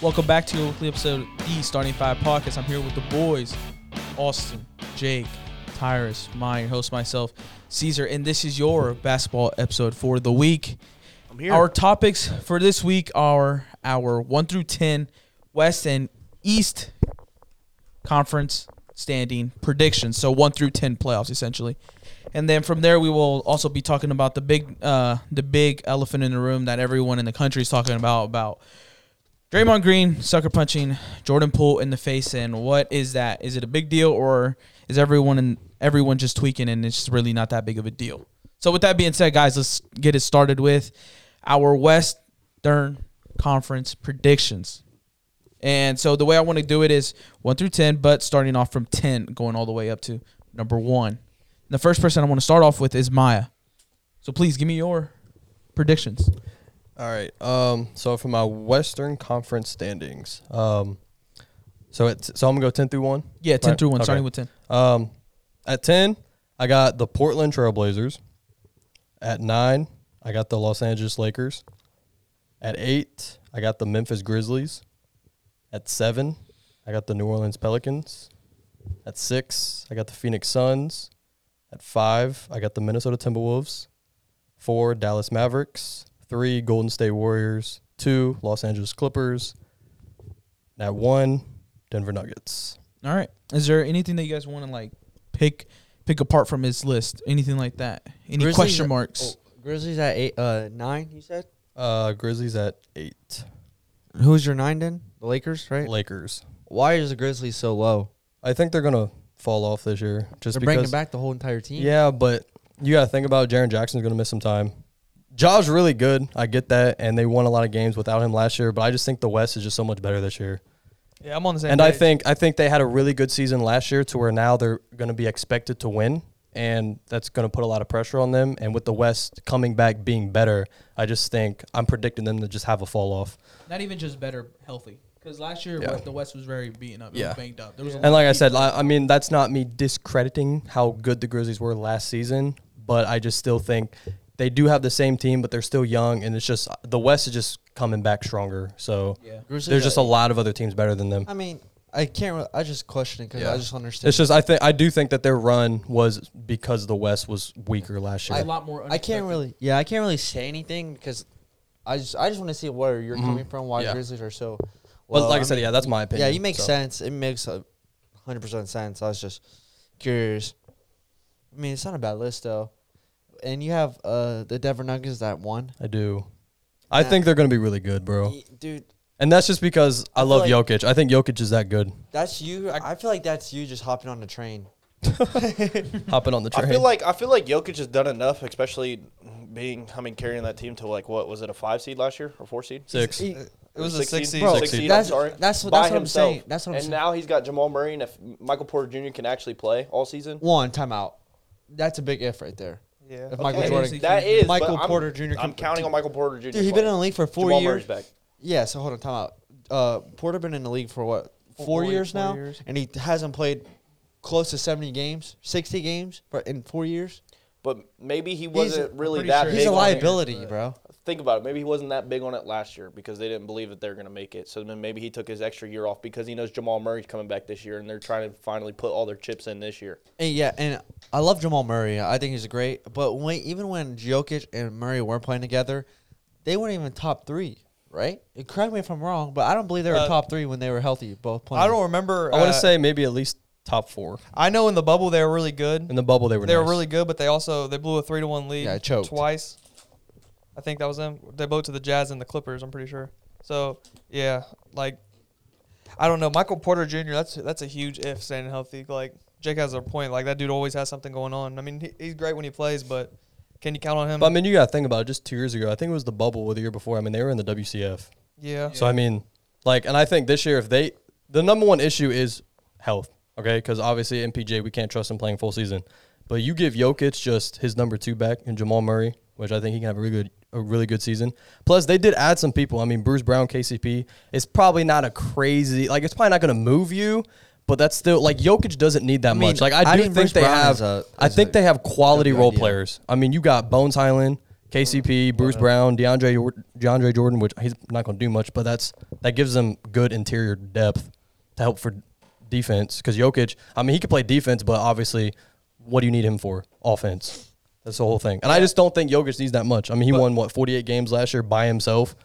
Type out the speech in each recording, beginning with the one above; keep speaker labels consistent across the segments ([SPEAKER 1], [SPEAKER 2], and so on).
[SPEAKER 1] Welcome back to your weekly episode of the Starting Five Podcast. I'm here with the boys, Austin, Jake, Tyrus, my host, myself, Caesar, and this is your basketball episode for the week.
[SPEAKER 2] I'm here.
[SPEAKER 1] Our topics for this week are our 1 through 10 West and East Conference standing predictions. So 1 through 10 playoffs essentially. And then from there we will also be talking about the big uh the big elephant in the room that everyone in the country is talking about about Draymond Green sucker punching Jordan Poole in the face and what is that? Is it a big deal or is everyone and everyone just tweaking and it's really not that big of a deal? So with that being said, guys, let's get it started with our Western Conference predictions. And so the way I want to do it is one through ten, but starting off from ten, going all the way up to number one. And the first person I want to start off with is Maya. So please give me your predictions.
[SPEAKER 3] All right. Um, so for my Western Conference standings, um, so it's so I'm gonna go ten through one.
[SPEAKER 1] Yeah, ten
[SPEAKER 3] Right,
[SPEAKER 1] through one,
[SPEAKER 3] okay.
[SPEAKER 1] starting with ten.
[SPEAKER 3] Um, at ten, I got the Portland Trailblazers. At nine, I got the Los Angeles Lakers. At eight, I got the Memphis Grizzlies. At seven, I got the New Orleans Pelicans. At six, I got the Phoenix Suns. At five, I got the Minnesota Timberwolves. Four, Dallas Mavericks. Three, Golden State Warriors. Two, Los Angeles Clippers. And at one, Denver Nuggets.
[SPEAKER 1] All right. Is there anything that you guys want to like pick pick apart from his list? Anything like that? Any
[SPEAKER 2] Grizzlies
[SPEAKER 1] question
[SPEAKER 2] are-
[SPEAKER 1] marks?
[SPEAKER 2] oh, Grizzlies at eight, uh, nine. You said
[SPEAKER 3] Uh, Grizzlies at eight.
[SPEAKER 2] who's your nine? Then the Lakers, right?
[SPEAKER 3] Lakers.
[SPEAKER 2] Why is the Grizzlies so low?
[SPEAKER 3] I think they're gonna fall off this year. Just
[SPEAKER 2] They're
[SPEAKER 3] because.
[SPEAKER 2] bringing back the whole entire team.
[SPEAKER 3] Yeah, but you gotta think about Jaron Jackson's gonna miss some time. Jaw's really good. I get that, and they won a lot of games without him last year. But I just think the West is just so much better this year.
[SPEAKER 1] Yeah, I'm on the same.
[SPEAKER 3] And I think I think they had a really good season last year, to where now they're gonna be expected to win, and that's gonna put a lot of pressure on them. And with the West coming back being better, I just think I'm predicting them to just have a fall off.
[SPEAKER 1] not even just better healthy because last year
[SPEAKER 3] Yeah.
[SPEAKER 1] the West was very beaten up. It
[SPEAKER 3] Yeah.
[SPEAKER 1] was banged up. There was a lot
[SPEAKER 3] And like
[SPEAKER 1] of
[SPEAKER 3] I
[SPEAKER 1] people-
[SPEAKER 3] said, I, I mean, that's not me discrediting how good the Grizzlies were last season, but I just still think they do have the same team, but they're still young, and it's just the West is just coming back stronger. So
[SPEAKER 1] yeah.
[SPEAKER 2] Grizzlies
[SPEAKER 3] there's just a
[SPEAKER 2] at-
[SPEAKER 3] lot of other teams better than them.
[SPEAKER 2] I mean, I can't. Re- I just question it because
[SPEAKER 3] Yeah.
[SPEAKER 2] I just understand.
[SPEAKER 3] It's just I think I do think that their run was because the West was weaker last
[SPEAKER 1] a
[SPEAKER 3] year.
[SPEAKER 1] lot more.
[SPEAKER 2] I can't really. Yeah, I can't really say anything because I just I just want to see where you're coming from. Why
[SPEAKER 3] Yeah.
[SPEAKER 2] Grizzlies are so.
[SPEAKER 3] but
[SPEAKER 2] low.
[SPEAKER 3] like I,
[SPEAKER 2] I
[SPEAKER 3] said,
[SPEAKER 2] mean,
[SPEAKER 3] yeah, that's my opinion.
[SPEAKER 2] yeah, you make
[SPEAKER 3] so.
[SPEAKER 2] sense. It makes a hundred percent sense. I was just curious. I mean, it's not a bad list though, and you have uh the Denver Nuggets that one.
[SPEAKER 3] I do. I
[SPEAKER 2] Yeah.
[SPEAKER 3] think they're going to be really good, bro.
[SPEAKER 2] Dude,
[SPEAKER 3] And that's just because I,
[SPEAKER 2] I feel
[SPEAKER 3] love
[SPEAKER 2] like-
[SPEAKER 3] Jokic. I think Jokic is that good.
[SPEAKER 2] that's you. I, feel like that's you just hopping on the train.
[SPEAKER 3] Hopping on the train.
[SPEAKER 4] I feel like I feel like Jokic has done enough, especially being I mean carrying that team to like what was it a five seed last year or four seed?
[SPEAKER 3] Six.
[SPEAKER 5] It was a
[SPEAKER 4] Six seed?
[SPEAKER 5] six seed.
[SPEAKER 2] Bro,
[SPEAKER 3] Six seed.
[SPEAKER 4] seed, I'm
[SPEAKER 2] that's
[SPEAKER 4] sorry.
[SPEAKER 2] that's what
[SPEAKER 4] By
[SPEAKER 2] that's what I'm
[SPEAKER 4] himself.
[SPEAKER 2] saying. That's what I'm
[SPEAKER 4] and
[SPEAKER 2] saying.
[SPEAKER 4] now he's got Jamal Murray, and if Michael Porter Jr. can actually play all season,
[SPEAKER 2] One timeout. That's a big if right there.
[SPEAKER 5] Yeah.
[SPEAKER 2] If Michael
[SPEAKER 4] Okay,
[SPEAKER 2] Jordan,
[SPEAKER 4] that is but
[SPEAKER 2] Michael
[SPEAKER 4] I'm-
[SPEAKER 2] Porter Jr.
[SPEAKER 4] I'm counting on Michael Porter Jr.
[SPEAKER 2] Dude, he's
[SPEAKER 4] playing.
[SPEAKER 2] been in the league for four
[SPEAKER 4] Jamal
[SPEAKER 2] years.
[SPEAKER 4] Murray's back.
[SPEAKER 2] Yeah, so hold on, time out. Uh, Porter been in the league for what four,
[SPEAKER 5] years,
[SPEAKER 2] years
[SPEAKER 5] four
[SPEAKER 2] now,
[SPEAKER 5] years.
[SPEAKER 2] and he hasn't played close to seventy games, sixty games, but in four years,
[SPEAKER 4] But maybe he wasn't really
[SPEAKER 1] pretty
[SPEAKER 4] that
[SPEAKER 1] sure
[SPEAKER 4] big.
[SPEAKER 2] he's a
[SPEAKER 4] on it.
[SPEAKER 2] liability, bro.
[SPEAKER 4] Think about it. Maybe he wasn't that big on it last year because they didn't believe that they were going to make it. So then maybe he took his extra year off because he knows Jamal Murray's coming back this year, and they're trying to finally put all their chips in this year.
[SPEAKER 2] And yeah, and I love Jamal Murray. I think he's great, but when even when Jokic and Murray weren't playing together, they weren't even top three, right? And correct me if I'm wrong, but I don't believe they were
[SPEAKER 5] Uh,
[SPEAKER 2] top three when they were healthy, both playing.
[SPEAKER 5] I don't remember.
[SPEAKER 3] I want
[SPEAKER 5] uh,
[SPEAKER 3] to say maybe at least top four.
[SPEAKER 5] I know in the bubble they were really good.
[SPEAKER 3] In the bubble, they were
[SPEAKER 5] They were
[SPEAKER 3] nice.
[SPEAKER 5] really good, but they also they blew a three to one lead.
[SPEAKER 2] Yeah, choked.
[SPEAKER 5] twice. I think that was them. They blew it to the Jazz and the Clippers. I'm pretty sure. So yeah, like I don't know. Michael Porter Jr. That's that's a huge if staying healthy. Like Jake has a point. Like that dude always has something going on. I mean, he, he's great when he plays, but can you count on him?
[SPEAKER 3] But I mean, you got to think about it. Just two years ago, I think it was the bubble or the year before. I mean, they were in the WCF.
[SPEAKER 5] yeah.
[SPEAKER 3] So I mean, like, and I think this year, if they, the number one issue is health. Okay, because obviously MPJ, we can't trust him playing full season. But you give Jokic just his number two back and Jamal Murray, which I think he can have a really good, a really good season. Plus, they did add some people. I mean, Bruce Brown, KCP. It's probably not a crazy, like, it's probably not going to move you. But that's still like Jokic doesn't need that
[SPEAKER 2] I mean,
[SPEAKER 3] much. Like I
[SPEAKER 2] I
[SPEAKER 3] do think
[SPEAKER 2] think Bruce
[SPEAKER 3] they
[SPEAKER 2] Brown
[SPEAKER 3] have.
[SPEAKER 2] is a-
[SPEAKER 3] I
[SPEAKER 2] is
[SPEAKER 3] think
[SPEAKER 2] a
[SPEAKER 3] they have quality
[SPEAKER 2] good
[SPEAKER 3] role
[SPEAKER 2] idea.
[SPEAKER 3] players. I mean, you got Bones Highland, KCP, Bruce Brown, DeAndre Jor- DeAndre Jordan, which he's not going to do much, but that's that gives them good interior depth to help for defense. Because Jokic, I mean, he could play defense, but obviously, what do you need him for? Offense. That's the whole thing. And I just don't think Jokic needs that much. I mean, he won what 48 games last year by himself,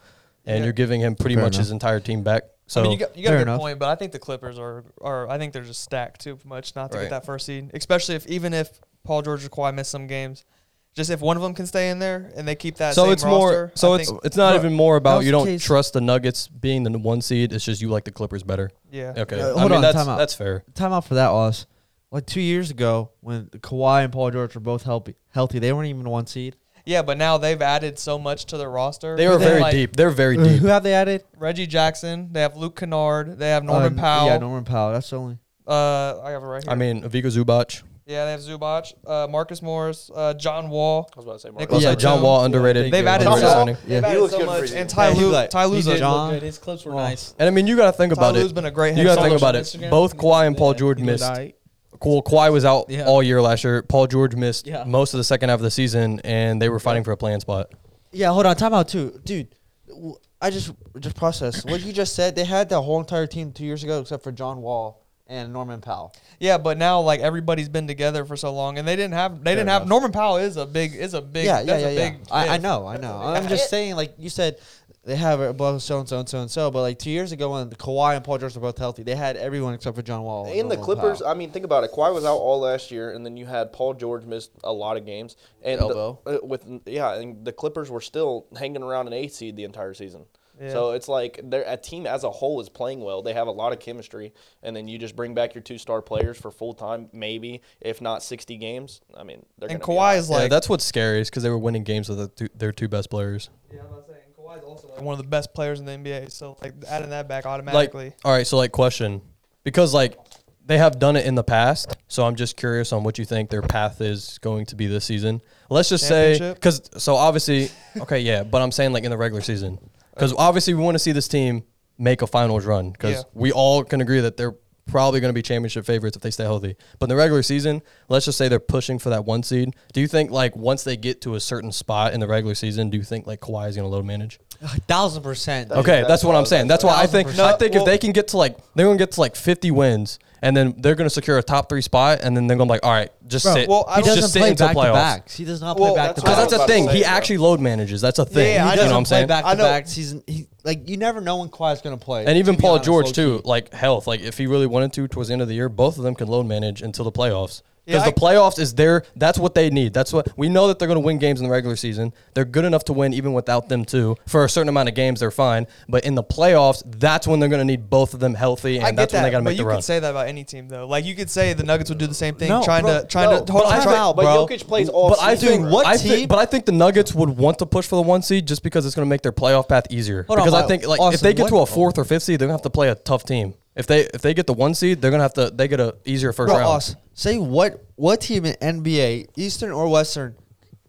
[SPEAKER 3] and you're giving him pretty
[SPEAKER 2] Fair
[SPEAKER 3] much
[SPEAKER 2] enough.
[SPEAKER 3] his entire team back. So
[SPEAKER 5] I mean, you got, you got a
[SPEAKER 2] Fair
[SPEAKER 5] good
[SPEAKER 2] enough.
[SPEAKER 5] point, but I think the Clippers are, are I think they're just stacked too much not to
[SPEAKER 3] Right.
[SPEAKER 5] get that first seed, especially if even if Paul George or Kawhi miss some games, just if one of them can stay in there and they keep that.
[SPEAKER 3] so
[SPEAKER 5] same
[SPEAKER 3] it's
[SPEAKER 5] roster,
[SPEAKER 3] more. So
[SPEAKER 5] I
[SPEAKER 3] it's
[SPEAKER 5] think-
[SPEAKER 3] it's not
[SPEAKER 2] Bro,
[SPEAKER 3] even more about
[SPEAKER 2] how's
[SPEAKER 3] you
[SPEAKER 2] the
[SPEAKER 3] don't
[SPEAKER 2] case-
[SPEAKER 3] trust the Nuggets being the one seed. It's just you like the Clippers better.
[SPEAKER 5] yeah.
[SPEAKER 3] Okay,
[SPEAKER 2] Uh,
[SPEAKER 3] I
[SPEAKER 2] hold
[SPEAKER 3] mean,
[SPEAKER 2] on,
[SPEAKER 3] that's
[SPEAKER 2] time out.
[SPEAKER 3] that's fair.
[SPEAKER 2] Time out for that, Oz. Like two years ago, when Kawhi and Paul George were both healthy, healthy, they weren't even one seed.
[SPEAKER 5] Yeah, but now they've added so much to their roster.
[SPEAKER 3] They are
[SPEAKER 5] They have,
[SPEAKER 3] very
[SPEAKER 5] like,
[SPEAKER 3] deep. They're very deep.
[SPEAKER 2] Uh, Who have they added?
[SPEAKER 5] Reggie Jackson. They have Luke Kennard. They have Norman
[SPEAKER 2] Uh,
[SPEAKER 5] Powell.
[SPEAKER 2] Yeah, Norman Powell. That's the only.
[SPEAKER 5] Uh, I have it right here.
[SPEAKER 3] Um, I mean, Avika Zubac.
[SPEAKER 5] yeah, they have Zubac, uh, Marcus Morris, uh, John Wall.
[SPEAKER 4] I was about to say, Mark.
[SPEAKER 5] Nicholas
[SPEAKER 3] yeah,
[SPEAKER 5] Batum.
[SPEAKER 3] John Wall underrated.
[SPEAKER 5] They've added
[SPEAKER 3] Underrated
[SPEAKER 5] so,
[SPEAKER 3] signing.
[SPEAKER 5] they've
[SPEAKER 2] Yeah.
[SPEAKER 4] He
[SPEAKER 5] added
[SPEAKER 4] looks
[SPEAKER 5] so
[SPEAKER 4] good for
[SPEAKER 5] much,
[SPEAKER 4] you.
[SPEAKER 5] and Ty
[SPEAKER 2] Yeah, he
[SPEAKER 5] Lue,
[SPEAKER 2] like-
[SPEAKER 5] Ty Lue's
[SPEAKER 1] he
[SPEAKER 5] a
[SPEAKER 1] did
[SPEAKER 2] John.
[SPEAKER 1] look good. His clips were
[SPEAKER 2] Well,
[SPEAKER 1] nice.
[SPEAKER 3] And I mean, you got to think
[SPEAKER 5] Ty
[SPEAKER 3] about
[SPEAKER 5] Lue's
[SPEAKER 3] it.
[SPEAKER 5] been a great.
[SPEAKER 3] You
[SPEAKER 5] head
[SPEAKER 3] gotta think
[SPEAKER 5] coach.
[SPEAKER 3] about it. Both Kawhi and Paul George missed. Well, Kawhi was out
[SPEAKER 1] Yeah.
[SPEAKER 3] all year last year. Paul George missed
[SPEAKER 1] Yeah.
[SPEAKER 3] most of the second half of the season, and they were fighting for a playing spot.
[SPEAKER 2] Yeah, hold on. Time out too, dude. w- I just just processed what you just said. They had that whole entire team two years ago, except for John Wall and Norman Powell.
[SPEAKER 5] Yeah, but now like everybody's been together for so long, and they didn't have they didn't have Norman Powell is a big is a big
[SPEAKER 2] yeah, yeah,
[SPEAKER 5] that's
[SPEAKER 2] yeah,
[SPEAKER 5] a
[SPEAKER 2] yeah.
[SPEAKER 5] big
[SPEAKER 2] I, I
[SPEAKER 5] yeah.
[SPEAKER 2] know, I know.
[SPEAKER 5] big
[SPEAKER 2] I'm just saying, like you said, they have above so and so and so and so. But like two years ago, when Kawhi and Paul George were both healthy, they had everyone except for John Wall and
[SPEAKER 4] In the
[SPEAKER 2] Norman
[SPEAKER 4] Clippers,
[SPEAKER 2] Powell.
[SPEAKER 4] I mean, think about it. Kawhi was out all last year, and then you had Paul George missed a lot of games, and the-
[SPEAKER 2] Elbow.
[SPEAKER 4] uh, with yeah, and the Clippers were still hanging around an eighth seed the entire season.
[SPEAKER 5] Yeah.
[SPEAKER 4] So it's like their a team as a whole is playing well. They have a lot of chemistry, and then you just bring back your two star players for full time, maybe if not sixty games. I mean, they're
[SPEAKER 5] And
[SPEAKER 4] gonna be
[SPEAKER 5] Kawhi
[SPEAKER 4] alright.
[SPEAKER 5] is
[SPEAKER 3] yeah,
[SPEAKER 5] like
[SPEAKER 3] that's what's scary is because they were winning games with the two, their two best players.
[SPEAKER 5] yeah, I'm about to say, and Kawhi's also like one of the best players in the NBA. So like adding that back
[SPEAKER 3] Like,
[SPEAKER 5] automatically.
[SPEAKER 3] all right, so like question, because like they have done it in the past. So I'm just curious on what you think their path is going to be this season. Let's just say
[SPEAKER 5] Championship?
[SPEAKER 3] because so obviously, okay, yeah, but I'm saying like in the regular season
[SPEAKER 5] Uh,
[SPEAKER 3] because obviously we want to see this team make a finals run because
[SPEAKER 5] Yeah.
[SPEAKER 3] we all can agree that they're probably going to be championship favorites if they stay healthy. But in the regular season, let's just say they're pushing for that one seed. Do you think like once they get to a certain spot in the regular season, do you think like Kawhi is going to load manage?
[SPEAKER 2] A thousand percent. dude.
[SPEAKER 3] Okay, that's,
[SPEAKER 4] that's
[SPEAKER 3] what
[SPEAKER 4] what I
[SPEAKER 3] I'm
[SPEAKER 4] was
[SPEAKER 3] saying.
[SPEAKER 4] gonna
[SPEAKER 3] That's
[SPEAKER 4] say.
[SPEAKER 3] why I think I
[SPEAKER 2] 1000%.
[SPEAKER 3] think if they can get to like they're gonna get to like 50 wins, and then they're gonna secure a top three spot, and then they're gonna be like, all right, just sit.
[SPEAKER 5] well, I
[SPEAKER 2] He
[SPEAKER 5] was
[SPEAKER 3] just
[SPEAKER 2] doesn't
[SPEAKER 3] sit
[SPEAKER 2] play
[SPEAKER 3] until
[SPEAKER 2] back to
[SPEAKER 3] playoffs.
[SPEAKER 2] backs. He does not
[SPEAKER 4] Well,
[SPEAKER 2] play back to
[SPEAKER 3] Because
[SPEAKER 4] that's what I
[SPEAKER 2] backs.
[SPEAKER 3] that's
[SPEAKER 4] was
[SPEAKER 3] a
[SPEAKER 4] about to
[SPEAKER 3] thing.
[SPEAKER 4] say,
[SPEAKER 3] he
[SPEAKER 4] bro.
[SPEAKER 3] actually load manages. That's a thing.
[SPEAKER 5] Yeah, I
[SPEAKER 2] He
[SPEAKER 3] you know
[SPEAKER 2] doesn't
[SPEAKER 3] what I'm
[SPEAKER 2] play
[SPEAKER 3] saying?
[SPEAKER 2] back
[SPEAKER 5] I
[SPEAKER 2] to
[SPEAKER 5] know.
[SPEAKER 2] backs. He's he, like you never know when Kawhi's gonna play.
[SPEAKER 3] and even
[SPEAKER 2] to be
[SPEAKER 3] Paul
[SPEAKER 2] honest,
[SPEAKER 3] George
[SPEAKER 2] low-key.
[SPEAKER 3] too, like health, like if he really wanted to towards the end of the year, both of them can load manage until the playoffs.
[SPEAKER 5] Yeah,
[SPEAKER 3] Because
[SPEAKER 5] I-
[SPEAKER 3] the playoffs is their that's what they need. That's what we know that they're going to win games in the regular season. They're good enough to win even without them too. For a certain amount of games, they're fine. But in the playoffs, that's when they're going to need both of them healthy, and
[SPEAKER 5] I get
[SPEAKER 3] that's
[SPEAKER 5] that,
[SPEAKER 3] when they got to
[SPEAKER 5] but
[SPEAKER 3] make the
[SPEAKER 5] you
[SPEAKER 3] run.
[SPEAKER 5] could say that about any team though. Like you could say the Nuggets would do the same thing,
[SPEAKER 2] No,
[SPEAKER 5] trying
[SPEAKER 2] bro,
[SPEAKER 5] to trying
[SPEAKER 4] No,
[SPEAKER 5] to hold
[SPEAKER 4] but
[SPEAKER 5] on,
[SPEAKER 4] I
[SPEAKER 5] trying,
[SPEAKER 4] think- Oh, but
[SPEAKER 2] bro.
[SPEAKER 4] Jokic plays all
[SPEAKER 3] but I
[SPEAKER 4] season.
[SPEAKER 3] think
[SPEAKER 2] Dude, what
[SPEAKER 3] I think,
[SPEAKER 2] team-
[SPEAKER 3] but I think the Nuggets would want to push for the one seed just because it's going to make their playoff path easier.
[SPEAKER 2] Hold on,
[SPEAKER 3] because I
[SPEAKER 2] Mike.
[SPEAKER 3] think like if
[SPEAKER 2] Austin,
[SPEAKER 3] they get to a
[SPEAKER 2] what-
[SPEAKER 3] fourth or fifth seed, they're going to have to play a tough team. If they if they get the one seed, they're going to have to they get a easier first
[SPEAKER 2] Bro,
[SPEAKER 3] round.
[SPEAKER 2] Oz, say what what team in NBA, Eastern or Western,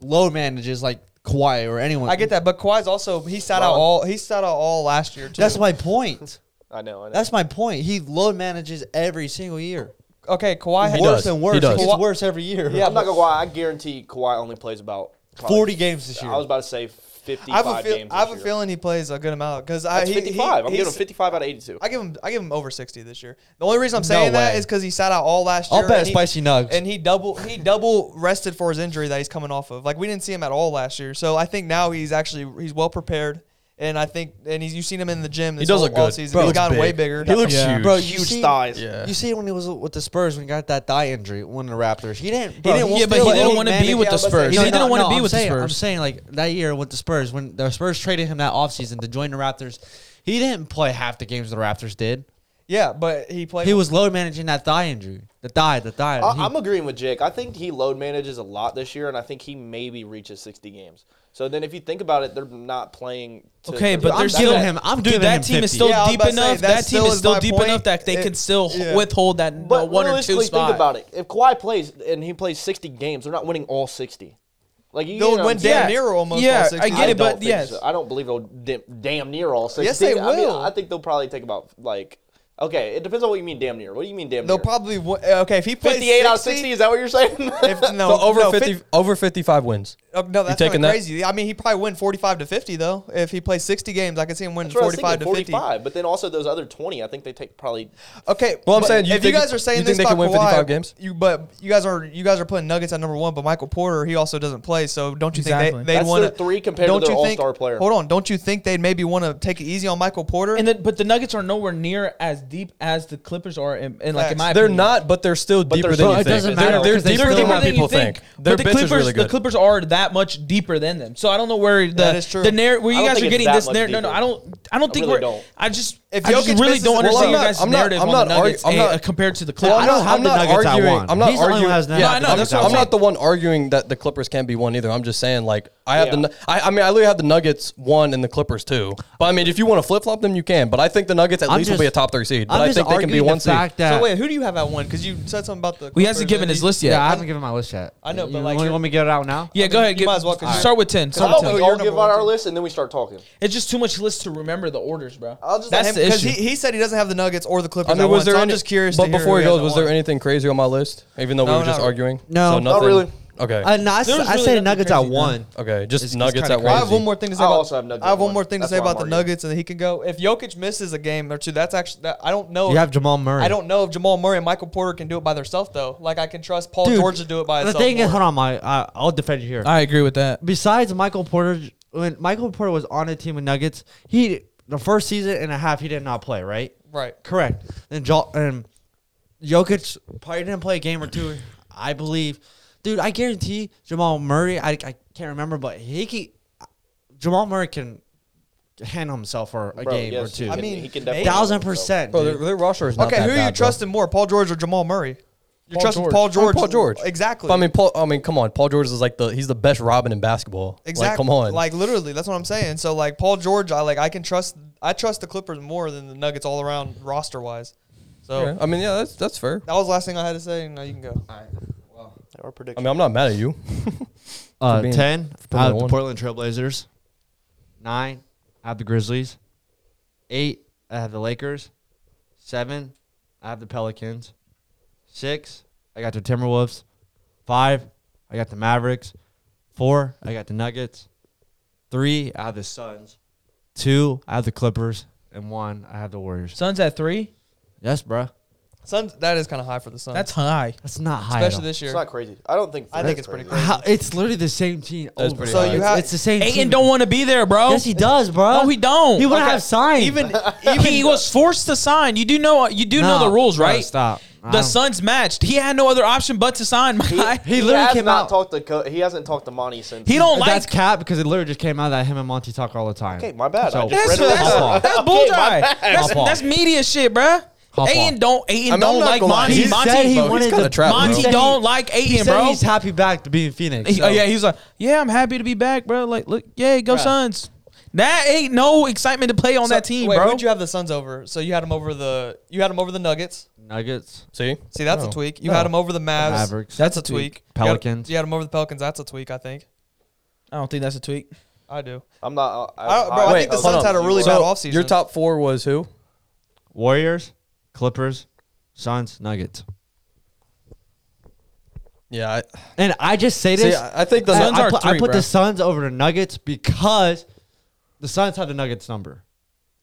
[SPEAKER 2] low manages like Kawhi or anyone?
[SPEAKER 5] I get that, but Kawhi's also he sat out
[SPEAKER 4] Well-
[SPEAKER 5] all he sat out all last year too.
[SPEAKER 2] That's my point.
[SPEAKER 4] I know. I know.
[SPEAKER 2] That's my point. He load manages every single year.
[SPEAKER 5] okay. Kawhi had
[SPEAKER 3] He
[SPEAKER 2] worse
[SPEAKER 3] does.
[SPEAKER 2] and worse.
[SPEAKER 3] He
[SPEAKER 2] He
[SPEAKER 3] does.
[SPEAKER 2] gets worse every year.
[SPEAKER 5] Yeah,
[SPEAKER 4] I'm not gonna lie. I guarantee Kawhi only plays about probably-
[SPEAKER 2] 40 games this year.
[SPEAKER 4] I was about to say
[SPEAKER 5] I
[SPEAKER 4] fifty-five
[SPEAKER 5] have a feel,
[SPEAKER 4] games.
[SPEAKER 5] I have
[SPEAKER 4] this
[SPEAKER 5] a
[SPEAKER 4] year.
[SPEAKER 5] feeling he plays a good amount because I
[SPEAKER 4] That's
[SPEAKER 5] he, he-
[SPEAKER 4] 55. I'm giving him
[SPEAKER 5] he's-
[SPEAKER 4] 55 out of 82.
[SPEAKER 5] I give him I give him over sixty this year. The only reason I'm saying that
[SPEAKER 2] way.
[SPEAKER 5] is because he sat out all last
[SPEAKER 2] I'll
[SPEAKER 5] year.
[SPEAKER 2] bet
[SPEAKER 5] and he-
[SPEAKER 2] spicy nugs.
[SPEAKER 5] And he double he double rested for his injury that he's coming off of. Like we didn't see him at all last year, so I think now he's actually he's well prepared. And I think and he's you've seen him in the gym. This
[SPEAKER 3] He does
[SPEAKER 5] whole
[SPEAKER 3] look good.
[SPEAKER 5] offseason.
[SPEAKER 3] Bro,
[SPEAKER 5] he's
[SPEAKER 3] looks
[SPEAKER 5] gotten
[SPEAKER 3] big.
[SPEAKER 5] way bigger.
[SPEAKER 3] He looks
[SPEAKER 1] Yeah.
[SPEAKER 3] huge.
[SPEAKER 2] Bro, you
[SPEAKER 4] Huge
[SPEAKER 2] see,
[SPEAKER 4] thighs.
[SPEAKER 3] Yeah.
[SPEAKER 2] You see when he was with the Spurs when he got that thigh injury, one of the Raptors. He didn't. Bro,
[SPEAKER 1] yeah, but he
[SPEAKER 2] still
[SPEAKER 1] didn't
[SPEAKER 2] load
[SPEAKER 1] wanna be
[SPEAKER 2] managed-
[SPEAKER 1] with
[SPEAKER 4] the
[SPEAKER 2] Yeah, but-
[SPEAKER 4] Spurs.
[SPEAKER 2] no,
[SPEAKER 1] He didn't
[SPEAKER 2] no,
[SPEAKER 1] wanna
[SPEAKER 2] no,
[SPEAKER 1] be
[SPEAKER 2] I'm
[SPEAKER 1] with the
[SPEAKER 2] saying- I'm
[SPEAKER 1] Spurs.
[SPEAKER 2] saying like that year with the Spurs when the Spurs traded him that offseason to join the Raptors, he didn't play half the games the Raptors did.
[SPEAKER 5] Yeah, but he played.
[SPEAKER 2] He was load managing that thigh injury. The thigh, the thigh.
[SPEAKER 4] I,
[SPEAKER 2] He-
[SPEAKER 4] I'm agreeing with Jake. I think he load manages a lot this year, and I think he maybe reaches 60 games. So then, if you think about it, they're not playing. To
[SPEAKER 1] Okay,
[SPEAKER 4] to-
[SPEAKER 1] but
[SPEAKER 2] I'm
[SPEAKER 1] they're
[SPEAKER 2] giving
[SPEAKER 1] still
[SPEAKER 2] him- I'm
[SPEAKER 1] dude,
[SPEAKER 2] giving
[SPEAKER 1] that
[SPEAKER 2] him
[SPEAKER 1] team is
[SPEAKER 2] 50.
[SPEAKER 1] still
[SPEAKER 5] Yeah, I was
[SPEAKER 1] deep
[SPEAKER 5] about to say,
[SPEAKER 1] enough.
[SPEAKER 5] that
[SPEAKER 1] that
[SPEAKER 5] still
[SPEAKER 1] team is
[SPEAKER 5] is
[SPEAKER 1] still
[SPEAKER 5] my
[SPEAKER 1] deep
[SPEAKER 5] point.
[SPEAKER 1] enough that they
[SPEAKER 5] It-
[SPEAKER 1] can still
[SPEAKER 5] yeah.
[SPEAKER 1] withhold that
[SPEAKER 4] But
[SPEAKER 1] one or two
[SPEAKER 4] realistically,
[SPEAKER 1] spot.
[SPEAKER 4] think about it. If Kawhi plays and he plays 60 games, they're not winning all 60. Like you
[SPEAKER 5] They would
[SPEAKER 4] know,
[SPEAKER 5] win damn near almost
[SPEAKER 1] Yeah,
[SPEAKER 5] all 60.
[SPEAKER 1] I get it,
[SPEAKER 4] don't
[SPEAKER 1] but
[SPEAKER 4] think
[SPEAKER 1] yes.
[SPEAKER 4] so. I don't believe they'll dim, damn near all 60.
[SPEAKER 5] Yes, they
[SPEAKER 4] I, mean,
[SPEAKER 5] will.
[SPEAKER 4] I think they'll probably take about like. Okay, it depends on what you mean damn near. What do you mean damn
[SPEAKER 5] They'll
[SPEAKER 4] near?
[SPEAKER 5] probably wa- okay if he plays
[SPEAKER 4] 58 out of 60. Is that what you're saying?
[SPEAKER 5] If, no,
[SPEAKER 3] so over
[SPEAKER 5] no,
[SPEAKER 3] 50 over 55 wins.
[SPEAKER 5] Uh, no, that's
[SPEAKER 3] taking
[SPEAKER 5] kind
[SPEAKER 3] that?
[SPEAKER 5] of crazy. I mean, he probably win forty-five to fifty though. If he plays sixty games, I could see him winning
[SPEAKER 4] That's what I was
[SPEAKER 5] forty-five
[SPEAKER 4] thinking,
[SPEAKER 5] to
[SPEAKER 4] 45. But then also those other 20, I think they take probably.
[SPEAKER 5] fifty. Okay,
[SPEAKER 3] Well, I'm
[SPEAKER 5] but
[SPEAKER 3] saying you
[SPEAKER 5] if
[SPEAKER 3] think-
[SPEAKER 5] you guys are saying
[SPEAKER 3] you
[SPEAKER 5] this
[SPEAKER 3] think they
[SPEAKER 5] about
[SPEAKER 3] can win
[SPEAKER 5] Kawhi,
[SPEAKER 3] 55 games?
[SPEAKER 5] you but you guys are you guys are putting Nuggets at number one, but Michael Porter he also doesn't play. So don't you
[SPEAKER 1] Exactly.
[SPEAKER 5] think they,
[SPEAKER 4] That's
[SPEAKER 5] they'd want
[SPEAKER 4] their three compared to
[SPEAKER 5] don't
[SPEAKER 4] their
[SPEAKER 5] you think-
[SPEAKER 4] all-star player.
[SPEAKER 5] Hold on, don't you think they'd maybe want to take it easy on Michael Porter?
[SPEAKER 1] And then, but the Nuggets are nowhere near as deep as the Clippers are, in, in like in my
[SPEAKER 3] They're
[SPEAKER 1] opinion.
[SPEAKER 3] not, but they're still deeper than
[SPEAKER 4] they're still-
[SPEAKER 3] you
[SPEAKER 4] it
[SPEAKER 3] think.
[SPEAKER 4] doesn't
[SPEAKER 3] They're-
[SPEAKER 4] matter,
[SPEAKER 3] They're,
[SPEAKER 4] 'cause they
[SPEAKER 3] deeper
[SPEAKER 4] still-
[SPEAKER 3] than
[SPEAKER 4] Deeper
[SPEAKER 3] what
[SPEAKER 4] than
[SPEAKER 3] people
[SPEAKER 1] you
[SPEAKER 3] think. Their
[SPEAKER 1] But the
[SPEAKER 3] bench
[SPEAKER 1] Clippers,
[SPEAKER 3] is really
[SPEAKER 1] the
[SPEAKER 3] good.
[SPEAKER 1] Clippers are that much deeper than them. So I don't know where the
[SPEAKER 5] That is true.
[SPEAKER 1] the narrative where
[SPEAKER 4] I
[SPEAKER 1] you
[SPEAKER 4] don't
[SPEAKER 1] guys are
[SPEAKER 4] think it's
[SPEAKER 1] getting
[SPEAKER 4] that
[SPEAKER 1] this
[SPEAKER 4] much
[SPEAKER 1] narrative. No, no,
[SPEAKER 4] deeper.
[SPEAKER 1] I don't. I don't
[SPEAKER 4] I
[SPEAKER 1] think
[SPEAKER 4] really
[SPEAKER 1] we're.
[SPEAKER 4] don't.
[SPEAKER 1] I just.
[SPEAKER 5] If
[SPEAKER 1] I just
[SPEAKER 5] Jokic
[SPEAKER 1] really
[SPEAKER 5] misses-
[SPEAKER 1] don't
[SPEAKER 5] well,
[SPEAKER 1] understand
[SPEAKER 5] I'm
[SPEAKER 1] your
[SPEAKER 5] not-
[SPEAKER 1] guys'
[SPEAKER 3] I'm not-
[SPEAKER 1] narrative
[SPEAKER 3] I'm
[SPEAKER 1] on
[SPEAKER 3] not
[SPEAKER 1] the Nuggets
[SPEAKER 3] argu- I'm
[SPEAKER 1] and-
[SPEAKER 3] not-
[SPEAKER 1] uh, compared to the
[SPEAKER 3] Well,
[SPEAKER 1] Clippers.
[SPEAKER 3] I'm
[SPEAKER 1] I don't
[SPEAKER 3] not-
[SPEAKER 1] have
[SPEAKER 3] I'm
[SPEAKER 1] the
[SPEAKER 3] not
[SPEAKER 1] Nuggets.
[SPEAKER 3] arguing.
[SPEAKER 2] one.
[SPEAKER 3] I'm not
[SPEAKER 2] He's the only one
[SPEAKER 3] arguing.
[SPEAKER 2] who has
[SPEAKER 3] yeah,
[SPEAKER 2] nine.
[SPEAKER 1] I know,
[SPEAKER 3] I'm
[SPEAKER 1] that's
[SPEAKER 3] not-
[SPEAKER 1] what
[SPEAKER 3] I'm
[SPEAKER 1] I'm
[SPEAKER 3] not the one arguing that the Clippers can't be one either. I'm just saying, like, I have the.
[SPEAKER 4] Yeah.
[SPEAKER 3] Nu- I, I mean, I literally have the Nuggets one and the Clippers two. But I mean, if you want to flip flop them, you can. But I think the Nuggets at
[SPEAKER 2] I'm
[SPEAKER 3] least
[SPEAKER 2] just-
[SPEAKER 3] will be a top three seed. But
[SPEAKER 2] I'm
[SPEAKER 3] I
[SPEAKER 2] just
[SPEAKER 3] think they can be
[SPEAKER 2] arguing
[SPEAKER 3] one
[SPEAKER 2] the
[SPEAKER 3] seed.
[SPEAKER 2] fact that
[SPEAKER 5] so wait, who do you have at one? Because you said something about the.
[SPEAKER 1] He hasn't
[SPEAKER 5] Clippers
[SPEAKER 1] given
[SPEAKER 5] and
[SPEAKER 1] his
[SPEAKER 5] he-
[SPEAKER 1] list
[SPEAKER 2] yeah, I
[SPEAKER 1] yet.
[SPEAKER 2] haven't given my list yet.
[SPEAKER 5] I know, but
[SPEAKER 2] you,
[SPEAKER 5] like
[SPEAKER 2] you
[SPEAKER 5] you're-
[SPEAKER 2] want me to get it out now?
[SPEAKER 1] Yeah, go
[SPEAKER 5] I mean,
[SPEAKER 1] ahead.
[SPEAKER 5] you
[SPEAKER 1] Give-
[SPEAKER 5] might as well, 'cause you're-
[SPEAKER 1] Start with ten. Start
[SPEAKER 4] How
[SPEAKER 1] with
[SPEAKER 4] about we
[SPEAKER 1] 10.
[SPEAKER 4] all
[SPEAKER 5] number
[SPEAKER 4] give out
[SPEAKER 5] one
[SPEAKER 4] our
[SPEAKER 5] team.
[SPEAKER 4] list and then we start talking?
[SPEAKER 1] It's just too much list to remember the orders, bro.
[SPEAKER 5] I'll just
[SPEAKER 1] That's
[SPEAKER 5] let him
[SPEAKER 1] the
[SPEAKER 5] because
[SPEAKER 1] issue.
[SPEAKER 5] he, he said he doesn't have the Nuggets or the Clippers.
[SPEAKER 3] I mean,
[SPEAKER 5] at
[SPEAKER 3] was
[SPEAKER 5] once,
[SPEAKER 3] there?
[SPEAKER 5] so I'm
[SPEAKER 3] any-
[SPEAKER 5] just curious.
[SPEAKER 3] But
[SPEAKER 5] to hear
[SPEAKER 3] before
[SPEAKER 5] who
[SPEAKER 3] he
[SPEAKER 5] has
[SPEAKER 3] goes,
[SPEAKER 5] at
[SPEAKER 3] was there
[SPEAKER 5] one.
[SPEAKER 3] anything crazy on my list? Even though we
[SPEAKER 5] No,
[SPEAKER 3] were just
[SPEAKER 5] not-
[SPEAKER 3] arguing.
[SPEAKER 2] No.
[SPEAKER 3] So
[SPEAKER 2] Not
[SPEAKER 3] nothing-
[SPEAKER 4] really.
[SPEAKER 3] Okay.
[SPEAKER 2] Uh, no, I, s-
[SPEAKER 1] There's
[SPEAKER 2] I
[SPEAKER 1] really
[SPEAKER 2] said
[SPEAKER 1] nothing
[SPEAKER 2] Nuggets at
[SPEAKER 1] crazy, no.
[SPEAKER 2] one.
[SPEAKER 3] okay. Just
[SPEAKER 2] It's- it's
[SPEAKER 3] Nuggets
[SPEAKER 2] kinda
[SPEAKER 3] at one.
[SPEAKER 5] I have
[SPEAKER 2] crazy.
[SPEAKER 3] seed.
[SPEAKER 5] one more thing to say.
[SPEAKER 4] I
[SPEAKER 5] about,
[SPEAKER 4] also have Nuggets
[SPEAKER 5] I have
[SPEAKER 4] at
[SPEAKER 5] one
[SPEAKER 4] one.
[SPEAKER 5] more thing to
[SPEAKER 4] That's
[SPEAKER 5] say
[SPEAKER 4] why I'm
[SPEAKER 5] about the
[SPEAKER 4] arguing.
[SPEAKER 5] Nuggets, and he can go. If Jokic misses a game or two, that's actually that, I don't know.
[SPEAKER 2] You
[SPEAKER 5] if-
[SPEAKER 2] have Jamal Murray.
[SPEAKER 5] I don't know if Jamal Murray and Michael Porter can do it by themselves though. Like I can trust Paul
[SPEAKER 2] Dude,
[SPEAKER 5] George to do it by
[SPEAKER 2] The
[SPEAKER 5] himself.
[SPEAKER 2] thing is,
[SPEAKER 5] more.
[SPEAKER 2] hold on, my I, I'll defend you here.
[SPEAKER 1] I agree with that.
[SPEAKER 2] Besides Michael Porter, when Michael Porter was on a team with Nuggets, he the first season and a half he did not play. Right.
[SPEAKER 5] right?
[SPEAKER 2] Correct. And jo- and Jokic probably didn't play a game or two, I believe. Dude, I guarantee Jamal Murray. I, I can't remember, but he can, Jamal Murray can handle himself for a
[SPEAKER 4] Bro,
[SPEAKER 2] game
[SPEAKER 4] yes,
[SPEAKER 2] or two.
[SPEAKER 4] He
[SPEAKER 2] I
[SPEAKER 4] can,
[SPEAKER 2] mean,
[SPEAKER 5] mean,
[SPEAKER 4] he can definitely
[SPEAKER 2] thousand
[SPEAKER 4] do it, so.
[SPEAKER 2] percent.
[SPEAKER 3] Bro, their,
[SPEAKER 2] dude.
[SPEAKER 3] their roster is not
[SPEAKER 5] Okay,
[SPEAKER 3] that
[SPEAKER 5] who are you
[SPEAKER 3] bad, bro.
[SPEAKER 5] trusting more, Paul George or Jamal Murray? You're
[SPEAKER 1] Paul
[SPEAKER 5] trusting
[SPEAKER 1] George.
[SPEAKER 5] Paul
[SPEAKER 1] I'm
[SPEAKER 5] George.
[SPEAKER 3] Paul George.
[SPEAKER 5] exactly.
[SPEAKER 3] But, I mean, Paul. I mean, come on. Paul George is like the he's the best Robin in basketball.
[SPEAKER 5] exactly.
[SPEAKER 3] Like, come on.
[SPEAKER 5] Like literally, that's what I'm saying. So like Paul George, I like I can trust. I trust the Clippers more than the Nuggets all around roster wise. So
[SPEAKER 3] Okay. I mean, yeah, that's that's fair.
[SPEAKER 5] that was the last thing I had to say. Now you can go.
[SPEAKER 4] Our
[SPEAKER 3] I
[SPEAKER 4] prediction.
[SPEAKER 3] mean, I'm not mad at you.
[SPEAKER 2] Uh,
[SPEAKER 3] being-
[SPEAKER 2] ten
[SPEAKER 3] putting
[SPEAKER 2] out
[SPEAKER 3] it
[SPEAKER 2] of the
[SPEAKER 3] on.
[SPEAKER 2] Portland Trailblazers. Nine out of the Grizzlies. Eight I have the Lakers. Seven I have the Pelicans. Six I got the Timberwolves. Five I got the Mavericks. Four I got the Nuggets. Three I have the Suns. Two I have the Clippers. And one I have the Warriors.
[SPEAKER 1] Suns at three.
[SPEAKER 2] Yes, bruh.
[SPEAKER 5] Suns. That is kind of high for the Suns.
[SPEAKER 1] That's high.
[SPEAKER 2] That's not high. at all.
[SPEAKER 5] especially this year.
[SPEAKER 4] it's not crazy. I don't think.
[SPEAKER 5] I think it's pretty
[SPEAKER 2] How- it's literally the same team.
[SPEAKER 3] That's
[SPEAKER 2] over.
[SPEAKER 3] pretty
[SPEAKER 5] So
[SPEAKER 3] high.
[SPEAKER 5] you
[SPEAKER 2] It's,
[SPEAKER 5] have
[SPEAKER 2] it's the same. team.
[SPEAKER 1] Aiden don't want to be there, bro.
[SPEAKER 2] Yes, he does, bro.
[SPEAKER 1] Oh. No, he don't.
[SPEAKER 2] He wouldn't
[SPEAKER 1] Okay.
[SPEAKER 2] have signed.
[SPEAKER 5] even
[SPEAKER 1] he was forced to sign. You do know you do know
[SPEAKER 2] No,
[SPEAKER 1] the rules,
[SPEAKER 2] bro,
[SPEAKER 1] right?
[SPEAKER 2] stop. I
[SPEAKER 1] The
[SPEAKER 2] don't-
[SPEAKER 1] Suns matched. He had no other option but to sign. My guy.
[SPEAKER 2] He literally
[SPEAKER 4] has
[SPEAKER 2] came
[SPEAKER 4] not
[SPEAKER 2] out-
[SPEAKER 4] Talked to Co- he hasn't talked to Monty since.
[SPEAKER 1] He don't
[SPEAKER 2] That's
[SPEAKER 1] like.
[SPEAKER 2] cap because it literally just came out that him and Monty talk all the time.
[SPEAKER 4] Okay, my bad. I
[SPEAKER 2] So,
[SPEAKER 4] just
[SPEAKER 1] That's
[SPEAKER 2] Hop
[SPEAKER 4] read it.
[SPEAKER 1] that's,
[SPEAKER 2] off.
[SPEAKER 1] that's bullseye. That's,
[SPEAKER 2] Hop off.
[SPEAKER 1] that's media shit, bruh.
[SPEAKER 2] Hop
[SPEAKER 1] Aiden
[SPEAKER 2] off.
[SPEAKER 1] don't Aiden
[SPEAKER 3] I'm
[SPEAKER 1] don't
[SPEAKER 3] not
[SPEAKER 1] like
[SPEAKER 3] gonna lie.
[SPEAKER 1] Monty.
[SPEAKER 2] he
[SPEAKER 1] Monty,
[SPEAKER 2] said he
[SPEAKER 3] bro, he's
[SPEAKER 2] wanted
[SPEAKER 3] kinda
[SPEAKER 2] to.
[SPEAKER 3] trapped, bro.
[SPEAKER 1] Monty
[SPEAKER 2] he said
[SPEAKER 1] don't
[SPEAKER 2] he-
[SPEAKER 1] like
[SPEAKER 2] He
[SPEAKER 1] Aiden,
[SPEAKER 2] said
[SPEAKER 1] bro.
[SPEAKER 2] he's happy back to being Phoenix.
[SPEAKER 1] He-
[SPEAKER 2] so-
[SPEAKER 1] oh, yeah, he's like, yeah, I'm happy to be back, bro. Like, look, yeah, go Suns. That ain't no excitement to play on that team,
[SPEAKER 5] wait,
[SPEAKER 1] bro.
[SPEAKER 5] Would you have the Suns over? So you had them over the you had them over the Nuggets.
[SPEAKER 2] Nuggets,
[SPEAKER 3] See,
[SPEAKER 5] See, that's
[SPEAKER 3] No.
[SPEAKER 5] a tweak. You had them over the Mavs.
[SPEAKER 2] Mavericks,
[SPEAKER 1] That's
[SPEAKER 5] That's a tweak.
[SPEAKER 2] Pelicans.
[SPEAKER 5] You had them over the Pelicans. That's a tweak. I think.
[SPEAKER 1] I don't think that's a tweak.
[SPEAKER 5] I do.
[SPEAKER 4] I'm not. uh, I,
[SPEAKER 5] I don't- bro, I
[SPEAKER 3] Wait, think the hold Suns on.
[SPEAKER 5] had a really
[SPEAKER 4] You
[SPEAKER 5] bad
[SPEAKER 4] are-
[SPEAKER 3] so
[SPEAKER 5] offseason.
[SPEAKER 3] your top four was who?
[SPEAKER 2] Warriors, Clippers, Suns, Nuggets.
[SPEAKER 3] Yeah, I,
[SPEAKER 2] And I just say
[SPEAKER 3] see,
[SPEAKER 2] this.
[SPEAKER 3] I I think the
[SPEAKER 2] I,
[SPEAKER 1] Suns
[SPEAKER 2] I
[SPEAKER 1] are
[SPEAKER 2] put, I
[SPEAKER 1] three,
[SPEAKER 2] put
[SPEAKER 1] bro.
[SPEAKER 2] the Suns over the Nuggets because the Suns have the Nuggets number,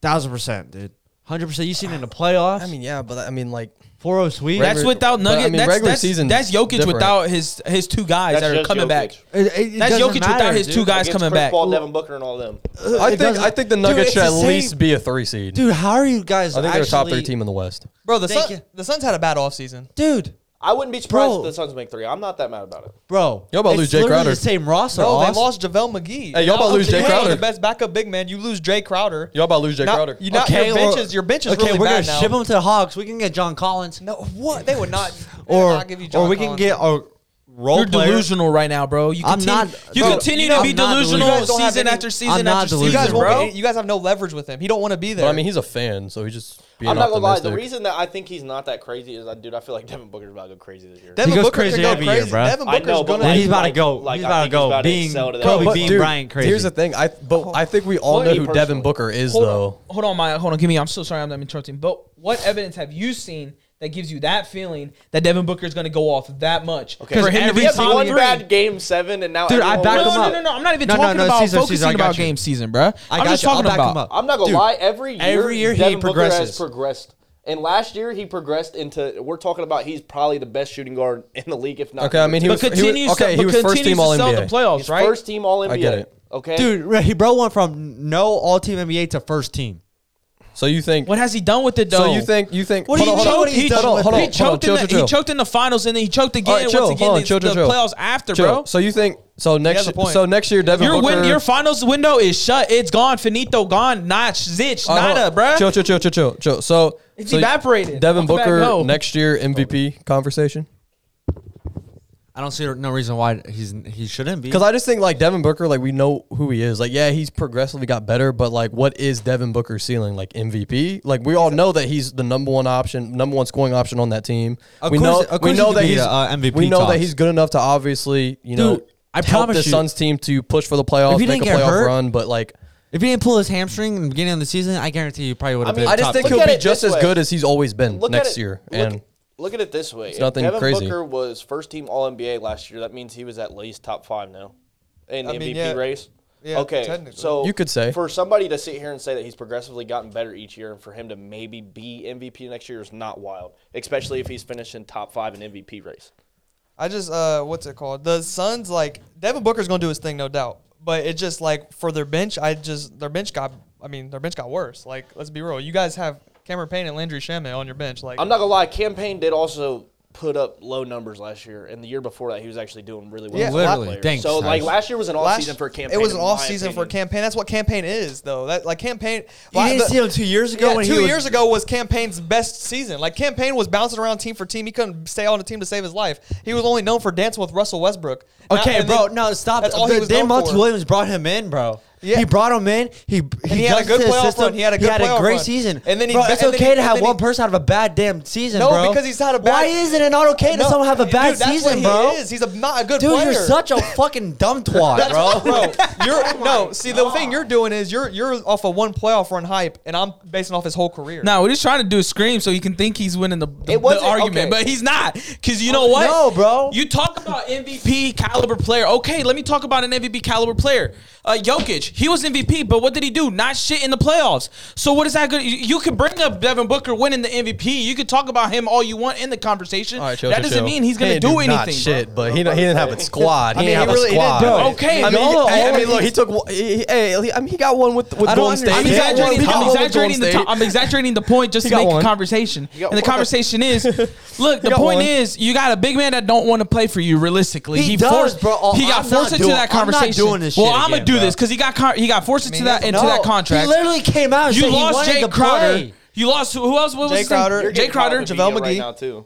[SPEAKER 2] thousand percent, dude, hundred percent. You seen it in the playoffs,
[SPEAKER 3] I mean, yeah, but I mean, like,
[SPEAKER 2] 4-0 sweep.
[SPEAKER 3] Regular-
[SPEAKER 1] That's without
[SPEAKER 3] but, I
[SPEAKER 1] Nugget.
[SPEAKER 3] mean,
[SPEAKER 1] that's,
[SPEAKER 3] regular
[SPEAKER 1] that's,
[SPEAKER 3] season's
[SPEAKER 1] that's Jokic
[SPEAKER 3] different.
[SPEAKER 1] without his his two guys
[SPEAKER 4] That's
[SPEAKER 1] that are
[SPEAKER 4] just
[SPEAKER 1] coming
[SPEAKER 4] Jokic.
[SPEAKER 1] back.
[SPEAKER 2] It- it- it
[SPEAKER 1] That's
[SPEAKER 2] doesn't
[SPEAKER 1] Jokic
[SPEAKER 2] matter,
[SPEAKER 1] without his
[SPEAKER 2] dude.
[SPEAKER 1] two guys
[SPEAKER 4] Against
[SPEAKER 1] coming
[SPEAKER 4] Chris
[SPEAKER 1] back.
[SPEAKER 4] Paul, Devin Booker, and all them.
[SPEAKER 3] I think
[SPEAKER 2] doesn't-
[SPEAKER 3] I think the
[SPEAKER 2] Dude,
[SPEAKER 3] Nuggets
[SPEAKER 2] it's
[SPEAKER 3] should
[SPEAKER 2] the
[SPEAKER 3] at
[SPEAKER 2] same-
[SPEAKER 3] least be a three seed.
[SPEAKER 2] Dude, how are you guys?
[SPEAKER 3] I think they're a top three
[SPEAKER 2] actually-
[SPEAKER 3] team in the West.
[SPEAKER 5] bro, the
[SPEAKER 2] They
[SPEAKER 5] Sun,
[SPEAKER 2] can-
[SPEAKER 5] the Suns had a bad offseason.
[SPEAKER 2] Dude,
[SPEAKER 4] I wouldn't be surprised
[SPEAKER 2] Bro.
[SPEAKER 4] if the Suns make three. I'm not that mad about it.
[SPEAKER 2] bro,
[SPEAKER 3] Y'all about to
[SPEAKER 2] it's
[SPEAKER 3] lose Jay
[SPEAKER 2] literally
[SPEAKER 3] Crowder.
[SPEAKER 2] The same roster.
[SPEAKER 5] Bro, they
[SPEAKER 2] Oz.
[SPEAKER 5] lost JaVale McGee.
[SPEAKER 3] Hey, y'all about
[SPEAKER 5] Now,
[SPEAKER 3] to lose Jay
[SPEAKER 5] you're
[SPEAKER 3] Crowder.
[SPEAKER 5] The best backup big man. You lose Jay Crowder.
[SPEAKER 3] Y'all about to lose Jay
[SPEAKER 5] Now-
[SPEAKER 3] Crowder.
[SPEAKER 5] You not, your bench is your bench is
[SPEAKER 2] okay.
[SPEAKER 5] really
[SPEAKER 2] we're
[SPEAKER 5] bad
[SPEAKER 2] gonna
[SPEAKER 5] now.
[SPEAKER 2] ship him to the Hawks. We can get John Collins,
[SPEAKER 5] No, what they would not. they would
[SPEAKER 2] or
[SPEAKER 5] not give you John
[SPEAKER 2] or we
[SPEAKER 5] Collins.
[SPEAKER 2] can get our role
[SPEAKER 1] You're
[SPEAKER 2] player.
[SPEAKER 1] delusional right now, bro. You
[SPEAKER 2] I'm
[SPEAKER 1] continue,
[SPEAKER 2] not-
[SPEAKER 1] you
[SPEAKER 2] bro,
[SPEAKER 1] continue
[SPEAKER 2] you
[SPEAKER 1] to
[SPEAKER 2] know
[SPEAKER 1] be
[SPEAKER 2] I'm not
[SPEAKER 1] delusional
[SPEAKER 2] delusional. You guys
[SPEAKER 5] don't have
[SPEAKER 1] season
[SPEAKER 5] any-
[SPEAKER 1] after season
[SPEAKER 2] I'm not
[SPEAKER 1] after
[SPEAKER 5] You
[SPEAKER 1] season,
[SPEAKER 2] delusional.
[SPEAKER 5] guys, won't
[SPEAKER 1] bro.
[SPEAKER 5] get- you guys have no leverage with him. He don't want to be there.
[SPEAKER 3] But I mean, he's a fan, so he's just being
[SPEAKER 4] I'm not gonna lie.
[SPEAKER 3] optimistic.
[SPEAKER 4] The reason that I think he's not that crazy is, I, dude, I feel like Devin Booker's about to go crazy this year.
[SPEAKER 5] Devin
[SPEAKER 2] He goes
[SPEAKER 5] Booker could
[SPEAKER 2] crazy
[SPEAKER 5] go
[SPEAKER 2] every year,
[SPEAKER 5] crazy.
[SPEAKER 2] bro.
[SPEAKER 5] Devin
[SPEAKER 4] I
[SPEAKER 5] Booker's
[SPEAKER 4] know, but
[SPEAKER 5] gonna.
[SPEAKER 2] Then
[SPEAKER 4] like-
[SPEAKER 2] he's about to
[SPEAKER 4] like-
[SPEAKER 2] go.
[SPEAKER 4] like,
[SPEAKER 2] he's
[SPEAKER 4] I
[SPEAKER 2] about to
[SPEAKER 4] think he's
[SPEAKER 2] go.
[SPEAKER 4] about to
[SPEAKER 2] being
[SPEAKER 4] excel to that.
[SPEAKER 2] Kobe
[SPEAKER 4] But
[SPEAKER 2] being
[SPEAKER 3] dude,
[SPEAKER 2] Bryant crazy.
[SPEAKER 3] Here's the thing. I but I think we all
[SPEAKER 4] Me
[SPEAKER 3] know who Devin
[SPEAKER 4] personally.
[SPEAKER 3] Booker is,
[SPEAKER 1] Hold
[SPEAKER 3] though.
[SPEAKER 1] on, hold on, Maya. Hold on. Give me. I'm so sorry. I'm I'm interrupting. But what evidence have you seen that gives you that feeling that Devin Booker is going to go off that much.
[SPEAKER 4] Okay.
[SPEAKER 1] For him to
[SPEAKER 4] Every
[SPEAKER 1] be top
[SPEAKER 4] one
[SPEAKER 1] three-
[SPEAKER 4] bad game seven, and now
[SPEAKER 6] Dude, I
[SPEAKER 4] everyone
[SPEAKER 6] back
[SPEAKER 4] was-
[SPEAKER 1] no,
[SPEAKER 6] him
[SPEAKER 1] no,
[SPEAKER 6] up.
[SPEAKER 1] no, no. I'm not even
[SPEAKER 6] No, no,
[SPEAKER 1] talking
[SPEAKER 6] no,
[SPEAKER 1] about
[SPEAKER 6] season,
[SPEAKER 1] focusing
[SPEAKER 6] season, I got
[SPEAKER 1] about
[SPEAKER 6] you.
[SPEAKER 1] game season, bro.
[SPEAKER 6] I
[SPEAKER 1] am
[SPEAKER 6] got
[SPEAKER 1] just
[SPEAKER 6] you. I'll
[SPEAKER 1] talking
[SPEAKER 6] back
[SPEAKER 1] about
[SPEAKER 6] him up.
[SPEAKER 4] I'm not gonna
[SPEAKER 6] Dude,
[SPEAKER 4] lie. Every year,
[SPEAKER 6] every year he
[SPEAKER 4] Devin Booker
[SPEAKER 6] progresses.
[SPEAKER 4] has progressed. And last year he progressed into. We're talking about he's probably the best shooting guard in the league, if not.
[SPEAKER 3] Okay, I mean he
[SPEAKER 1] But
[SPEAKER 3] was, he was-
[SPEAKER 1] continues,
[SPEAKER 3] okay.
[SPEAKER 1] to,
[SPEAKER 3] He
[SPEAKER 1] but
[SPEAKER 3] was first
[SPEAKER 1] continues
[SPEAKER 3] team
[SPEAKER 1] to
[SPEAKER 3] All
[SPEAKER 1] sell the
[SPEAKER 3] NBA.
[SPEAKER 1] playoffs,
[SPEAKER 4] he's
[SPEAKER 1] right?
[SPEAKER 4] first team All NBA.
[SPEAKER 3] I get it.
[SPEAKER 4] Okay,
[SPEAKER 2] Dude, re- he bro went from no all team NBA to first team.
[SPEAKER 3] So you think?
[SPEAKER 1] What has he done with it though?
[SPEAKER 3] So you think? You think?
[SPEAKER 2] What do
[SPEAKER 3] hold
[SPEAKER 2] you
[SPEAKER 3] on,
[SPEAKER 2] mean
[SPEAKER 3] hold
[SPEAKER 2] what
[SPEAKER 3] on,
[SPEAKER 2] he's
[SPEAKER 3] hold
[SPEAKER 2] done
[SPEAKER 3] on,
[SPEAKER 2] with
[SPEAKER 3] hold
[SPEAKER 2] it?
[SPEAKER 3] on,
[SPEAKER 1] he
[SPEAKER 3] hold on,
[SPEAKER 1] choked
[SPEAKER 3] chill,
[SPEAKER 1] in the,
[SPEAKER 3] chill,
[SPEAKER 1] he
[SPEAKER 3] chill.
[SPEAKER 1] choked in the finals and then he choked again
[SPEAKER 3] All right, chill,
[SPEAKER 1] once again
[SPEAKER 3] hold on,
[SPEAKER 1] in
[SPEAKER 3] chill, chill,
[SPEAKER 1] the
[SPEAKER 3] chill.
[SPEAKER 1] playoffs after,
[SPEAKER 3] Chill.
[SPEAKER 1] bro.
[SPEAKER 3] So you think? So next,
[SPEAKER 5] a point.
[SPEAKER 3] so next year, Devin
[SPEAKER 1] Your
[SPEAKER 3] Booker.
[SPEAKER 1] win, your finals window is shut. It's gone. Finito. Gone. Notch. Zitch.
[SPEAKER 3] Oh, hold
[SPEAKER 1] nada,
[SPEAKER 3] on.
[SPEAKER 1] bruh.
[SPEAKER 3] Chill, chill, chill, chill, chill, chill. So
[SPEAKER 1] It's
[SPEAKER 3] so
[SPEAKER 1] evaporated.
[SPEAKER 3] Devin
[SPEAKER 1] Welcome back
[SPEAKER 3] Booker
[SPEAKER 1] home.
[SPEAKER 3] next year MVP conversation.
[SPEAKER 2] I don't see no reason why he's he shouldn't be.
[SPEAKER 3] Because I just think like Devin Booker, like we know who he is. Like yeah, he's progressively got better, but like what is Devin Booker's ceiling? Like MVP? Like we all know that he's the number one option, number one scoring option on that team.
[SPEAKER 2] Of
[SPEAKER 3] we
[SPEAKER 2] course-
[SPEAKER 3] know
[SPEAKER 2] of course
[SPEAKER 3] we
[SPEAKER 2] he
[SPEAKER 3] know
[SPEAKER 2] could
[SPEAKER 3] that
[SPEAKER 2] be
[SPEAKER 3] he's
[SPEAKER 2] the, uh, MVP
[SPEAKER 3] We know that
[SPEAKER 2] talks.
[SPEAKER 3] he's good enough to obviously you know
[SPEAKER 2] Dude, I
[SPEAKER 3] help the
[SPEAKER 2] promise you-
[SPEAKER 3] Suns team to push for the playoffs,
[SPEAKER 2] If he
[SPEAKER 3] make
[SPEAKER 2] didn't
[SPEAKER 3] a
[SPEAKER 2] get
[SPEAKER 3] playoff
[SPEAKER 2] hurt-
[SPEAKER 3] run. But like
[SPEAKER 2] if he didn't pull his hamstring in the beginning of the season, I guarantee you probably would have
[SPEAKER 4] mean,
[SPEAKER 2] been.
[SPEAKER 4] I
[SPEAKER 3] I just
[SPEAKER 2] top
[SPEAKER 3] think
[SPEAKER 2] three.
[SPEAKER 4] Look
[SPEAKER 3] he'll
[SPEAKER 4] at
[SPEAKER 3] be
[SPEAKER 4] it
[SPEAKER 3] just
[SPEAKER 4] this
[SPEAKER 3] as
[SPEAKER 4] way.
[SPEAKER 3] good as he's always been
[SPEAKER 4] look
[SPEAKER 3] next
[SPEAKER 4] at it,
[SPEAKER 3] year.
[SPEAKER 4] Look,
[SPEAKER 3] and
[SPEAKER 4] look at it this way:
[SPEAKER 3] nothing
[SPEAKER 4] if Devin
[SPEAKER 3] crazy.
[SPEAKER 4] Booker was first team All NBA last year, that means he was at least top five now in the
[SPEAKER 5] I mean,
[SPEAKER 4] MVP
[SPEAKER 5] yeah.
[SPEAKER 4] race.
[SPEAKER 5] Yeah,
[SPEAKER 4] okay,
[SPEAKER 5] technically.
[SPEAKER 4] so
[SPEAKER 3] You could say.
[SPEAKER 4] for somebody to sit here and say that he's progressively gotten better each year, and for him to maybe be MVP next year is not wild, especially if he's finishing top five in MVP race.
[SPEAKER 5] I just uh, what's it called? The Suns like Devin Booker's gonna do his thing, no doubt. But it just like for their bench, I just their bench got. I mean, their bench got worse. Like, let's be real. You guys have Cameron Payne and Landry Shamet on your bench. Like,
[SPEAKER 4] I'm not gonna lie, campaign did also put up low numbers last year, and the year before that he was actually doing really well.
[SPEAKER 5] Yeah,
[SPEAKER 4] as a lot of
[SPEAKER 2] literally.
[SPEAKER 4] players.
[SPEAKER 2] Thanks,
[SPEAKER 4] So like
[SPEAKER 2] Tyson.
[SPEAKER 4] last year was an off
[SPEAKER 5] last-
[SPEAKER 4] season for campaign.
[SPEAKER 5] It was
[SPEAKER 4] in
[SPEAKER 5] an
[SPEAKER 4] my
[SPEAKER 5] off season for
[SPEAKER 4] opinion.
[SPEAKER 5] campaign. That's what campaign is, though. That like campaign.
[SPEAKER 2] You didn't
[SPEAKER 5] the-
[SPEAKER 2] see him two years ago
[SPEAKER 5] Yeah,
[SPEAKER 2] when he
[SPEAKER 5] two
[SPEAKER 2] was-
[SPEAKER 5] years ago was campaign's best season. Like campaign was bouncing around team for team. He couldn't stay on a team to save his life. He was only known for dancing with Russell Westbrook. Now-
[SPEAKER 2] Okay,
[SPEAKER 5] and
[SPEAKER 2] bro.
[SPEAKER 5] then-
[SPEAKER 2] no, stop.
[SPEAKER 5] That's all
[SPEAKER 2] the,
[SPEAKER 5] he was
[SPEAKER 2] Dan
[SPEAKER 5] known for.
[SPEAKER 2] Williams brought him in, bro.
[SPEAKER 5] Yeah.
[SPEAKER 2] He brought him in. He
[SPEAKER 5] he had a
[SPEAKER 2] adjusted
[SPEAKER 5] good
[SPEAKER 2] his
[SPEAKER 5] playoff
[SPEAKER 2] system.
[SPEAKER 5] run. He had a
[SPEAKER 2] he
[SPEAKER 5] good
[SPEAKER 2] had a
[SPEAKER 5] playoff
[SPEAKER 2] great
[SPEAKER 5] run.
[SPEAKER 2] season.
[SPEAKER 5] And then he-
[SPEAKER 2] bro, it's
[SPEAKER 5] and then
[SPEAKER 2] okay
[SPEAKER 5] he-
[SPEAKER 2] to
[SPEAKER 5] and
[SPEAKER 2] have
[SPEAKER 5] then
[SPEAKER 2] one
[SPEAKER 5] he-
[SPEAKER 2] person have a bad damn season,
[SPEAKER 5] No,
[SPEAKER 2] bro.
[SPEAKER 5] because he's had a bad.
[SPEAKER 2] Why isn't it not okay to
[SPEAKER 5] No,
[SPEAKER 2] someone have a bad
[SPEAKER 5] dude, that's
[SPEAKER 2] season,
[SPEAKER 5] what
[SPEAKER 2] bro?
[SPEAKER 5] He is. He's a, not a good
[SPEAKER 2] Dude,
[SPEAKER 5] player.
[SPEAKER 2] you're such a fucking dumb twat, bro. Oh
[SPEAKER 5] bro. You're no. See, the thing you're doing is you're you're off a one playoff run hype, and I'm basing off his whole career.
[SPEAKER 1] No, what he's trying to do is scream so you can think he's winning the, the,
[SPEAKER 4] It wasn't-
[SPEAKER 1] the argument,
[SPEAKER 4] okay.
[SPEAKER 1] but he's not. Because you know what?
[SPEAKER 2] No, bro.
[SPEAKER 1] You talk about MVP caliber player. Okay, let me talk about an MVP caliber player. Uh, Jokic, he was MVP, but what did he do? Not shit in the playoffs. So what is that good? You, you could bring up Devin Booker winning the MVP. You could talk about him all you want in the conversation.
[SPEAKER 3] all right, chill,
[SPEAKER 1] that
[SPEAKER 3] chill,
[SPEAKER 1] doesn't
[SPEAKER 3] chill.
[SPEAKER 1] mean he's
[SPEAKER 3] He
[SPEAKER 1] going to
[SPEAKER 3] didn't
[SPEAKER 1] do
[SPEAKER 3] not
[SPEAKER 1] anything.
[SPEAKER 3] Shit, but he, he didn't have a squad. He
[SPEAKER 5] mean,
[SPEAKER 3] didn't
[SPEAKER 5] he
[SPEAKER 3] have a
[SPEAKER 5] really- he didn't,
[SPEAKER 3] squad.
[SPEAKER 2] bro.
[SPEAKER 1] Okay,
[SPEAKER 3] I mean,
[SPEAKER 1] y'all
[SPEAKER 3] I, I
[SPEAKER 1] always-
[SPEAKER 3] mean, look, he took. one- He, he, hey, I mean, he got one with with
[SPEAKER 2] I don't
[SPEAKER 3] Golden State.
[SPEAKER 1] I'm
[SPEAKER 2] understand.
[SPEAKER 3] He got
[SPEAKER 1] exaggerating,
[SPEAKER 3] one with
[SPEAKER 1] the, I'm
[SPEAKER 3] Golden
[SPEAKER 1] exaggerating the,
[SPEAKER 3] State.
[SPEAKER 1] to- I'm exaggerating the point just
[SPEAKER 3] He
[SPEAKER 1] to
[SPEAKER 3] got
[SPEAKER 1] make
[SPEAKER 3] one.
[SPEAKER 1] a conversation.
[SPEAKER 4] got
[SPEAKER 1] And the
[SPEAKER 4] one.
[SPEAKER 1] conversation is, look, the
[SPEAKER 3] got
[SPEAKER 1] point
[SPEAKER 3] one.
[SPEAKER 1] is, you got a big man that don't want to play for you. Realistically,
[SPEAKER 2] He does, bro. Oh,
[SPEAKER 1] he got
[SPEAKER 2] I'm
[SPEAKER 1] forced
[SPEAKER 2] not
[SPEAKER 1] into
[SPEAKER 2] doing-
[SPEAKER 1] that
[SPEAKER 2] I'm not
[SPEAKER 1] conversation.
[SPEAKER 2] doing this
[SPEAKER 1] well,
[SPEAKER 2] shit
[SPEAKER 1] I'm gonna
[SPEAKER 2] again,
[SPEAKER 1] do
[SPEAKER 2] bro.
[SPEAKER 1] this because he got con- he got forced into that into
[SPEAKER 2] No,
[SPEAKER 1] that contract.
[SPEAKER 2] He literally came out and
[SPEAKER 1] you
[SPEAKER 2] said he
[SPEAKER 1] lost
[SPEAKER 2] wanted
[SPEAKER 1] Jay
[SPEAKER 2] to
[SPEAKER 1] Crowder.
[SPEAKER 2] play.
[SPEAKER 1] You lost who else? What was
[SPEAKER 5] Jay
[SPEAKER 1] his name?
[SPEAKER 5] Crowder.
[SPEAKER 4] You're
[SPEAKER 5] Jay
[SPEAKER 4] getting caught
[SPEAKER 5] Crowder,
[SPEAKER 4] up in
[SPEAKER 5] JaVale
[SPEAKER 4] media right
[SPEAKER 5] McGee.
[SPEAKER 4] now too.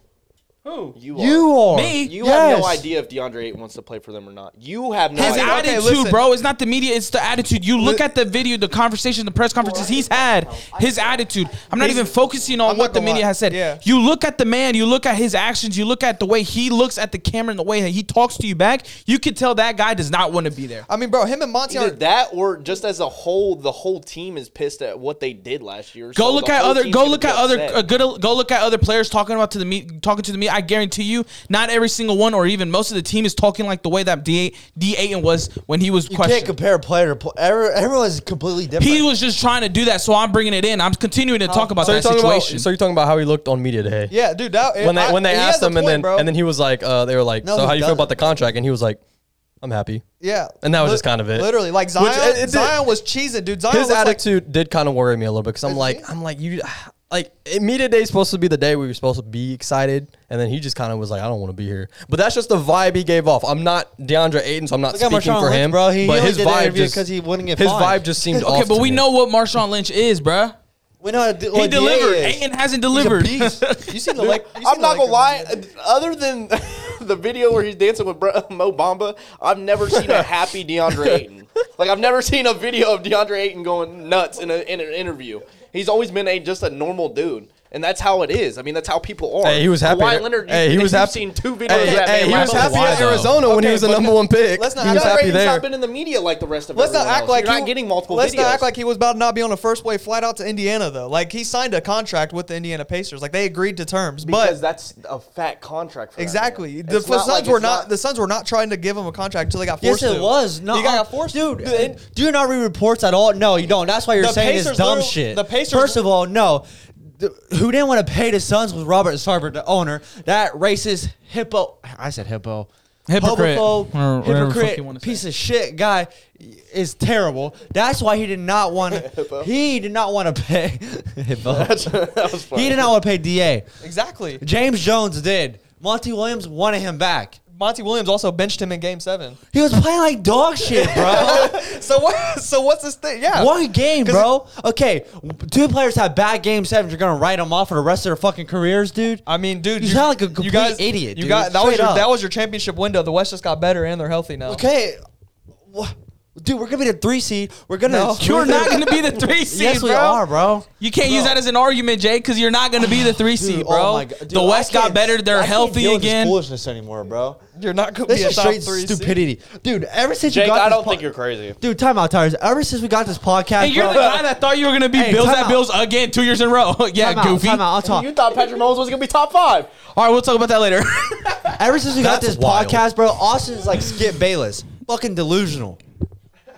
[SPEAKER 4] Who you are?
[SPEAKER 2] You are.
[SPEAKER 1] Me?
[SPEAKER 4] You have
[SPEAKER 2] Yes.
[SPEAKER 4] no idea if DeAndre Ayton wants to play for them or not. You have no
[SPEAKER 1] His
[SPEAKER 4] idea.
[SPEAKER 5] Okay,
[SPEAKER 1] attitude,
[SPEAKER 5] listen.
[SPEAKER 1] bro. It's not the media. It's the attitude. You look at the video, the conversation, the press conferences he's had. His attitude. I'm not even focusing on
[SPEAKER 5] I'm
[SPEAKER 1] what
[SPEAKER 5] not
[SPEAKER 1] the
[SPEAKER 5] gonna
[SPEAKER 1] media
[SPEAKER 5] lie.
[SPEAKER 1] has said.
[SPEAKER 5] Yeah.
[SPEAKER 1] You look at the man. You look at his actions. You look at the way he looks at the camera and the way that he talks to you back. You can tell that guy does not want to be there.
[SPEAKER 5] I mean, bro, him and Monty
[SPEAKER 4] Either
[SPEAKER 5] are
[SPEAKER 4] that or just as a whole, the whole team is pissed at what they did last year.
[SPEAKER 1] Go
[SPEAKER 4] So
[SPEAKER 1] look
[SPEAKER 4] the
[SPEAKER 1] at
[SPEAKER 4] whole
[SPEAKER 1] other.
[SPEAKER 4] team's
[SPEAKER 1] Go
[SPEAKER 4] gonna
[SPEAKER 1] look
[SPEAKER 4] be
[SPEAKER 1] at other.
[SPEAKER 4] upset.
[SPEAKER 1] Uh, good. Go look at other players talking about to the meet, talking to the media. I guarantee you, not every single one, or even most of the team, is talking like the way that D D Ayton was when he was
[SPEAKER 2] You
[SPEAKER 1] questioned.
[SPEAKER 2] can't compare player to player. Every- Everyone's completely different.
[SPEAKER 1] He was just trying to do that, so I'm bringing it in. I'm continuing to talk about
[SPEAKER 3] So you're
[SPEAKER 1] that
[SPEAKER 3] talking about.
[SPEAKER 1] situation.
[SPEAKER 3] So you're talking about how he looked on media today.
[SPEAKER 5] yeah, dude. That,
[SPEAKER 3] when they
[SPEAKER 5] I-
[SPEAKER 3] when they
[SPEAKER 5] he has
[SPEAKER 3] asked
[SPEAKER 5] a
[SPEAKER 3] him, and
[SPEAKER 5] point,
[SPEAKER 3] then
[SPEAKER 5] bro.
[SPEAKER 3] and then he was like, uh, they were like,
[SPEAKER 2] No,
[SPEAKER 3] so
[SPEAKER 2] he
[SPEAKER 3] how you feel
[SPEAKER 2] doesn't.
[SPEAKER 3] about the contract? And he was was like, I'm happy.
[SPEAKER 5] yeah,
[SPEAKER 3] and that was
[SPEAKER 5] Lit-
[SPEAKER 3] just kind of it.
[SPEAKER 5] Literally, like Zion,
[SPEAKER 3] it- it did-
[SPEAKER 5] Zion was cheesing, dude. Zion
[SPEAKER 3] His
[SPEAKER 5] was like
[SPEAKER 3] attitude did kind of worry me a little bit because I'm
[SPEAKER 5] Is
[SPEAKER 3] like,
[SPEAKER 5] it?
[SPEAKER 3] I'm like you, like it- media day is supposed to be the day we were supposed to be excited, and then he just kind of was like, I don't want to be here. But that's just the vibe he gave off. I'm not DeAndre Ayton, so I'm not
[SPEAKER 2] Look at
[SPEAKER 3] speaking
[SPEAKER 2] Marshawn
[SPEAKER 3] for
[SPEAKER 2] Lynch,
[SPEAKER 3] him,
[SPEAKER 2] bro. He
[SPEAKER 3] but
[SPEAKER 2] only
[SPEAKER 3] his
[SPEAKER 2] did the
[SPEAKER 3] vibe
[SPEAKER 2] interview
[SPEAKER 3] just
[SPEAKER 2] 'cause he wouldn't get
[SPEAKER 3] his vibe
[SPEAKER 2] fined.
[SPEAKER 3] just seemed
[SPEAKER 1] okay,
[SPEAKER 3] off
[SPEAKER 1] but
[SPEAKER 3] to
[SPEAKER 1] we
[SPEAKER 3] me.
[SPEAKER 1] know what Marshawn Lynch is, bruh.
[SPEAKER 2] We know what-
[SPEAKER 1] He
[SPEAKER 2] what DA
[SPEAKER 1] delivered.
[SPEAKER 2] is.
[SPEAKER 1] Ayton hasn't delivered.
[SPEAKER 5] you see the like. you seen
[SPEAKER 4] I'm
[SPEAKER 5] the
[SPEAKER 4] not gonna
[SPEAKER 5] Lakers
[SPEAKER 4] lie. uh, Other than the video where he's dancing with Bro- Mo Bamba, I've never seen a happy DeAndre Ayton. Like I've never seen a video of DeAndre Ayton going nuts in, a, in an interview. He's always been a just a normal dude. And that's how it is. I mean, that's how people are.
[SPEAKER 3] Hey, he was happy.
[SPEAKER 4] Kawhi Leonard, you,
[SPEAKER 3] Hey, he was
[SPEAKER 4] you've
[SPEAKER 3] happy.
[SPEAKER 4] seen two videos
[SPEAKER 3] Hey,
[SPEAKER 4] of that
[SPEAKER 3] hey,
[SPEAKER 4] man
[SPEAKER 3] he was
[SPEAKER 4] last
[SPEAKER 3] happy
[SPEAKER 4] year.
[SPEAKER 3] at Arizona when he
[SPEAKER 5] Okay,
[SPEAKER 3] was the
[SPEAKER 5] but
[SPEAKER 3] number one pick.
[SPEAKER 5] let's not
[SPEAKER 3] he
[SPEAKER 5] act
[SPEAKER 3] was
[SPEAKER 5] like
[SPEAKER 3] happy
[SPEAKER 4] He's
[SPEAKER 3] there.
[SPEAKER 4] not been in the media like the rest of
[SPEAKER 5] Let's not
[SPEAKER 4] everyone
[SPEAKER 5] act
[SPEAKER 4] else.
[SPEAKER 5] like
[SPEAKER 4] You're
[SPEAKER 5] he-
[SPEAKER 4] not getting multiple
[SPEAKER 5] Let's
[SPEAKER 4] videos.
[SPEAKER 5] not act like he was about to not be on a first play flight out to Indiana though. Like he signed a contract with the Indiana Pacers. Like they agreed to terms,
[SPEAKER 4] because
[SPEAKER 5] but.
[SPEAKER 4] that's a fat contract. For that
[SPEAKER 5] Exactly.
[SPEAKER 4] man.
[SPEAKER 5] The
[SPEAKER 4] It's
[SPEAKER 5] Suns
[SPEAKER 4] like-
[SPEAKER 5] were
[SPEAKER 4] it's
[SPEAKER 5] not, the Suns were not trying to give him a contract until they got
[SPEAKER 2] Yes,
[SPEAKER 5] forced.
[SPEAKER 2] it
[SPEAKER 5] to.
[SPEAKER 2] was. No,
[SPEAKER 5] you got forced,
[SPEAKER 2] dude.
[SPEAKER 5] to.
[SPEAKER 2] uh, Do you not read reports at all? No, you don't. That's why you're
[SPEAKER 5] The
[SPEAKER 2] saying
[SPEAKER 5] Pacers
[SPEAKER 2] this dumb
[SPEAKER 5] literally-
[SPEAKER 2] shit.
[SPEAKER 5] the Pacers-
[SPEAKER 2] First of all, no. The- who didn't want to pay the Suns was Robert Sarver, the owner. That racist hippo. I said hippo.
[SPEAKER 1] Hypocrite.
[SPEAKER 2] Homophobe,
[SPEAKER 1] Or whatever the fuck you wanna
[SPEAKER 2] hypocrite,
[SPEAKER 1] say.
[SPEAKER 2] piece of shit guy is terrible. That's why he did not want to. he did not want to pay. hippo. he did not want to pay Da.
[SPEAKER 5] Exactly.
[SPEAKER 2] James Jones did. Monty Williams wanted him back.
[SPEAKER 5] Monty Williams also benched him in Game Seven.
[SPEAKER 2] He was playing like dog shit, bro.
[SPEAKER 5] So what? So what's this thing? Yeah.
[SPEAKER 2] One game,
[SPEAKER 5] 'Cause
[SPEAKER 2] bro. Okay, two players have bad game sevens. You're gonna write them off for the rest of their fucking careers, dude.
[SPEAKER 5] I mean, dude,
[SPEAKER 2] You sound like a complete idiot,
[SPEAKER 5] You
[SPEAKER 2] dude.
[SPEAKER 5] got that was
[SPEAKER 2] Straight
[SPEAKER 5] your,
[SPEAKER 2] up.
[SPEAKER 5] that was your championship window. The West just got better and they're healthy now.
[SPEAKER 2] Okay, wha- dude, we're gonna be the three seed. We're gonna.
[SPEAKER 5] No.
[SPEAKER 1] You're not going to be the three seed,
[SPEAKER 2] yes,
[SPEAKER 1] bro.
[SPEAKER 2] we are, bro.
[SPEAKER 1] You can't use that as an argument, Jay, because you're not going to be the three seed,
[SPEAKER 2] oh
[SPEAKER 1] bro. the West got better. They're healthy again.
[SPEAKER 2] Foolishness anymore, bro.
[SPEAKER 5] You're not going to
[SPEAKER 2] This
[SPEAKER 5] be a
[SPEAKER 2] is
[SPEAKER 5] top
[SPEAKER 2] straight
[SPEAKER 5] three.
[SPEAKER 2] stupidity, dude. Ever since
[SPEAKER 4] Jake,
[SPEAKER 2] you got
[SPEAKER 4] I
[SPEAKER 2] this
[SPEAKER 4] don't
[SPEAKER 2] po-
[SPEAKER 4] think you're crazy.
[SPEAKER 2] Dude, time out, tires. Ever since we got this
[SPEAKER 1] Hey,
[SPEAKER 2] podcast,
[SPEAKER 1] you're
[SPEAKER 2] bro,
[SPEAKER 1] the guy that thought you were going to be
[SPEAKER 2] Hey,
[SPEAKER 1] Bills
[SPEAKER 2] time
[SPEAKER 1] at
[SPEAKER 2] out.
[SPEAKER 1] Bills again two years in a row. yeah,
[SPEAKER 2] Time out,
[SPEAKER 1] goofy.
[SPEAKER 2] time out, I'll talk.
[SPEAKER 4] You thought Patrick Mahomes was going to be top five.
[SPEAKER 1] All right, we'll talk about that later.
[SPEAKER 2] Ever since we got
[SPEAKER 3] That's
[SPEAKER 2] this
[SPEAKER 3] wild.
[SPEAKER 2] podcast, bro, Austin's like Skip Bayless, fucking delusional.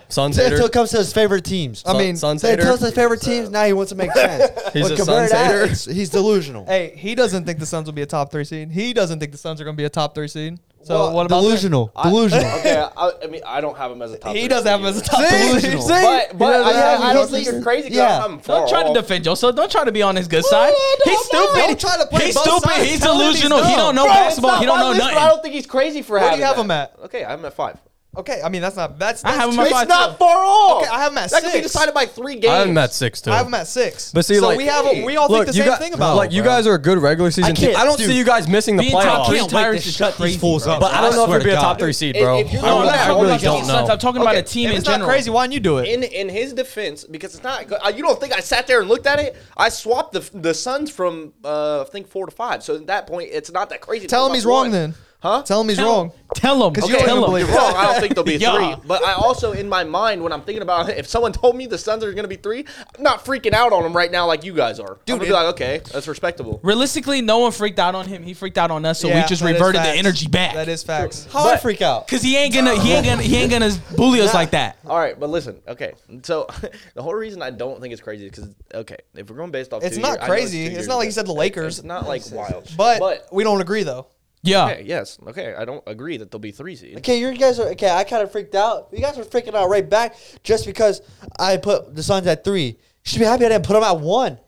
[SPEAKER 3] Suns hater.
[SPEAKER 2] Until it comes to his favorite teams.
[SPEAKER 5] I mean,
[SPEAKER 3] Suns
[SPEAKER 2] They
[SPEAKER 3] hater.
[SPEAKER 2] tell us his favorite teams. Now he wants to make sense.
[SPEAKER 3] He's
[SPEAKER 2] When
[SPEAKER 3] a
[SPEAKER 2] compared
[SPEAKER 3] Suns
[SPEAKER 2] to that,
[SPEAKER 3] hater.
[SPEAKER 2] it's- He's delusional.
[SPEAKER 5] Hey, he doesn't think the Suns will be a top three seed. He doesn't think the Suns are going to be a top three seed. So
[SPEAKER 2] Well,
[SPEAKER 5] what about
[SPEAKER 2] delusional?
[SPEAKER 4] I-
[SPEAKER 2] delusional.
[SPEAKER 4] okay, I, I mean, I don't have him as a top.
[SPEAKER 5] that? He
[SPEAKER 4] three
[SPEAKER 5] doesn't
[SPEAKER 4] seed
[SPEAKER 5] have him as a
[SPEAKER 4] either.
[SPEAKER 5] top three seed.
[SPEAKER 2] Delusional.
[SPEAKER 4] But but
[SPEAKER 2] doesn't have him
[SPEAKER 4] I, I
[SPEAKER 2] as
[SPEAKER 4] don't
[SPEAKER 2] a
[SPEAKER 4] think
[SPEAKER 2] top
[SPEAKER 4] you're crazy. 'cause
[SPEAKER 2] Yeah.
[SPEAKER 4] I'm far
[SPEAKER 1] don't try to
[SPEAKER 4] off.
[SPEAKER 1] defend yourself. Don't try to be on his good side. He's stupid.
[SPEAKER 5] Don't try to play
[SPEAKER 1] he's
[SPEAKER 5] both
[SPEAKER 1] stupid.
[SPEAKER 5] sides.
[SPEAKER 1] He's
[SPEAKER 5] Tell him he's
[SPEAKER 1] delusional. he don't
[SPEAKER 5] dumb.
[SPEAKER 1] know
[SPEAKER 4] Bro, it's
[SPEAKER 1] basketball.
[SPEAKER 4] not
[SPEAKER 1] He don't
[SPEAKER 4] my
[SPEAKER 1] know
[SPEAKER 4] list, but
[SPEAKER 1] nothing.
[SPEAKER 4] I don't think he's crazy for
[SPEAKER 5] do you
[SPEAKER 4] having.
[SPEAKER 5] have him
[SPEAKER 4] that.
[SPEAKER 5] at?
[SPEAKER 4] Okay, I have him at five.
[SPEAKER 5] Okay, I mean that's not that's.
[SPEAKER 1] I
[SPEAKER 5] that's
[SPEAKER 1] have him
[SPEAKER 5] too-
[SPEAKER 1] at
[SPEAKER 4] It's
[SPEAKER 1] five,
[SPEAKER 4] not far off.
[SPEAKER 5] Okay, I have him at
[SPEAKER 4] That could be
[SPEAKER 5] six.
[SPEAKER 4] decided by three games.
[SPEAKER 3] I'm at six too.
[SPEAKER 5] I have him at six.
[SPEAKER 3] But see,
[SPEAKER 5] so
[SPEAKER 3] like-
[SPEAKER 5] we have a, we all think the
[SPEAKER 3] you
[SPEAKER 5] same
[SPEAKER 3] got-
[SPEAKER 5] thing about
[SPEAKER 3] like
[SPEAKER 5] him.
[SPEAKER 3] you guys are a good regular season team.
[SPEAKER 2] can't-
[SPEAKER 3] I don't see
[SPEAKER 2] dude,
[SPEAKER 3] you guys missing the
[SPEAKER 1] Being top
[SPEAKER 3] playoffs,
[SPEAKER 1] three tires
[SPEAKER 2] to
[SPEAKER 1] is
[SPEAKER 2] shut
[SPEAKER 1] crazy,
[SPEAKER 2] these fools
[SPEAKER 1] bro.
[SPEAKER 2] up.
[SPEAKER 3] but I don't know if
[SPEAKER 2] swear
[SPEAKER 3] it'll be
[SPEAKER 2] to
[SPEAKER 3] a top
[SPEAKER 2] God.
[SPEAKER 3] three seed,
[SPEAKER 4] If-
[SPEAKER 3] bro.
[SPEAKER 4] if you're
[SPEAKER 3] I
[SPEAKER 4] not
[SPEAKER 3] don't-
[SPEAKER 4] allowed-
[SPEAKER 3] I
[SPEAKER 4] hold
[SPEAKER 3] really
[SPEAKER 4] on,
[SPEAKER 3] don't
[SPEAKER 4] Johnson,
[SPEAKER 3] know.
[SPEAKER 1] I'm talking about a team
[SPEAKER 5] If
[SPEAKER 1] in
[SPEAKER 5] it's not
[SPEAKER 1] general.
[SPEAKER 5] crazy, why don't you do it?
[SPEAKER 4] in in his defense, because it's not. I, you don't think I sat there and looked at it? I swapped the the Suns from uh, I think four to five. So at that point, it's not that crazy. to
[SPEAKER 5] Tell
[SPEAKER 4] go
[SPEAKER 5] him
[SPEAKER 4] up
[SPEAKER 5] he's wrong
[SPEAKER 4] one.
[SPEAKER 5] then.
[SPEAKER 4] huh?
[SPEAKER 5] Tell him he's
[SPEAKER 1] Tell-
[SPEAKER 5] wrong.
[SPEAKER 1] Tell him.
[SPEAKER 5] 'Cause you
[SPEAKER 1] Okay.
[SPEAKER 5] don't even
[SPEAKER 1] Tell him.
[SPEAKER 5] believe
[SPEAKER 4] You're wrong. I don't think they'll be a
[SPEAKER 1] Yeah.
[SPEAKER 4] three. But I also, in my mind, when I'm thinking about it, if someone told me the Suns are going to be three, I'm not freaking out on them right now like you guys are. Dude, I'm gonna be like, okay, that's respectable.
[SPEAKER 1] Realistically, no one freaked out on him. He freaked out on us, so
[SPEAKER 5] Yeah,
[SPEAKER 1] we just
[SPEAKER 5] that is
[SPEAKER 1] reverted the
[SPEAKER 5] facts.
[SPEAKER 1] energy back.
[SPEAKER 5] That is facts.
[SPEAKER 2] How I freak out?
[SPEAKER 1] Cause he ain't gonna, he ain't gonna, he ain't gonna bully us like that.
[SPEAKER 4] All right, but listen, okay. So the whole reason I don't think it's crazy is because, okay, if we're going based off,
[SPEAKER 5] It's
[SPEAKER 4] two
[SPEAKER 5] not
[SPEAKER 4] year- I know
[SPEAKER 5] crazy.
[SPEAKER 4] two
[SPEAKER 5] It's
[SPEAKER 4] years
[SPEAKER 5] not like
[SPEAKER 4] ago.
[SPEAKER 5] you said the
[SPEAKER 4] It's
[SPEAKER 5] Lakers,
[SPEAKER 4] not like wild,
[SPEAKER 5] but,
[SPEAKER 4] but
[SPEAKER 5] we don't agree though.
[SPEAKER 1] Yeah.
[SPEAKER 4] okay, yes, okay. I don't agree that they'll be three seed.
[SPEAKER 2] Okay, you guys are okay. I kind of freaked out. You guys are freaking out right back just because I put the Suns at three. You should be happy I didn't put them at one.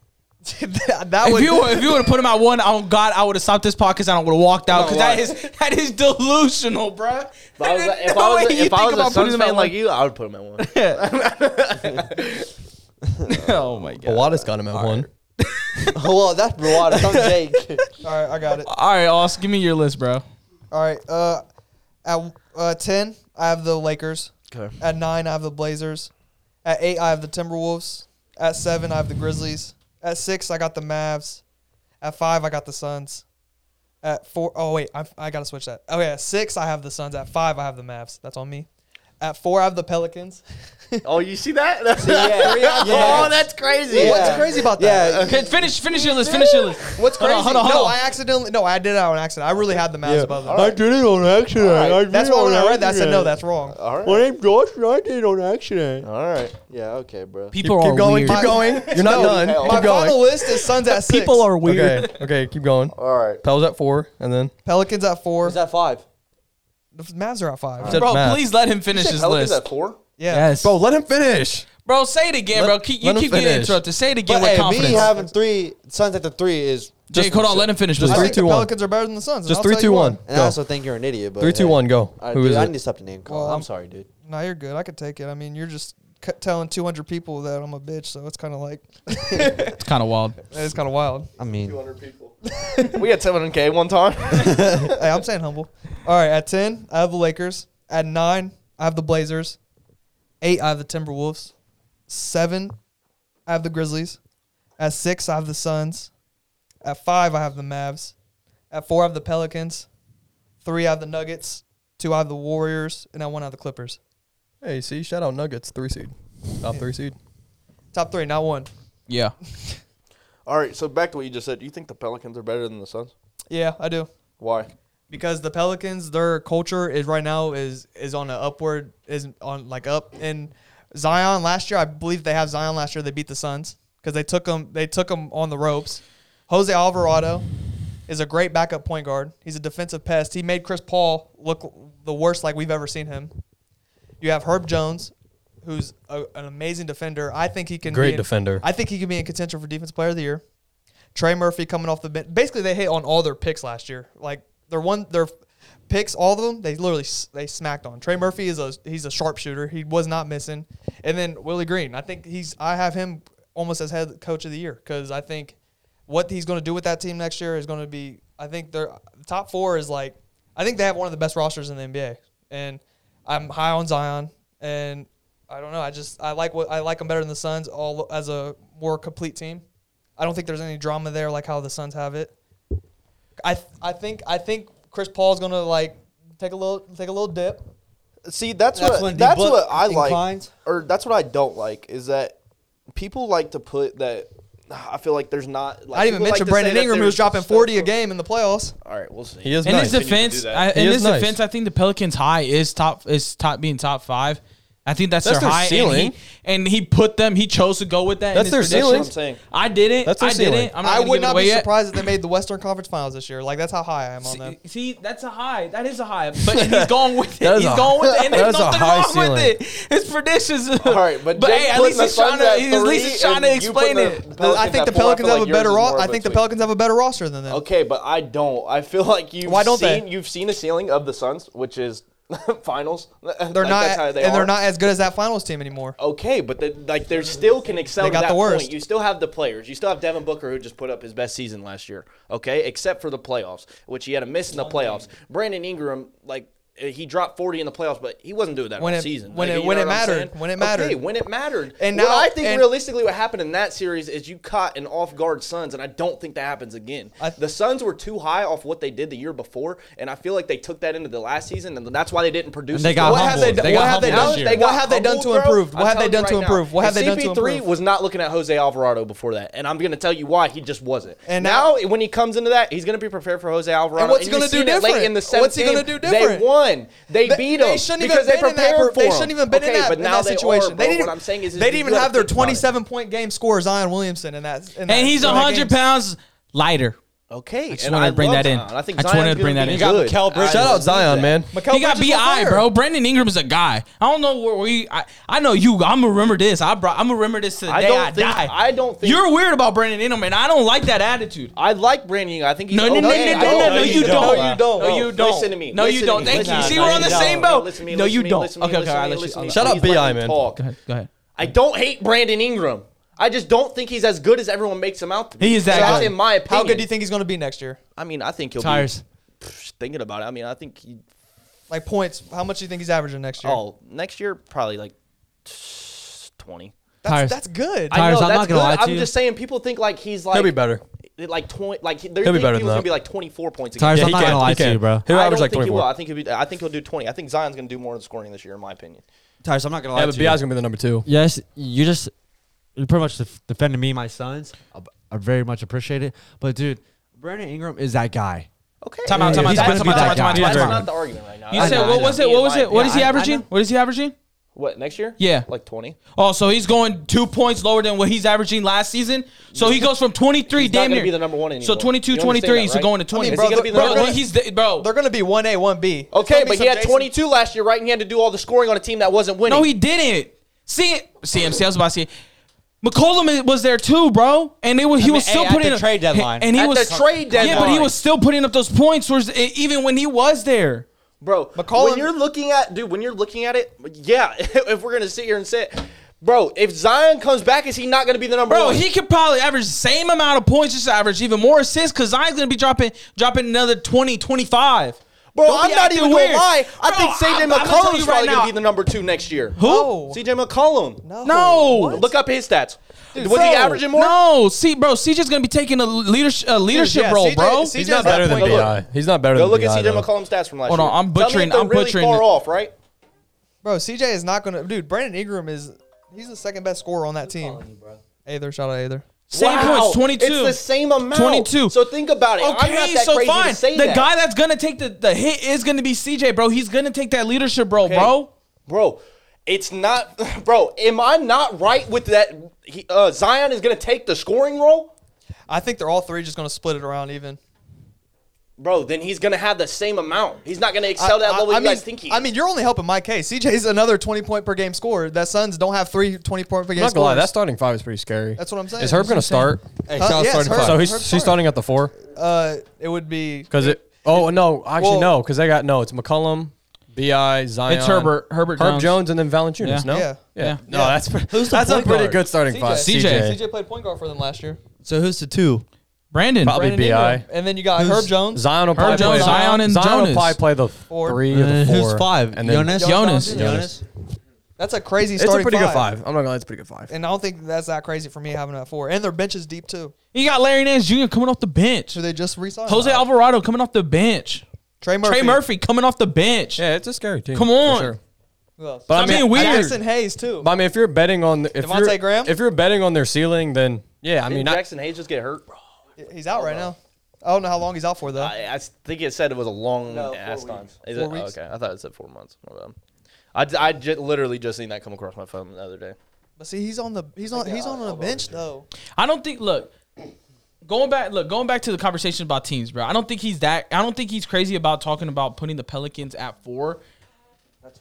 [SPEAKER 5] that, that
[SPEAKER 1] If
[SPEAKER 5] would
[SPEAKER 1] you if you would have put him at one, oh God, I would have stopped this podcast and I would have walked out because that
[SPEAKER 4] why?
[SPEAKER 1] is that is delusional, bro.
[SPEAKER 4] If I was, if I was, if I was a Suns fan like you, I would put him at one.
[SPEAKER 1] oh my God.
[SPEAKER 3] Pilatus got him at one.
[SPEAKER 2] well, that's Rwanda. I'm Jake.
[SPEAKER 5] All right, I got it.
[SPEAKER 1] All right, Austin, give me your list, bro.
[SPEAKER 5] All right. Uh, at uh, ten, I have the Lakers.
[SPEAKER 2] Okay.
[SPEAKER 5] At nine, I have the Blazers. At eight, I have the Timberwolves. At seven, I have the Grizzlies. At six, I got the Mavs. At five, I got the Suns. At four, oh wait, I, I gotta switch that. Oh yeah, at six, I have the Suns. At five, I have the Mavs. That's on me. At four, I have the Pelicans.
[SPEAKER 4] Oh, you see that? That's
[SPEAKER 2] Yeah.
[SPEAKER 4] Oh, that's crazy.
[SPEAKER 5] What's crazy about that?
[SPEAKER 2] Yeah,
[SPEAKER 1] Okay, finish finish your list. Finish your list.
[SPEAKER 4] What's
[SPEAKER 1] Hold
[SPEAKER 4] crazy?
[SPEAKER 1] on, hold on,
[SPEAKER 5] No,
[SPEAKER 1] hold on.
[SPEAKER 5] I accidentally. No, I did it on accident. I really had the Mavs above them.
[SPEAKER 2] I did it on accident. I did
[SPEAKER 5] That's
[SPEAKER 2] it
[SPEAKER 5] why when
[SPEAKER 2] on
[SPEAKER 5] I read that, I said no,
[SPEAKER 2] accident.
[SPEAKER 5] that's wrong.
[SPEAKER 4] All right.
[SPEAKER 2] My name's Josh, and I did it on accident.
[SPEAKER 4] All right. Yeah. Okay, bro.
[SPEAKER 1] People
[SPEAKER 3] keep
[SPEAKER 1] are
[SPEAKER 3] going,
[SPEAKER 1] weird.
[SPEAKER 3] keep going. You're not done.
[SPEAKER 4] hell.
[SPEAKER 5] My
[SPEAKER 3] Keep going.
[SPEAKER 5] final list is Suns at six.
[SPEAKER 1] People are weird.
[SPEAKER 3] Okay, okay, keep going.
[SPEAKER 4] All right.
[SPEAKER 3] Pels at four, and then
[SPEAKER 5] Pelicans at four.
[SPEAKER 2] Is that five?
[SPEAKER 5] the Mavs are at five.
[SPEAKER 3] Said
[SPEAKER 1] Bro,
[SPEAKER 3] Matt.
[SPEAKER 1] please let him finish his
[SPEAKER 4] Pelicans
[SPEAKER 1] list.
[SPEAKER 4] at four.
[SPEAKER 5] Yeah.
[SPEAKER 1] Yes,
[SPEAKER 3] Bro, let him finish.
[SPEAKER 1] Bro, say it again,
[SPEAKER 3] Let-
[SPEAKER 1] bro. Keep, you
[SPEAKER 3] let him
[SPEAKER 1] keep getting
[SPEAKER 3] finish.
[SPEAKER 1] interrupted. Say it again
[SPEAKER 2] But
[SPEAKER 1] with
[SPEAKER 2] hey,
[SPEAKER 1] confidence.
[SPEAKER 2] me having three Suns at the three is.
[SPEAKER 1] Jake, hold on. Let him finish.
[SPEAKER 3] just
[SPEAKER 5] I
[SPEAKER 1] Listen.
[SPEAKER 3] three,
[SPEAKER 5] think the
[SPEAKER 3] two, one.
[SPEAKER 5] Pelicans are better than the Suns. and
[SPEAKER 3] Just
[SPEAKER 5] I'll
[SPEAKER 3] three,
[SPEAKER 5] tell you
[SPEAKER 3] two,
[SPEAKER 5] why.
[SPEAKER 3] one.
[SPEAKER 2] And I
[SPEAKER 3] Go.
[SPEAKER 2] also think you're an idiot. But
[SPEAKER 3] Three, two,
[SPEAKER 2] hey.
[SPEAKER 3] one. Go.
[SPEAKER 2] All right,
[SPEAKER 3] Who
[SPEAKER 2] dude,
[SPEAKER 3] is
[SPEAKER 2] I
[SPEAKER 3] it?
[SPEAKER 2] need to stop the name call.
[SPEAKER 5] Well,
[SPEAKER 2] I'm,
[SPEAKER 5] I'm-
[SPEAKER 2] sorry, dude.
[SPEAKER 5] No, you're good. I could take it. I mean, you're just c- telling 200 people that I'm a bitch, so it's kind of like
[SPEAKER 1] It's kind of wild.
[SPEAKER 5] it's kind of wild.
[SPEAKER 2] I mean,
[SPEAKER 4] people. we had 700k one time.
[SPEAKER 5] hey, I'm saying humble. All right, at 10, I have the Lakers. At 9, I have the Blazers. 8, I have the Timberwolves. 7, I have the Grizzlies. At 6, I have the Suns. At five, I have the Mavs. At four, I have the Pelicans. Three, I have the Nuggets. Two, I have the Warriors, and I one, I have the Clippers.
[SPEAKER 3] Hey, see, shout out Nuggets, three seed, top three seed.
[SPEAKER 5] Top three, not one.
[SPEAKER 1] Yeah.
[SPEAKER 4] All right, so back to what you just said. Do you think the Pelicans are better than the Suns?
[SPEAKER 5] Yeah, I do.
[SPEAKER 4] Why?
[SPEAKER 5] because the Pelicans, their culture is right now is is on an upward is on like up and Zion last year. I believe they have Zion last year. They beat the Suns because they took them they took 'em on the ropes. Jose Alvarado is a great backup point guard. He's a defensive pest. He made Chris Paul look the worst like we've ever seen him. You have Herb Jones, who's a, an amazing defender. I think he can
[SPEAKER 3] Great
[SPEAKER 5] be in-
[SPEAKER 3] defender.
[SPEAKER 5] I think he could be in contention for defense player of the year. Trey Murphy coming off the bench. Basically, they hit on all their picks last year. Like their one, their picks, all of them, they literally s- they smacked on. Trey Murphy is a he's a sharpshooter. He was not missing. And then Willie Green, I think he's I have him almost as head coach of the year because I think what he's going to do with that team next year is going to be. I think their top four is like I think they have one of the best rosters in the NBA, and I'm high on Zion and. I don't know. I just I like what I like them better than the Suns all as a more complete team. I don't think there's any drama there like how the Suns have it. I th- I think I think Chris Paul's gonna like take a little take a little dip.
[SPEAKER 4] See, that's,
[SPEAKER 2] That's
[SPEAKER 4] what
[SPEAKER 2] when
[SPEAKER 4] that's
[SPEAKER 2] D-Book
[SPEAKER 4] what I like,
[SPEAKER 2] inclines.
[SPEAKER 4] or that's what I don't like is that people like to put that. I feel like there's not. Like,
[SPEAKER 5] I didn't
[SPEAKER 4] people
[SPEAKER 5] even
[SPEAKER 4] like to
[SPEAKER 5] mention
[SPEAKER 4] say
[SPEAKER 5] Brandon
[SPEAKER 4] that
[SPEAKER 5] Ingram who
[SPEAKER 4] there's
[SPEAKER 5] was dropping
[SPEAKER 4] so-
[SPEAKER 5] 40 a game in the playoffs.
[SPEAKER 4] All right, we'll see.
[SPEAKER 3] He is
[SPEAKER 1] In
[SPEAKER 3] nice.
[SPEAKER 1] his defense, I,
[SPEAKER 3] He
[SPEAKER 1] in
[SPEAKER 3] is
[SPEAKER 1] his
[SPEAKER 3] nice.
[SPEAKER 1] defense, I think the Pelicans' high is top is top being top five. I think that's,
[SPEAKER 3] That's
[SPEAKER 1] their,
[SPEAKER 3] their
[SPEAKER 1] high
[SPEAKER 3] ceiling.
[SPEAKER 1] And he, and he put them. He chose to go with that. in
[SPEAKER 3] That's
[SPEAKER 1] his prediction.
[SPEAKER 3] their ceiling.
[SPEAKER 4] That's what I'm saying.
[SPEAKER 1] I didn't.
[SPEAKER 3] That's their
[SPEAKER 1] I didn't.
[SPEAKER 3] ceiling.
[SPEAKER 1] I'm
[SPEAKER 5] I
[SPEAKER 1] gonna
[SPEAKER 5] would
[SPEAKER 1] give it
[SPEAKER 5] not
[SPEAKER 1] away
[SPEAKER 5] be
[SPEAKER 1] yet.
[SPEAKER 5] surprised if they made the Western Conference Finals this year. Like that's how high I am on them.
[SPEAKER 1] See, see, that's a high. That is a high. But he's going with it.
[SPEAKER 3] That is
[SPEAKER 1] He's
[SPEAKER 3] a-
[SPEAKER 1] going with it. And
[SPEAKER 3] that
[SPEAKER 1] there's
[SPEAKER 3] is a
[SPEAKER 1] nothing
[SPEAKER 3] high
[SPEAKER 1] wrong
[SPEAKER 3] ceiling.
[SPEAKER 1] with it. His predictions.
[SPEAKER 4] All right, but, Jake
[SPEAKER 1] hey, at
[SPEAKER 4] put
[SPEAKER 1] least
[SPEAKER 4] the
[SPEAKER 1] he's trying
[SPEAKER 4] Suns
[SPEAKER 1] to.
[SPEAKER 4] at
[SPEAKER 1] At least
[SPEAKER 4] three,
[SPEAKER 1] he's trying to
[SPEAKER 4] and you put
[SPEAKER 1] explain
[SPEAKER 4] the
[SPEAKER 1] it.
[SPEAKER 4] Pelicans
[SPEAKER 5] I think
[SPEAKER 4] at four.
[SPEAKER 5] the
[SPEAKER 4] I
[SPEAKER 5] Pelicans
[SPEAKER 4] feel
[SPEAKER 5] have
[SPEAKER 4] like
[SPEAKER 5] a better
[SPEAKER 4] yours is
[SPEAKER 5] ro-
[SPEAKER 4] more
[SPEAKER 5] I
[SPEAKER 4] of a
[SPEAKER 5] think the
[SPEAKER 4] tweak.
[SPEAKER 5] Pelicans have a better roster than them.
[SPEAKER 4] Okay, but I don't. I feel like you've
[SPEAKER 5] Why don't they?
[SPEAKER 4] seen you've seen a ceiling of the Suns, which is finals.
[SPEAKER 5] They're not and they're not as good as that finals team anymore.
[SPEAKER 4] Okay, but they, like they're still can excel.
[SPEAKER 5] They got
[SPEAKER 4] to that
[SPEAKER 5] the worst.
[SPEAKER 4] Point. You still have the players. You still have Devin Booker, who just put up his best season last year. Okay, except for the playoffs, which he had a miss in the playoffs. Brandon Ingram, like eh, he dropped forty in the playoffs, but he wasn't doing that
[SPEAKER 5] When
[SPEAKER 4] all
[SPEAKER 5] it-
[SPEAKER 4] season.
[SPEAKER 5] when
[SPEAKER 4] Like,
[SPEAKER 5] it-
[SPEAKER 4] you
[SPEAKER 5] when
[SPEAKER 4] know
[SPEAKER 5] it
[SPEAKER 4] what I'm
[SPEAKER 5] mattered.
[SPEAKER 4] saying?
[SPEAKER 5] When it mattered.
[SPEAKER 4] Okay, when it mattered.
[SPEAKER 5] And
[SPEAKER 4] And
[SPEAKER 5] now-
[SPEAKER 4] now I think
[SPEAKER 5] and-
[SPEAKER 4] realistically, what happened in that series is you caught an off guard Suns, and I don't think that happens again.
[SPEAKER 5] I-
[SPEAKER 4] the Suns were too high off what they did the year before, and I feel like they took that into the last season, and that's why they didn't produce.
[SPEAKER 1] And they
[SPEAKER 4] as
[SPEAKER 1] got
[SPEAKER 4] well.
[SPEAKER 5] What have they,
[SPEAKER 1] humbled.
[SPEAKER 5] done?
[SPEAKER 1] They
[SPEAKER 5] what
[SPEAKER 1] got
[SPEAKER 5] have they
[SPEAKER 1] humbled
[SPEAKER 5] done?
[SPEAKER 1] this year.
[SPEAKER 5] What have they done to improve? What have they done to improve? What have they done to
[SPEAKER 4] CP3
[SPEAKER 5] improve?
[SPEAKER 4] was not looking at Jose Alvarado before that, and I'm going to tell you why he just wasn't.
[SPEAKER 5] And
[SPEAKER 4] And
[SPEAKER 5] now-
[SPEAKER 4] now, when he comes into that, he's going to be prepared for Jose Alvarado.
[SPEAKER 5] And what's he
[SPEAKER 4] you've
[SPEAKER 5] gonna do
[SPEAKER 4] seen it
[SPEAKER 5] different?
[SPEAKER 4] Late in the seventh
[SPEAKER 5] What's he gonna
[SPEAKER 4] game,
[SPEAKER 5] do different?
[SPEAKER 4] They won. They, beat him
[SPEAKER 5] They shouldn't
[SPEAKER 4] because
[SPEAKER 5] even
[SPEAKER 4] they
[SPEAKER 5] been in that.
[SPEAKER 4] prepared
[SPEAKER 5] per-
[SPEAKER 4] for
[SPEAKER 5] They
[SPEAKER 4] him.
[SPEAKER 5] shouldn't even been in
[SPEAKER 4] Okay,
[SPEAKER 5] that,
[SPEAKER 4] but
[SPEAKER 5] in
[SPEAKER 4] now
[SPEAKER 5] that
[SPEAKER 4] they are,
[SPEAKER 5] situation.
[SPEAKER 4] bro.
[SPEAKER 5] they didn't.
[SPEAKER 4] What I'm saying is, is
[SPEAKER 5] they
[SPEAKER 4] you
[SPEAKER 5] didn't even
[SPEAKER 4] gotta
[SPEAKER 5] have their
[SPEAKER 4] think about it.
[SPEAKER 5] 27 point game scorer Zion Williamson in that. In that
[SPEAKER 1] And he's
[SPEAKER 5] in that
[SPEAKER 1] hundred
[SPEAKER 5] game.
[SPEAKER 1] pounds lighter.
[SPEAKER 4] Okay, I
[SPEAKER 1] just wanted to bring that in.
[SPEAKER 4] I think
[SPEAKER 1] I just
[SPEAKER 4] Zion's
[SPEAKER 1] wanted to bring
[SPEAKER 4] gonna
[SPEAKER 1] that
[SPEAKER 4] be
[SPEAKER 1] in. You
[SPEAKER 4] good.
[SPEAKER 3] Kel Bridges.
[SPEAKER 4] I
[SPEAKER 3] Shout out
[SPEAKER 4] believe
[SPEAKER 3] Zion,
[SPEAKER 4] that.
[SPEAKER 3] man.
[SPEAKER 5] Mikal
[SPEAKER 1] he got
[SPEAKER 5] Bridges on
[SPEAKER 1] bi,
[SPEAKER 5] fire.
[SPEAKER 1] bro. Brandon Ingram's a guy. I don't know where we. I, I know you. I'm gonna remember this. I brought. I'm gonna remember this to the
[SPEAKER 4] I
[SPEAKER 1] day
[SPEAKER 4] don't
[SPEAKER 1] I
[SPEAKER 4] think-
[SPEAKER 1] die.
[SPEAKER 4] I don't think-
[SPEAKER 1] you're weird about Brandon Ingram, and I don't like that attitude.
[SPEAKER 4] I like Brandon. Ingram. I think he's
[SPEAKER 1] No, no, no,
[SPEAKER 4] okay.
[SPEAKER 1] no,
[SPEAKER 4] I
[SPEAKER 1] no, no,
[SPEAKER 4] don't
[SPEAKER 1] no,
[SPEAKER 4] think
[SPEAKER 1] you
[SPEAKER 4] he's
[SPEAKER 1] don't.
[SPEAKER 4] bad.
[SPEAKER 1] No, you don't.
[SPEAKER 4] Listen to me.
[SPEAKER 1] No, you
[SPEAKER 4] listen to
[SPEAKER 1] don't.
[SPEAKER 4] me.
[SPEAKER 1] Thank
[SPEAKER 4] Listen
[SPEAKER 1] you.
[SPEAKER 4] to
[SPEAKER 1] See,
[SPEAKER 4] me.
[SPEAKER 1] we're on the
[SPEAKER 4] Listen to
[SPEAKER 1] same
[SPEAKER 4] me.
[SPEAKER 1] boat.
[SPEAKER 4] Listen to me.
[SPEAKER 1] No, you
[SPEAKER 4] Listen to me.
[SPEAKER 1] don't.
[SPEAKER 4] Listen to me.
[SPEAKER 1] Okay,
[SPEAKER 4] Listen
[SPEAKER 1] okay, I
[SPEAKER 4] to me.
[SPEAKER 1] let you-
[SPEAKER 4] Listen to me.
[SPEAKER 3] Shout out
[SPEAKER 4] Please let
[SPEAKER 3] Bi,
[SPEAKER 4] me
[SPEAKER 3] man.
[SPEAKER 4] talk.
[SPEAKER 1] Go ahead. Go ahead.
[SPEAKER 4] I don't hate Brandon Ingram. I just don't think he's as good as everyone makes him out to be.
[SPEAKER 1] He is that
[SPEAKER 4] That's
[SPEAKER 1] good.
[SPEAKER 4] in my opinion.
[SPEAKER 5] How good do you think he's going to be next year?
[SPEAKER 4] I mean, I think he'll
[SPEAKER 1] Tires.
[SPEAKER 4] be pff, thinking about it. I mean, I think he.
[SPEAKER 5] Like points. How much do you think he's averaging next year?
[SPEAKER 4] Oh, next year probably like twenty.
[SPEAKER 5] that's,
[SPEAKER 1] Tires.
[SPEAKER 5] that's good.
[SPEAKER 4] I
[SPEAKER 1] Tires, I'm
[SPEAKER 4] that's
[SPEAKER 1] not gonna
[SPEAKER 4] good.
[SPEAKER 1] lie to
[SPEAKER 4] I'm
[SPEAKER 1] you.
[SPEAKER 4] just saying, people think like he's like
[SPEAKER 3] He'll be better.
[SPEAKER 4] Like twenty, like he- they
[SPEAKER 3] He'll be
[SPEAKER 4] think
[SPEAKER 3] better than
[SPEAKER 4] people's gonna
[SPEAKER 3] that.
[SPEAKER 4] be like twenty-four points. a
[SPEAKER 1] Tires,
[SPEAKER 4] game.
[SPEAKER 1] I'm not
[SPEAKER 3] he
[SPEAKER 1] gonna
[SPEAKER 3] can.
[SPEAKER 1] lie
[SPEAKER 3] He
[SPEAKER 1] to
[SPEAKER 3] can.
[SPEAKER 1] you, bro.
[SPEAKER 3] He'll
[SPEAKER 4] I
[SPEAKER 3] average
[SPEAKER 4] don't
[SPEAKER 3] like
[SPEAKER 4] think he will. I
[SPEAKER 3] 24.
[SPEAKER 4] think he'll be. I think he'll do twenty. I think Zion's gonna do more in scoring this year, in my opinion.
[SPEAKER 6] Tyrus, I'm not gonna lie
[SPEAKER 3] Yeah,
[SPEAKER 6] to
[SPEAKER 3] but
[SPEAKER 6] you.
[SPEAKER 3] Bi's gonna be the number two.
[SPEAKER 6] yes, you just you pretty much def- defended me, and my sons. I- I very much appreciate it. But dude, Brandon Ingram is that guy.
[SPEAKER 4] Okay.
[SPEAKER 1] Time out.
[SPEAKER 6] Yeah,
[SPEAKER 1] Time out.
[SPEAKER 6] he's
[SPEAKER 1] Time
[SPEAKER 6] gonna
[SPEAKER 1] out.
[SPEAKER 6] be
[SPEAKER 1] Time
[SPEAKER 6] that
[SPEAKER 1] out. Time
[SPEAKER 6] guy.
[SPEAKER 1] out.
[SPEAKER 4] That's
[SPEAKER 1] Time
[SPEAKER 4] not
[SPEAKER 1] out.
[SPEAKER 4] the argument right now.
[SPEAKER 1] You
[SPEAKER 4] I
[SPEAKER 1] said
[SPEAKER 4] know,
[SPEAKER 1] what
[SPEAKER 4] I
[SPEAKER 1] was
[SPEAKER 4] know.
[SPEAKER 1] it? What
[SPEAKER 4] In
[SPEAKER 1] was
[SPEAKER 4] my
[SPEAKER 1] it? What is he
[SPEAKER 6] I- I
[SPEAKER 1] averaging?
[SPEAKER 6] know.
[SPEAKER 1] What is he averaging?
[SPEAKER 4] What next year?
[SPEAKER 1] Yeah.
[SPEAKER 4] like twenty.
[SPEAKER 1] Oh, so he's going two points lower than what he's averaging last season. So he goes from 23
[SPEAKER 4] He's not
[SPEAKER 1] damn
[SPEAKER 4] gonna
[SPEAKER 1] near.
[SPEAKER 4] be the number one
[SPEAKER 1] So
[SPEAKER 4] anymore.
[SPEAKER 1] 22,
[SPEAKER 4] You understand
[SPEAKER 1] 23.
[SPEAKER 4] that,
[SPEAKER 1] So
[SPEAKER 4] right?
[SPEAKER 1] going to
[SPEAKER 5] I
[SPEAKER 1] 20.
[SPEAKER 5] mean,
[SPEAKER 4] Is
[SPEAKER 5] bro,
[SPEAKER 4] he gonna be
[SPEAKER 5] they're,
[SPEAKER 4] the
[SPEAKER 1] bro,
[SPEAKER 4] number
[SPEAKER 1] but
[SPEAKER 4] one?
[SPEAKER 5] going
[SPEAKER 1] he's the, bro.
[SPEAKER 5] to be 1A, 1B. It's
[SPEAKER 4] Okay,
[SPEAKER 5] gonna be
[SPEAKER 4] but
[SPEAKER 5] some
[SPEAKER 4] he had
[SPEAKER 5] Jason-
[SPEAKER 4] 22 last year, right? And he had to do all the scoring on a team that wasn't winning.
[SPEAKER 1] No, he didn't. See it. See him. See, I was about to see it. McCollum was there too, bro, and it was, he
[SPEAKER 6] mean,
[SPEAKER 1] was still
[SPEAKER 6] hey, at
[SPEAKER 1] putting
[SPEAKER 6] the
[SPEAKER 1] up-
[SPEAKER 6] trade deadline.
[SPEAKER 1] and he
[SPEAKER 4] At
[SPEAKER 1] was
[SPEAKER 4] the trade
[SPEAKER 1] Yeah, but he
[SPEAKER 4] deadline.
[SPEAKER 1] was still putting up those points, whereas, even when he was there.
[SPEAKER 4] bro.
[SPEAKER 5] McCollum-
[SPEAKER 4] when you're looking at, dude, when you're looking at it, yeah. If we're gonna sit here and sit, bro, if Zion comes back, is he not gonna be the number
[SPEAKER 1] Bro,
[SPEAKER 4] one?
[SPEAKER 1] he could probably average the same amount of points, just average even more assists, because Zion's going to be dropping dropping another 20, 25.
[SPEAKER 4] Bro,
[SPEAKER 1] Don't
[SPEAKER 4] I'm
[SPEAKER 1] be
[SPEAKER 4] not
[SPEAKER 1] acting
[SPEAKER 4] even going to
[SPEAKER 1] weird.
[SPEAKER 4] lie. I
[SPEAKER 1] Bro,
[SPEAKER 4] think CJ
[SPEAKER 1] I'm- I'm gonna tell
[SPEAKER 4] McCollum's
[SPEAKER 1] you right
[SPEAKER 4] probably going
[SPEAKER 1] now.
[SPEAKER 4] to be the number two next year.
[SPEAKER 1] Who?
[SPEAKER 5] Oh.
[SPEAKER 4] CJ McCollum.
[SPEAKER 5] No.
[SPEAKER 1] No.
[SPEAKER 5] What?
[SPEAKER 4] Look up his stats. Was
[SPEAKER 1] Bro,
[SPEAKER 4] he averaging more?
[SPEAKER 1] No, see, bro, CJ's gonna be taking a leadership a leadership
[SPEAKER 2] yeah,
[SPEAKER 1] role,
[SPEAKER 2] CJ
[SPEAKER 1] bro.
[SPEAKER 2] CJ
[SPEAKER 3] He's not better than
[SPEAKER 4] Go look.
[SPEAKER 3] Bi. He's not better
[SPEAKER 4] Go
[SPEAKER 3] than
[SPEAKER 4] look at
[SPEAKER 3] Bi,
[SPEAKER 4] CJ
[SPEAKER 3] though.
[SPEAKER 4] McCollum's stats from last
[SPEAKER 1] Hold
[SPEAKER 4] year.
[SPEAKER 1] on, I'm
[SPEAKER 4] Tell me if
[SPEAKER 1] butchering-
[SPEAKER 4] they're
[SPEAKER 1] I'm
[SPEAKER 4] really
[SPEAKER 1] butchering
[SPEAKER 4] far
[SPEAKER 1] the-
[SPEAKER 4] off, right?
[SPEAKER 5] Bro, CJ is not gonna. Dude, Brandon Ingram is. He's the second best scorer on that team. Either shout out either.
[SPEAKER 1] Same
[SPEAKER 4] Wow.
[SPEAKER 1] points, twenty two.
[SPEAKER 4] It's the same amount.
[SPEAKER 1] 22.
[SPEAKER 4] So think about it. I'm not
[SPEAKER 1] Okay,
[SPEAKER 4] that
[SPEAKER 1] so
[SPEAKER 4] crazy
[SPEAKER 1] fine.
[SPEAKER 4] to say
[SPEAKER 1] the
[SPEAKER 4] that.
[SPEAKER 1] guy that's gonna take the, the hit is gonna be CJ, bro. He's gonna take that leadership role,
[SPEAKER 4] Okay.
[SPEAKER 1] bro.
[SPEAKER 4] Bro, it's not. Bro, am I not right with that? He, uh, Zion is going to take the scoring role?
[SPEAKER 5] I think they're all three just gonna split it around even.
[SPEAKER 4] Bro, then he's going to have the same amount. He's not going to excel that level you
[SPEAKER 5] mean,
[SPEAKER 4] guys think he is.
[SPEAKER 5] I mean, you're only helping my case. CJ's another 20 point per game scorer. That Suns don't have three 20 point per
[SPEAKER 3] I'm
[SPEAKER 5] game
[SPEAKER 3] not gonna lie,
[SPEAKER 5] scorers.
[SPEAKER 3] that starting five is pretty scary.
[SPEAKER 5] That's what I'm saying.
[SPEAKER 3] Is Herb
[SPEAKER 5] That's what I'm
[SPEAKER 3] gonna start?
[SPEAKER 5] Huh?
[SPEAKER 2] South
[SPEAKER 5] Uh, Yes,
[SPEAKER 2] starting
[SPEAKER 5] Herb-
[SPEAKER 2] five.
[SPEAKER 3] So he's
[SPEAKER 5] Herb
[SPEAKER 3] she's starting at the four
[SPEAKER 5] Uh, it would be
[SPEAKER 3] because it. Oh no, actually
[SPEAKER 5] Well-
[SPEAKER 3] no, because I got no. It's McCollum, Bi, Zion.
[SPEAKER 1] It's Herbert- Herbert
[SPEAKER 3] Herb
[SPEAKER 1] Jones.
[SPEAKER 3] Jones, and then Valanciunas.
[SPEAKER 1] Yeah.
[SPEAKER 3] No,
[SPEAKER 5] Yeah.
[SPEAKER 1] Yeah.
[SPEAKER 3] no,
[SPEAKER 5] Yeah.
[SPEAKER 3] that's pre- that's a
[SPEAKER 2] point
[SPEAKER 3] pretty
[SPEAKER 2] guard?
[SPEAKER 3] good starting five.
[SPEAKER 1] CJ.
[SPEAKER 5] CJ played point guard for them last year.
[SPEAKER 2] So who's the two?
[SPEAKER 1] Brandon.
[SPEAKER 3] Probably
[SPEAKER 1] Brandon
[SPEAKER 3] Bi.
[SPEAKER 1] Ingram.
[SPEAKER 5] And then you got Herb Jones.
[SPEAKER 3] Zion will
[SPEAKER 1] Herb
[SPEAKER 3] probably
[SPEAKER 1] Jones,
[SPEAKER 3] play.
[SPEAKER 1] Zion, and
[SPEAKER 3] Zion will
[SPEAKER 1] Jonas.
[SPEAKER 3] probably play the
[SPEAKER 5] Four.
[SPEAKER 3] three or the
[SPEAKER 2] Uh,
[SPEAKER 3] four.
[SPEAKER 2] who's five?
[SPEAKER 3] And then
[SPEAKER 2] Jonas?
[SPEAKER 1] Jonas.
[SPEAKER 2] Jonas.
[SPEAKER 5] That's a crazy
[SPEAKER 3] It's a
[SPEAKER 5] starting
[SPEAKER 3] pretty good five. I'm not gonna lie, it's a pretty good five.
[SPEAKER 5] And I don't think that's that crazy for me having that four. And their bench is deep too.
[SPEAKER 1] You got Larry Nance Jr. coming off the bench.
[SPEAKER 5] So they just resigned.
[SPEAKER 1] Jose Alvarado coming off the bench.
[SPEAKER 5] Trey Murphy.
[SPEAKER 1] Trey Murphy coming off the bench.
[SPEAKER 3] Yeah, it's a scary team.
[SPEAKER 1] Come
[SPEAKER 3] for
[SPEAKER 1] on.
[SPEAKER 3] sure.
[SPEAKER 5] Who else?
[SPEAKER 3] But I
[SPEAKER 1] I mean,
[SPEAKER 3] mean,
[SPEAKER 1] weird.
[SPEAKER 5] Jackson Hayes too.
[SPEAKER 3] But I mean, if you're betting on the, if
[SPEAKER 5] Devontae
[SPEAKER 3] you're,
[SPEAKER 5] Graham?
[SPEAKER 3] if you're betting on their ceiling, then yeah, I
[SPEAKER 4] Didn't
[SPEAKER 3] mean, I,
[SPEAKER 4] Jackson Hayes just get hurt?
[SPEAKER 5] He's out right now. I don't know how long he's out for though.
[SPEAKER 4] I, I think it said it was a long
[SPEAKER 5] No, four
[SPEAKER 4] ass time.
[SPEAKER 5] weeks.
[SPEAKER 4] Is
[SPEAKER 5] Four
[SPEAKER 4] it? Oh,
[SPEAKER 5] weeks.
[SPEAKER 4] okay, I thought it said four months. My bad. I, d- I j- literally just seen that come across my phone the other day.
[SPEAKER 5] But see, he's on the he's on he's on the bench though.
[SPEAKER 1] I don't think. Look, going back. Look, going back to the conversation about teams, bro. I don't think he's that. I don't think he's crazy about talking about putting the Pelicans at four.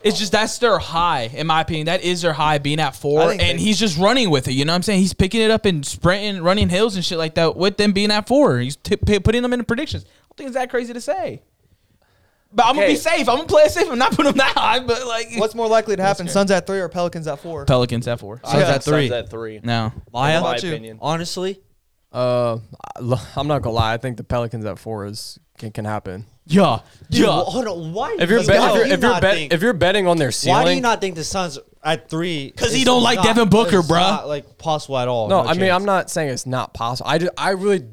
[SPEAKER 1] It's just that's their high, in my opinion. That is their high, being at
[SPEAKER 5] I
[SPEAKER 1] four, and
[SPEAKER 5] think they-
[SPEAKER 1] he's just running with it. You know what I'm saying? He's picking it up and sprinting, running hills and shit like that with them being at four. He's t- p- putting them in predictions. I don't think it's that crazy to say. But I'm gonna
[SPEAKER 4] Okay.
[SPEAKER 1] be safe. I'm gonna play it safe. I'm not putting them that high. But like,
[SPEAKER 5] What's more likely to happen? Suns at three or Pelicans at four?
[SPEAKER 1] Pelicans at four?
[SPEAKER 2] Suns
[SPEAKER 5] Yeah.
[SPEAKER 2] at three.
[SPEAKER 4] Suns at three.
[SPEAKER 1] No,
[SPEAKER 4] In
[SPEAKER 5] How
[SPEAKER 4] my
[SPEAKER 5] about you?
[SPEAKER 4] opinion.
[SPEAKER 2] Honestly,
[SPEAKER 3] uh, I- I'm not gonna lie. I think the Pelicans at four is can, can happen.
[SPEAKER 1] yeah,
[SPEAKER 2] Dude,
[SPEAKER 1] yeah.
[SPEAKER 2] wh- hold on. Why?
[SPEAKER 3] If you're,
[SPEAKER 2] do
[SPEAKER 3] bet-
[SPEAKER 2] you
[SPEAKER 3] if you're,
[SPEAKER 2] not
[SPEAKER 3] if, you're bet-
[SPEAKER 2] think-
[SPEAKER 3] if you're betting on their ceiling,
[SPEAKER 2] why do you not think the Suns at three?
[SPEAKER 1] 'Cause he
[SPEAKER 2] is
[SPEAKER 1] don't like
[SPEAKER 2] not-
[SPEAKER 1] Devin Booker,
[SPEAKER 2] is
[SPEAKER 1] bruh.
[SPEAKER 2] Not like possible at all.
[SPEAKER 3] No, I mean
[SPEAKER 2] chance.
[SPEAKER 3] I'm not saying it's not possible. I just, I really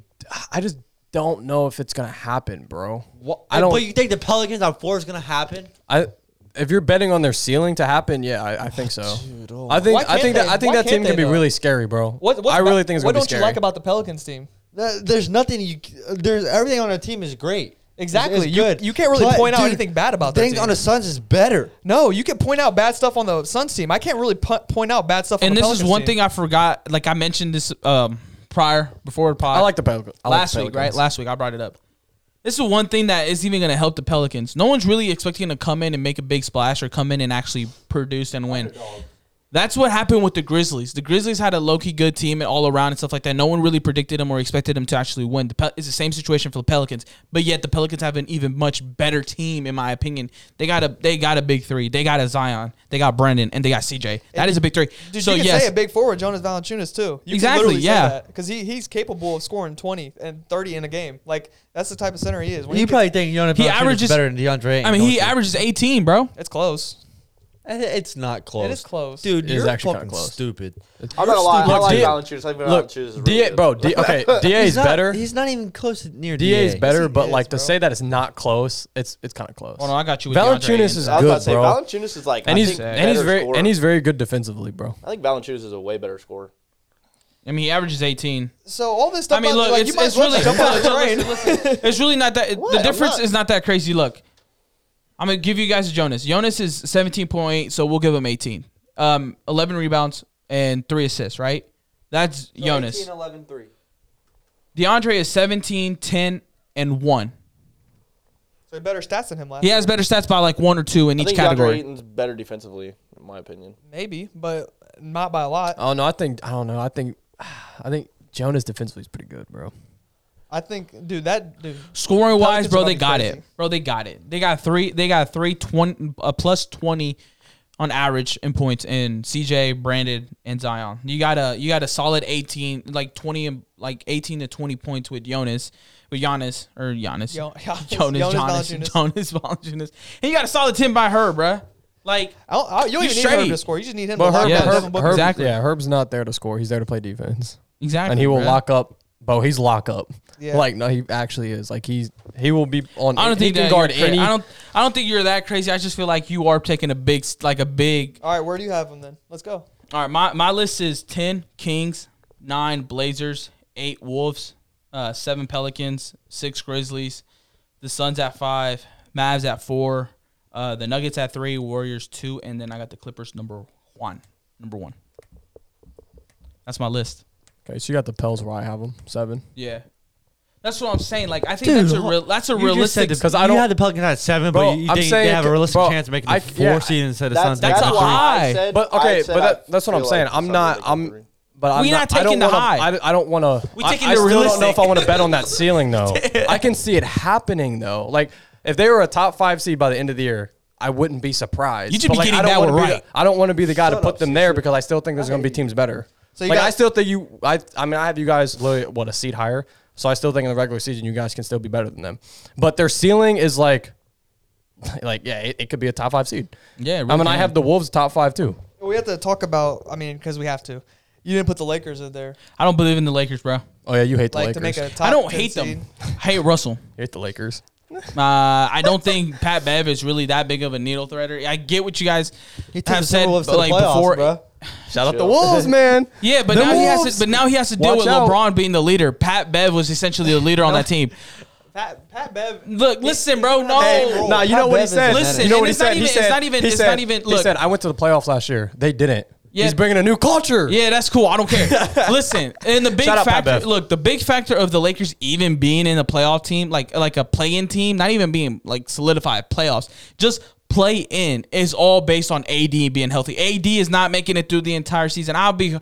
[SPEAKER 3] I just don't know if it's gonna happen, bro.
[SPEAKER 2] What,
[SPEAKER 3] I don't.
[SPEAKER 2] But you think the Pelicans on four is gonna happen?
[SPEAKER 3] I if you're betting on their ceiling to happen, yeah, I, I think so. I
[SPEAKER 5] oh Why
[SPEAKER 3] think I
[SPEAKER 5] can't
[SPEAKER 3] think that
[SPEAKER 5] they-
[SPEAKER 3] I think
[SPEAKER 5] why
[SPEAKER 3] that team
[SPEAKER 5] can't
[SPEAKER 3] can
[SPEAKER 5] they,
[SPEAKER 3] be
[SPEAKER 5] though?
[SPEAKER 3] really scary, bro.
[SPEAKER 5] What, what
[SPEAKER 3] I really
[SPEAKER 5] about-
[SPEAKER 3] think it's
[SPEAKER 5] what
[SPEAKER 3] gonna be
[SPEAKER 5] don't
[SPEAKER 3] scary.
[SPEAKER 5] you like about the Pelicans team?
[SPEAKER 2] There- There's nothing you. c- There's everything on our team is great. It's-
[SPEAKER 5] Exactly.
[SPEAKER 2] it's
[SPEAKER 5] You- you can't really point out anything bad about their
[SPEAKER 2] things
[SPEAKER 5] team.
[SPEAKER 2] on the Suns is better.
[SPEAKER 5] No, you can point out bad stuff on the Suns team. I can't really pu- point out bad stuff. on
[SPEAKER 1] and
[SPEAKER 5] the
[SPEAKER 1] this is
[SPEAKER 5] Pelicans
[SPEAKER 1] one
[SPEAKER 5] team.
[SPEAKER 1] thing I forgot. Like I mentioned this um, prior before the pod.
[SPEAKER 3] I like the Pelicans. I like
[SPEAKER 1] last
[SPEAKER 3] the
[SPEAKER 1] week, right?
[SPEAKER 3] Pelicans.
[SPEAKER 1] Last week I brought it up. This is one thing that is even going to help the Pelicans. No one's really expecting to come in and make a big splash or come in and actually produce and win. That's what happened with the Grizzlies. The Grizzlies had a low key good team and all around and stuff like that. No one really predicted them or expected them to actually win. The Pel- it's the same situation for the Pelicans, but yet the Pelicans have an even much better team, in my opinion. They got a they got a big three. They got a Zion. They got Brandon, and they got CJ. That is a big three.
[SPEAKER 5] Dude,
[SPEAKER 1] so
[SPEAKER 5] you can
[SPEAKER 1] yes,
[SPEAKER 5] say a big forward, Jonas Valanciunas too. You
[SPEAKER 1] Exactly, yeah.
[SPEAKER 5] Because he, he's capable of scoring twenty and thirty in a game. Like that's the type of center he is. When
[SPEAKER 2] You
[SPEAKER 5] he
[SPEAKER 2] probably think Jonas
[SPEAKER 1] He
[SPEAKER 2] Valanciunas is
[SPEAKER 1] averages-
[SPEAKER 2] better than DeAndre. Ayton,
[SPEAKER 1] I mean
[SPEAKER 2] don't
[SPEAKER 1] he
[SPEAKER 2] you?
[SPEAKER 1] averages 18, bro.
[SPEAKER 5] gets- it's close.
[SPEAKER 2] And Eh, It's not close.
[SPEAKER 5] It is close.
[SPEAKER 2] dude.
[SPEAKER 3] It is
[SPEAKER 2] You're
[SPEAKER 3] actually
[SPEAKER 2] fucking
[SPEAKER 3] kinda close.
[SPEAKER 2] stupid.
[SPEAKER 4] I'm not gonna lie. I
[SPEAKER 3] Look,
[SPEAKER 4] like
[SPEAKER 3] D-
[SPEAKER 4] Valanciunas. I think
[SPEAKER 3] Look,
[SPEAKER 4] Valanciunas is really
[SPEAKER 3] DA,
[SPEAKER 4] good.
[SPEAKER 3] bro. D, okay, DA is
[SPEAKER 2] not,
[SPEAKER 3] better.
[SPEAKER 2] He's not even close to near
[SPEAKER 3] DA is better,
[SPEAKER 5] Yes, he
[SPEAKER 3] but
[SPEAKER 5] is,
[SPEAKER 3] like
[SPEAKER 5] bro. Oh,
[SPEAKER 3] to say that it's not close, it's it's kind of close.
[SPEAKER 1] Hold on, I got you. With DeAndre Ayton.
[SPEAKER 3] Valanciunas is
[SPEAKER 4] I was about to
[SPEAKER 3] good,
[SPEAKER 4] say
[SPEAKER 3] bro,
[SPEAKER 4] Valanciunas is like,
[SPEAKER 3] and
[SPEAKER 4] I
[SPEAKER 3] he's
[SPEAKER 4] think
[SPEAKER 3] and he's
[SPEAKER 4] better
[SPEAKER 3] very
[SPEAKER 4] scorer.
[SPEAKER 3] and he's very good defensively, bro.
[SPEAKER 4] I think Valanciunas is a way better scorer.
[SPEAKER 1] I mean, he averages 18.
[SPEAKER 5] So all this stuff.
[SPEAKER 1] I mean,
[SPEAKER 5] about-
[SPEAKER 1] look,
[SPEAKER 5] like,
[SPEAKER 1] it's,
[SPEAKER 5] you might
[SPEAKER 1] it's
[SPEAKER 5] as well
[SPEAKER 1] really
[SPEAKER 5] just jump on the train.
[SPEAKER 1] listen, listen. it's really not that. it-
[SPEAKER 4] What?
[SPEAKER 1] The
[SPEAKER 4] I'm
[SPEAKER 1] difference
[SPEAKER 4] not-
[SPEAKER 1] is not that crazy. Look, I'm gonna give you guys Jonas. Jonas is 17.8, so we'll give him 18. Um, 11 rebounds and three assists. Right? That's Jonas.
[SPEAKER 4] 11, 3.
[SPEAKER 1] DeAndre is 17, 10, and one.
[SPEAKER 5] So he better stats than him last.
[SPEAKER 1] He has better stats by like one or two in
[SPEAKER 4] I
[SPEAKER 1] each
[SPEAKER 4] think DeAndre
[SPEAKER 1] category.
[SPEAKER 4] Ayton's better defensively, in my opinion.
[SPEAKER 5] maybe, but not by a lot.
[SPEAKER 1] Oh.
[SPEAKER 3] I don't know. I think I don't know. I think I think Jonas defensively is pretty good, bro.
[SPEAKER 5] I think, dude, that dude.
[SPEAKER 1] Scoring wise,
[SPEAKER 5] Pelicans
[SPEAKER 1] bro,
[SPEAKER 5] are
[SPEAKER 1] they
[SPEAKER 5] about to be
[SPEAKER 1] got
[SPEAKER 5] crazy.
[SPEAKER 1] it. Bro, they got it. They got three. They got three uh, twenty a plus twenty on average in points in CJ, Brandon, and Zion. You got a you got a solid eighteen, like twenty, and- like eighteen to twenty points with Jonas, with Giannis or Giannis,
[SPEAKER 5] Yo- Giannis-
[SPEAKER 1] Jonas,
[SPEAKER 5] Jonas
[SPEAKER 1] Giannis,
[SPEAKER 5] Valanciunas.
[SPEAKER 1] Jonas, Valanciunas. And you got a solid ten by her, bruh. Like
[SPEAKER 5] I don't, I, you don't
[SPEAKER 1] You
[SPEAKER 5] even need
[SPEAKER 1] straight.
[SPEAKER 5] Herb to score. You just need him.
[SPEAKER 3] But
[SPEAKER 5] to
[SPEAKER 3] Herb,
[SPEAKER 5] lock
[SPEAKER 1] yeah,
[SPEAKER 5] down
[SPEAKER 3] Herb,
[SPEAKER 5] Devin Booker.
[SPEAKER 3] Herb-
[SPEAKER 1] Exactly.
[SPEAKER 3] yeah, Herb's not there to score. He's there to play defense,
[SPEAKER 1] exactly,
[SPEAKER 3] and he will
[SPEAKER 1] bruh.
[SPEAKER 3] lock up. Bo, he's lock up.
[SPEAKER 5] Yeah.
[SPEAKER 3] Like no, he actually is. Like he's he will be on.
[SPEAKER 1] I don't
[SPEAKER 3] he
[SPEAKER 1] think
[SPEAKER 3] can
[SPEAKER 1] that
[SPEAKER 3] guard
[SPEAKER 1] you're cra-
[SPEAKER 3] any.
[SPEAKER 1] I don't. I don't think you're that crazy. I just feel like you are taking a big, s- like a big.
[SPEAKER 5] All right, where do you have him then? Let's go.
[SPEAKER 1] All right, my my list is ten Kings, nine Blazers, eight Wolves, uh, seven Pelicans, six Grizzlies, the Suns at five, Mavs at four, uh, the Nuggets at three, Warriors two, and then I got the Clippers number one. Number one. That's my list.
[SPEAKER 3] okay, so you got the Pels where I have them seven.
[SPEAKER 1] Yeah. That's what I'm saying. Like I think
[SPEAKER 6] Dude,
[SPEAKER 1] that's a
[SPEAKER 6] hold-
[SPEAKER 1] real that's a
[SPEAKER 6] You just said
[SPEAKER 1] realistic
[SPEAKER 6] the-
[SPEAKER 3] because I don't-
[SPEAKER 6] You had the Pelicans at seven,
[SPEAKER 3] Bro,
[SPEAKER 6] but you
[SPEAKER 3] I'm
[SPEAKER 6] think
[SPEAKER 3] saying-
[SPEAKER 6] they have a realistic
[SPEAKER 3] bro,
[SPEAKER 6] chance of making the
[SPEAKER 3] I-
[SPEAKER 6] four
[SPEAKER 3] yeah,
[SPEAKER 6] seed instead of
[SPEAKER 4] That's,
[SPEAKER 6] Suns.
[SPEAKER 4] that's,
[SPEAKER 1] That's
[SPEAKER 4] a
[SPEAKER 1] a
[SPEAKER 4] high.
[SPEAKER 1] high.
[SPEAKER 3] But okay, but that, that's what I'm saying. I'm not. I'm. But I'm
[SPEAKER 1] We
[SPEAKER 3] not,
[SPEAKER 1] not
[SPEAKER 3] I don't
[SPEAKER 1] taking the
[SPEAKER 3] wanna,
[SPEAKER 1] high.
[SPEAKER 3] I, I don't want to.
[SPEAKER 1] We
[SPEAKER 3] I,
[SPEAKER 1] taking
[SPEAKER 3] I
[SPEAKER 1] the
[SPEAKER 3] still don't know
[SPEAKER 1] realistic.
[SPEAKER 3] if I want to bet on that ceiling though. I can see it happening though. Like if they were a top five seed by the end of the year, I wouldn't be surprised.
[SPEAKER 1] You should
[SPEAKER 3] But,
[SPEAKER 1] be
[SPEAKER 3] like,
[SPEAKER 1] getting
[SPEAKER 3] I don't
[SPEAKER 1] that
[SPEAKER 3] wanna
[SPEAKER 1] one
[SPEAKER 3] be
[SPEAKER 1] right.
[SPEAKER 3] The, I don't want to be the guy to put them there because I still think there's going to be teams better. So
[SPEAKER 5] So you
[SPEAKER 3] like I
[SPEAKER 5] got-
[SPEAKER 3] still think you. I I mean I have you guys literally, what a seed higher. So I still think in the regular season you guys can still be better than them. But their ceiling is like, like yeah, it, it could be a top five seed.
[SPEAKER 1] Yeah, it
[SPEAKER 3] I
[SPEAKER 1] really
[SPEAKER 3] mean I
[SPEAKER 1] can.
[SPEAKER 3] have the Wolves top five too.
[SPEAKER 5] We have to talk about. I mean, because we have to. You didn't put the Lakers in there,
[SPEAKER 1] I don't believe in the Lakers, bro.
[SPEAKER 3] Oh yeah, you hate the
[SPEAKER 5] like to
[SPEAKER 3] Lakers.
[SPEAKER 5] make a top.
[SPEAKER 1] I don't
[SPEAKER 5] 10
[SPEAKER 1] hate
[SPEAKER 5] seed.
[SPEAKER 1] them. I hate Russell.
[SPEAKER 3] you hate the Lakers.
[SPEAKER 1] Uh, I don't think Pat Bev is really that big of a needle threader. I get what you guys
[SPEAKER 2] He took
[SPEAKER 1] have
[SPEAKER 2] the
[SPEAKER 1] said,
[SPEAKER 2] Timberwolves to
[SPEAKER 1] but
[SPEAKER 2] the
[SPEAKER 1] like
[SPEAKER 2] playoffs,
[SPEAKER 1] before,
[SPEAKER 2] bro.
[SPEAKER 3] Shout out the Wolves, man.
[SPEAKER 1] yeah, but
[SPEAKER 3] The
[SPEAKER 1] now he has
[SPEAKER 3] Wolves.
[SPEAKER 1] to. But now he has to deal
[SPEAKER 3] Watch
[SPEAKER 1] with
[SPEAKER 3] out.
[SPEAKER 1] LeBron being the leader. Pat Bev was essentially the leader on that team.
[SPEAKER 5] Pat, Pat Bev.
[SPEAKER 1] Look, listen, bro. No,
[SPEAKER 5] Hey,
[SPEAKER 3] Nah, you
[SPEAKER 2] Pat
[SPEAKER 3] know what he
[SPEAKER 2] Bev is
[SPEAKER 3] said.
[SPEAKER 1] Listen,
[SPEAKER 3] you know
[SPEAKER 1] and
[SPEAKER 3] what he
[SPEAKER 1] it's not
[SPEAKER 3] said.
[SPEAKER 1] even-
[SPEAKER 3] he
[SPEAKER 1] it's
[SPEAKER 3] said.
[SPEAKER 1] not even-
[SPEAKER 3] He
[SPEAKER 1] it's
[SPEAKER 3] said,
[SPEAKER 1] not even-
[SPEAKER 3] He
[SPEAKER 1] look.
[SPEAKER 3] said, "I went to the playoffs last year. They didn't.
[SPEAKER 1] Yeah.
[SPEAKER 3] He's bringing a new culture."
[SPEAKER 1] Yeah, that's cool. I don't care. Listen, and the big
[SPEAKER 3] Shout out Pat
[SPEAKER 1] factor.
[SPEAKER 3] Bev.
[SPEAKER 1] Look, the big factor of the Lakers even being in a playoff team, like like a play-in team, not even being like solidified playoffs, just play in is all based on AD being healthy. AD is not making it through the entire season. I'll be,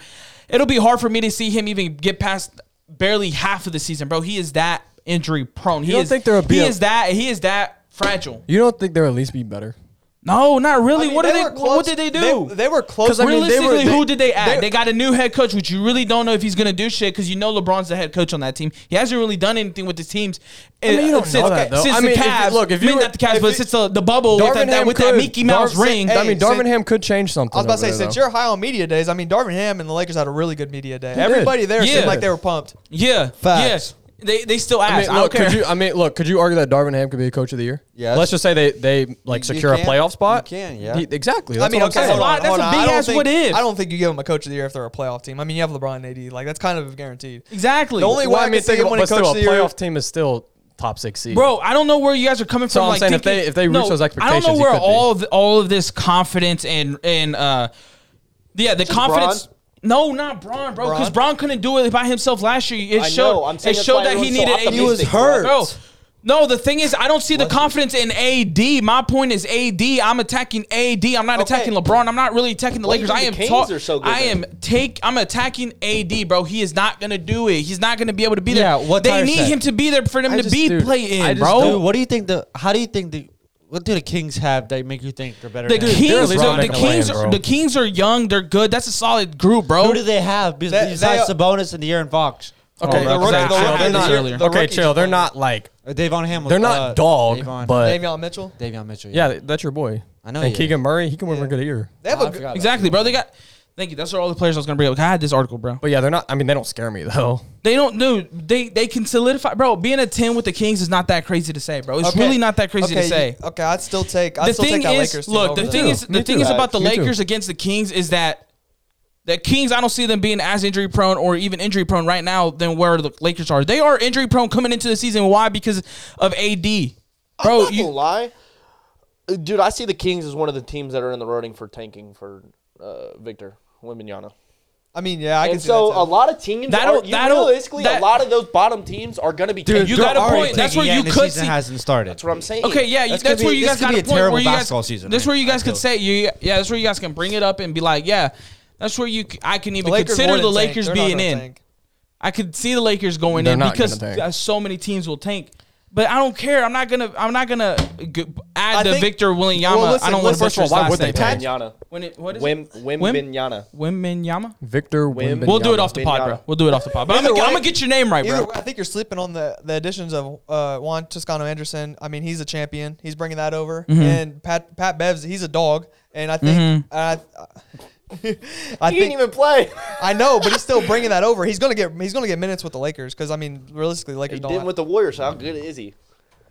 [SPEAKER 1] it'll be hard for me to see him even get past barely half of the season, bro. He is that injury prone. He
[SPEAKER 3] don't
[SPEAKER 1] is.
[SPEAKER 3] think there'll be
[SPEAKER 1] he
[SPEAKER 3] a-
[SPEAKER 1] is that. He is that fragile.
[SPEAKER 3] You don't think they'll at least be better?
[SPEAKER 1] No, not really.
[SPEAKER 5] I mean,
[SPEAKER 1] what are they?
[SPEAKER 5] were
[SPEAKER 1] What
[SPEAKER 5] close.
[SPEAKER 1] did they do?
[SPEAKER 5] They, they were close.
[SPEAKER 3] I mean, they
[SPEAKER 1] Oh, Realistically,
[SPEAKER 3] were- they-
[SPEAKER 1] who did they add?
[SPEAKER 3] they-
[SPEAKER 1] They, got a new head coach, which you really don't know if he's going to do shit because you know LeBron's the head coach on that team. He hasn't really done anything with his teams.
[SPEAKER 3] mean, you
[SPEAKER 1] uh,
[SPEAKER 3] don't
[SPEAKER 1] since,
[SPEAKER 3] know that, though.
[SPEAKER 1] since
[SPEAKER 3] I mean,
[SPEAKER 1] the
[SPEAKER 3] if you-
[SPEAKER 1] Cavs.
[SPEAKER 3] look, if
[SPEAKER 1] I
[SPEAKER 3] you
[SPEAKER 1] mean,
[SPEAKER 3] were-
[SPEAKER 1] not the Cavs,
[SPEAKER 3] if
[SPEAKER 1] but
[SPEAKER 3] you-
[SPEAKER 1] since the, the bubble with, that, that- with that
[SPEAKER 3] could.
[SPEAKER 1] Mickey Mouse
[SPEAKER 3] Darvin-
[SPEAKER 1] ring.
[SPEAKER 3] I mean,
[SPEAKER 5] Hey,
[SPEAKER 3] Darvin
[SPEAKER 5] since-
[SPEAKER 3] Ham could change something.
[SPEAKER 5] I was about to
[SPEAKER 3] over
[SPEAKER 5] say,
[SPEAKER 3] there,
[SPEAKER 5] since
[SPEAKER 3] though.
[SPEAKER 5] you're high on media days, I mean, Darvin Ham and the Lakers had a really good media day. Everybody there
[SPEAKER 1] Yeah.
[SPEAKER 5] seemed like they were pumped.
[SPEAKER 1] yeah,
[SPEAKER 2] Facts.
[SPEAKER 1] yeah. They they still ask. I,
[SPEAKER 3] I mean,
[SPEAKER 1] don't
[SPEAKER 3] look,
[SPEAKER 1] care.
[SPEAKER 3] could you? I mean, look, could you argue that Darvin Ham could be a coach of the year?
[SPEAKER 2] Yes.
[SPEAKER 3] Let's just say they they like
[SPEAKER 2] You- you
[SPEAKER 3] secure a
[SPEAKER 2] can.
[SPEAKER 3] playoff spot.
[SPEAKER 2] You can, yeah.
[SPEAKER 3] He- exactly. That's
[SPEAKER 5] I mean,
[SPEAKER 3] what I'm
[SPEAKER 5] okay,
[SPEAKER 3] saying.
[SPEAKER 1] saying.
[SPEAKER 5] hold on,
[SPEAKER 1] That's a
[SPEAKER 5] hold on. I
[SPEAKER 1] big
[SPEAKER 5] don't
[SPEAKER 1] ass
[SPEAKER 5] think-
[SPEAKER 1] what if.
[SPEAKER 5] I don't think you give them a coach of the year if they're a playoff team. I mean, you have LeBron and AD. Like that's kind of guaranteed.
[SPEAKER 1] exactly.
[SPEAKER 5] The only
[SPEAKER 3] Well,
[SPEAKER 5] way I
[SPEAKER 3] I mean,
[SPEAKER 5] could see
[SPEAKER 3] think
[SPEAKER 5] him
[SPEAKER 3] about,
[SPEAKER 5] winning
[SPEAKER 3] but
[SPEAKER 5] coach
[SPEAKER 3] still,
[SPEAKER 5] of
[SPEAKER 3] a
[SPEAKER 5] the year.
[SPEAKER 3] playoff team is still top six seed.
[SPEAKER 1] Bro, I don't know where you guys are coming
[SPEAKER 3] So
[SPEAKER 1] from.
[SPEAKER 3] I'm
[SPEAKER 1] like
[SPEAKER 3] saying if
[SPEAKER 1] thinking,
[SPEAKER 3] they- if they reach
[SPEAKER 1] no,
[SPEAKER 3] those
[SPEAKER 1] I don't
[SPEAKER 3] expectations,
[SPEAKER 1] know
[SPEAKER 3] it
[SPEAKER 1] where
[SPEAKER 3] could be.
[SPEAKER 1] all of, all of this confidence and and uh, yeah, the confidence.
[SPEAKER 4] Bron?
[SPEAKER 1] No, not Braun, bro. Because
[SPEAKER 5] Bron?
[SPEAKER 1] Braun couldn't do it by himself last year. It
[SPEAKER 4] I
[SPEAKER 1] showed.
[SPEAKER 4] know, I'm saying
[SPEAKER 1] it
[SPEAKER 4] that's
[SPEAKER 1] showed
[SPEAKER 4] why
[SPEAKER 1] that he
[SPEAKER 4] everyone's so
[SPEAKER 1] needed. AD.
[SPEAKER 4] He was
[SPEAKER 2] hurt.
[SPEAKER 1] Bro. No, the thing is, I don't see the confidence in AD. My point is AD. I'm attacking AD. I'm not attacking LeBron. I'm not really attacking the
[SPEAKER 4] Why do you
[SPEAKER 1] Lakers. I am.
[SPEAKER 4] think the Kings
[SPEAKER 1] ta-
[SPEAKER 4] are so good
[SPEAKER 1] I
[SPEAKER 4] then?
[SPEAKER 1] am take. I'm attacking AD, bro. He is not gonna do it. He's not gonna be able to be there.
[SPEAKER 2] Yeah, what
[SPEAKER 1] they
[SPEAKER 2] Tyler
[SPEAKER 1] need
[SPEAKER 2] said.
[SPEAKER 1] him to be there for them
[SPEAKER 3] I
[SPEAKER 1] to
[SPEAKER 3] just-
[SPEAKER 1] be
[SPEAKER 3] dude,
[SPEAKER 1] play in,
[SPEAKER 3] I just
[SPEAKER 1] bro.
[SPEAKER 3] don't-
[SPEAKER 2] Dude, what do you think the? How do you think the? What do the Kings have that make you think they're better?
[SPEAKER 1] The
[SPEAKER 2] than
[SPEAKER 1] Kings,
[SPEAKER 3] they're
[SPEAKER 1] the,
[SPEAKER 3] LeBron
[SPEAKER 1] the
[SPEAKER 3] gonna
[SPEAKER 1] Kings,
[SPEAKER 3] win,
[SPEAKER 1] are,
[SPEAKER 3] bro.
[SPEAKER 1] the Kings are young. They're good. That's a solid group, bro.
[SPEAKER 2] Who do they have bes-
[SPEAKER 5] They-
[SPEAKER 2] besides
[SPEAKER 5] they-
[SPEAKER 2] Sabonis and De'Aaron Fox?
[SPEAKER 3] Okay,
[SPEAKER 1] Oh,
[SPEAKER 5] rookie-
[SPEAKER 3] okay, chill.
[SPEAKER 5] the rookie
[SPEAKER 3] They're
[SPEAKER 5] of the
[SPEAKER 3] not-
[SPEAKER 5] year- the
[SPEAKER 3] okay,
[SPEAKER 5] rookie-
[SPEAKER 3] chill. They're not like
[SPEAKER 2] Uh, Davon Hamilton.
[SPEAKER 3] They're not dog, but-
[SPEAKER 5] Davion Mitchell.
[SPEAKER 2] Davion Mitchell.
[SPEAKER 3] yeah, th- that's your boy.
[SPEAKER 2] I know
[SPEAKER 3] And
[SPEAKER 2] he is.
[SPEAKER 3] Keegan Murray, he can win
[SPEAKER 5] Yeah.
[SPEAKER 3] Rookie of the year.
[SPEAKER 5] They have a
[SPEAKER 2] I
[SPEAKER 5] good-
[SPEAKER 2] forgot about
[SPEAKER 1] exactly, bro. They got. Thank you. That's all the players I was gonna bring up. I had this article, bro.
[SPEAKER 3] But yeah, they're not. I mean, they don't scare me though.
[SPEAKER 1] They don't do. They they can solidify, bro. Being a ten with the Kings is not that crazy to say, bro. It's
[SPEAKER 5] Okay.
[SPEAKER 1] really not that crazy
[SPEAKER 5] Okay,
[SPEAKER 1] to say.
[SPEAKER 5] you- Okay, I'd still take. I'd
[SPEAKER 1] the
[SPEAKER 5] still
[SPEAKER 1] thing
[SPEAKER 5] take that
[SPEAKER 1] is,
[SPEAKER 5] Lakers team
[SPEAKER 1] look,
[SPEAKER 5] over
[SPEAKER 1] the
[SPEAKER 5] them.
[SPEAKER 1] thing is, the
[SPEAKER 3] Me
[SPEAKER 1] thing
[SPEAKER 3] too.
[SPEAKER 1] is about the
[SPEAKER 3] Me too.
[SPEAKER 1] Lakers against the Kings is that the Kings, I don't see them being as injury prone or even injury prone right now than where the Lakers are. They are injury prone coming into the season. Why? Because of AD,
[SPEAKER 4] Bro,
[SPEAKER 1] bro.
[SPEAKER 4] you
[SPEAKER 1] Oh, You,
[SPEAKER 4] lie, Uh, dude. I see the Kings as one of the teams that are in the running for tanking for uh, Victor Wembanyama.
[SPEAKER 5] I mean, yeah, I can
[SPEAKER 4] and
[SPEAKER 5] see
[SPEAKER 4] so
[SPEAKER 5] that.
[SPEAKER 4] a
[SPEAKER 5] too.
[SPEAKER 4] lot of teams
[SPEAKER 1] That'll-
[SPEAKER 4] are, you
[SPEAKER 1] that'll-
[SPEAKER 4] realistically
[SPEAKER 1] that-
[SPEAKER 4] a lot of those bottom teams are going to be tanking.
[SPEAKER 1] you got a point. That's where you could
[SPEAKER 2] season
[SPEAKER 1] see-
[SPEAKER 2] hasn't started.
[SPEAKER 4] That's what I'm saying.
[SPEAKER 1] Okay, yeah, you-
[SPEAKER 2] This
[SPEAKER 1] that's,
[SPEAKER 2] could be-
[SPEAKER 1] where you
[SPEAKER 2] this
[SPEAKER 1] guys
[SPEAKER 2] could
[SPEAKER 1] got
[SPEAKER 2] be
[SPEAKER 1] a
[SPEAKER 2] a
[SPEAKER 1] point.
[SPEAKER 2] terrible
[SPEAKER 1] where you guys,
[SPEAKER 2] basketball season,
[SPEAKER 1] That's
[SPEAKER 2] man.
[SPEAKER 1] where you
[SPEAKER 2] I
[SPEAKER 1] guys could
[SPEAKER 2] feel.
[SPEAKER 1] say you. Yeah, that's where you guys can bring it up and be like, yeah, that's where you. c- I can even
[SPEAKER 5] Lakers
[SPEAKER 1] consider
[SPEAKER 5] wouldn't
[SPEAKER 1] the
[SPEAKER 5] tank.
[SPEAKER 1] Lakers
[SPEAKER 5] They're not
[SPEAKER 1] being
[SPEAKER 5] gonna
[SPEAKER 1] in.
[SPEAKER 5] tank.
[SPEAKER 1] I could see the Lakers going
[SPEAKER 3] They're
[SPEAKER 1] in
[SPEAKER 3] not
[SPEAKER 1] because
[SPEAKER 3] gonna tank.
[SPEAKER 1] so many teams will tank. But I don't care. I'm not gonna. I'm not gonna g- add
[SPEAKER 2] I
[SPEAKER 1] the
[SPEAKER 2] think-
[SPEAKER 1] Victor Wembanyama.
[SPEAKER 2] Well, listen,
[SPEAKER 1] I don't want to butcher
[SPEAKER 2] listen, first of all,
[SPEAKER 1] his
[SPEAKER 2] why
[SPEAKER 1] last
[SPEAKER 2] would they
[SPEAKER 1] name.
[SPEAKER 2] pay?
[SPEAKER 4] Wimbanyana.
[SPEAKER 1] When it, what is
[SPEAKER 4] Wim,
[SPEAKER 1] it?
[SPEAKER 4] Wim,
[SPEAKER 1] Wim-
[SPEAKER 4] Wembanyama.
[SPEAKER 1] Wembanyama?
[SPEAKER 3] Victor
[SPEAKER 4] Wim-
[SPEAKER 3] Wembanyama.
[SPEAKER 4] Wembanyama.
[SPEAKER 1] We'll do it off the pod,
[SPEAKER 4] Wembanyama.
[SPEAKER 1] bro. We'll do it off the pod. But I'm
[SPEAKER 5] Either
[SPEAKER 1] gonna, I'm
[SPEAKER 5] way-
[SPEAKER 1] gonna get your name right,
[SPEAKER 5] Either
[SPEAKER 1] bro.
[SPEAKER 5] way, I think you're sleeping on the, the additions of uh, Juan Toscano Anderson. I mean, he's a champion. He's bringing that over.
[SPEAKER 3] Mm-hmm.
[SPEAKER 5] And Pat Pat Bevs, he's a dog. And I think and I, I
[SPEAKER 4] He didn't
[SPEAKER 5] think
[SPEAKER 4] even play.
[SPEAKER 5] I know, but he's still bringing that over. He's gonna get he's gonna get minutes with the Lakers because I mean, realistically, Lakers
[SPEAKER 4] He
[SPEAKER 5] don't.
[SPEAKER 4] did
[SPEAKER 5] have-
[SPEAKER 4] with the Warriors. How good is he?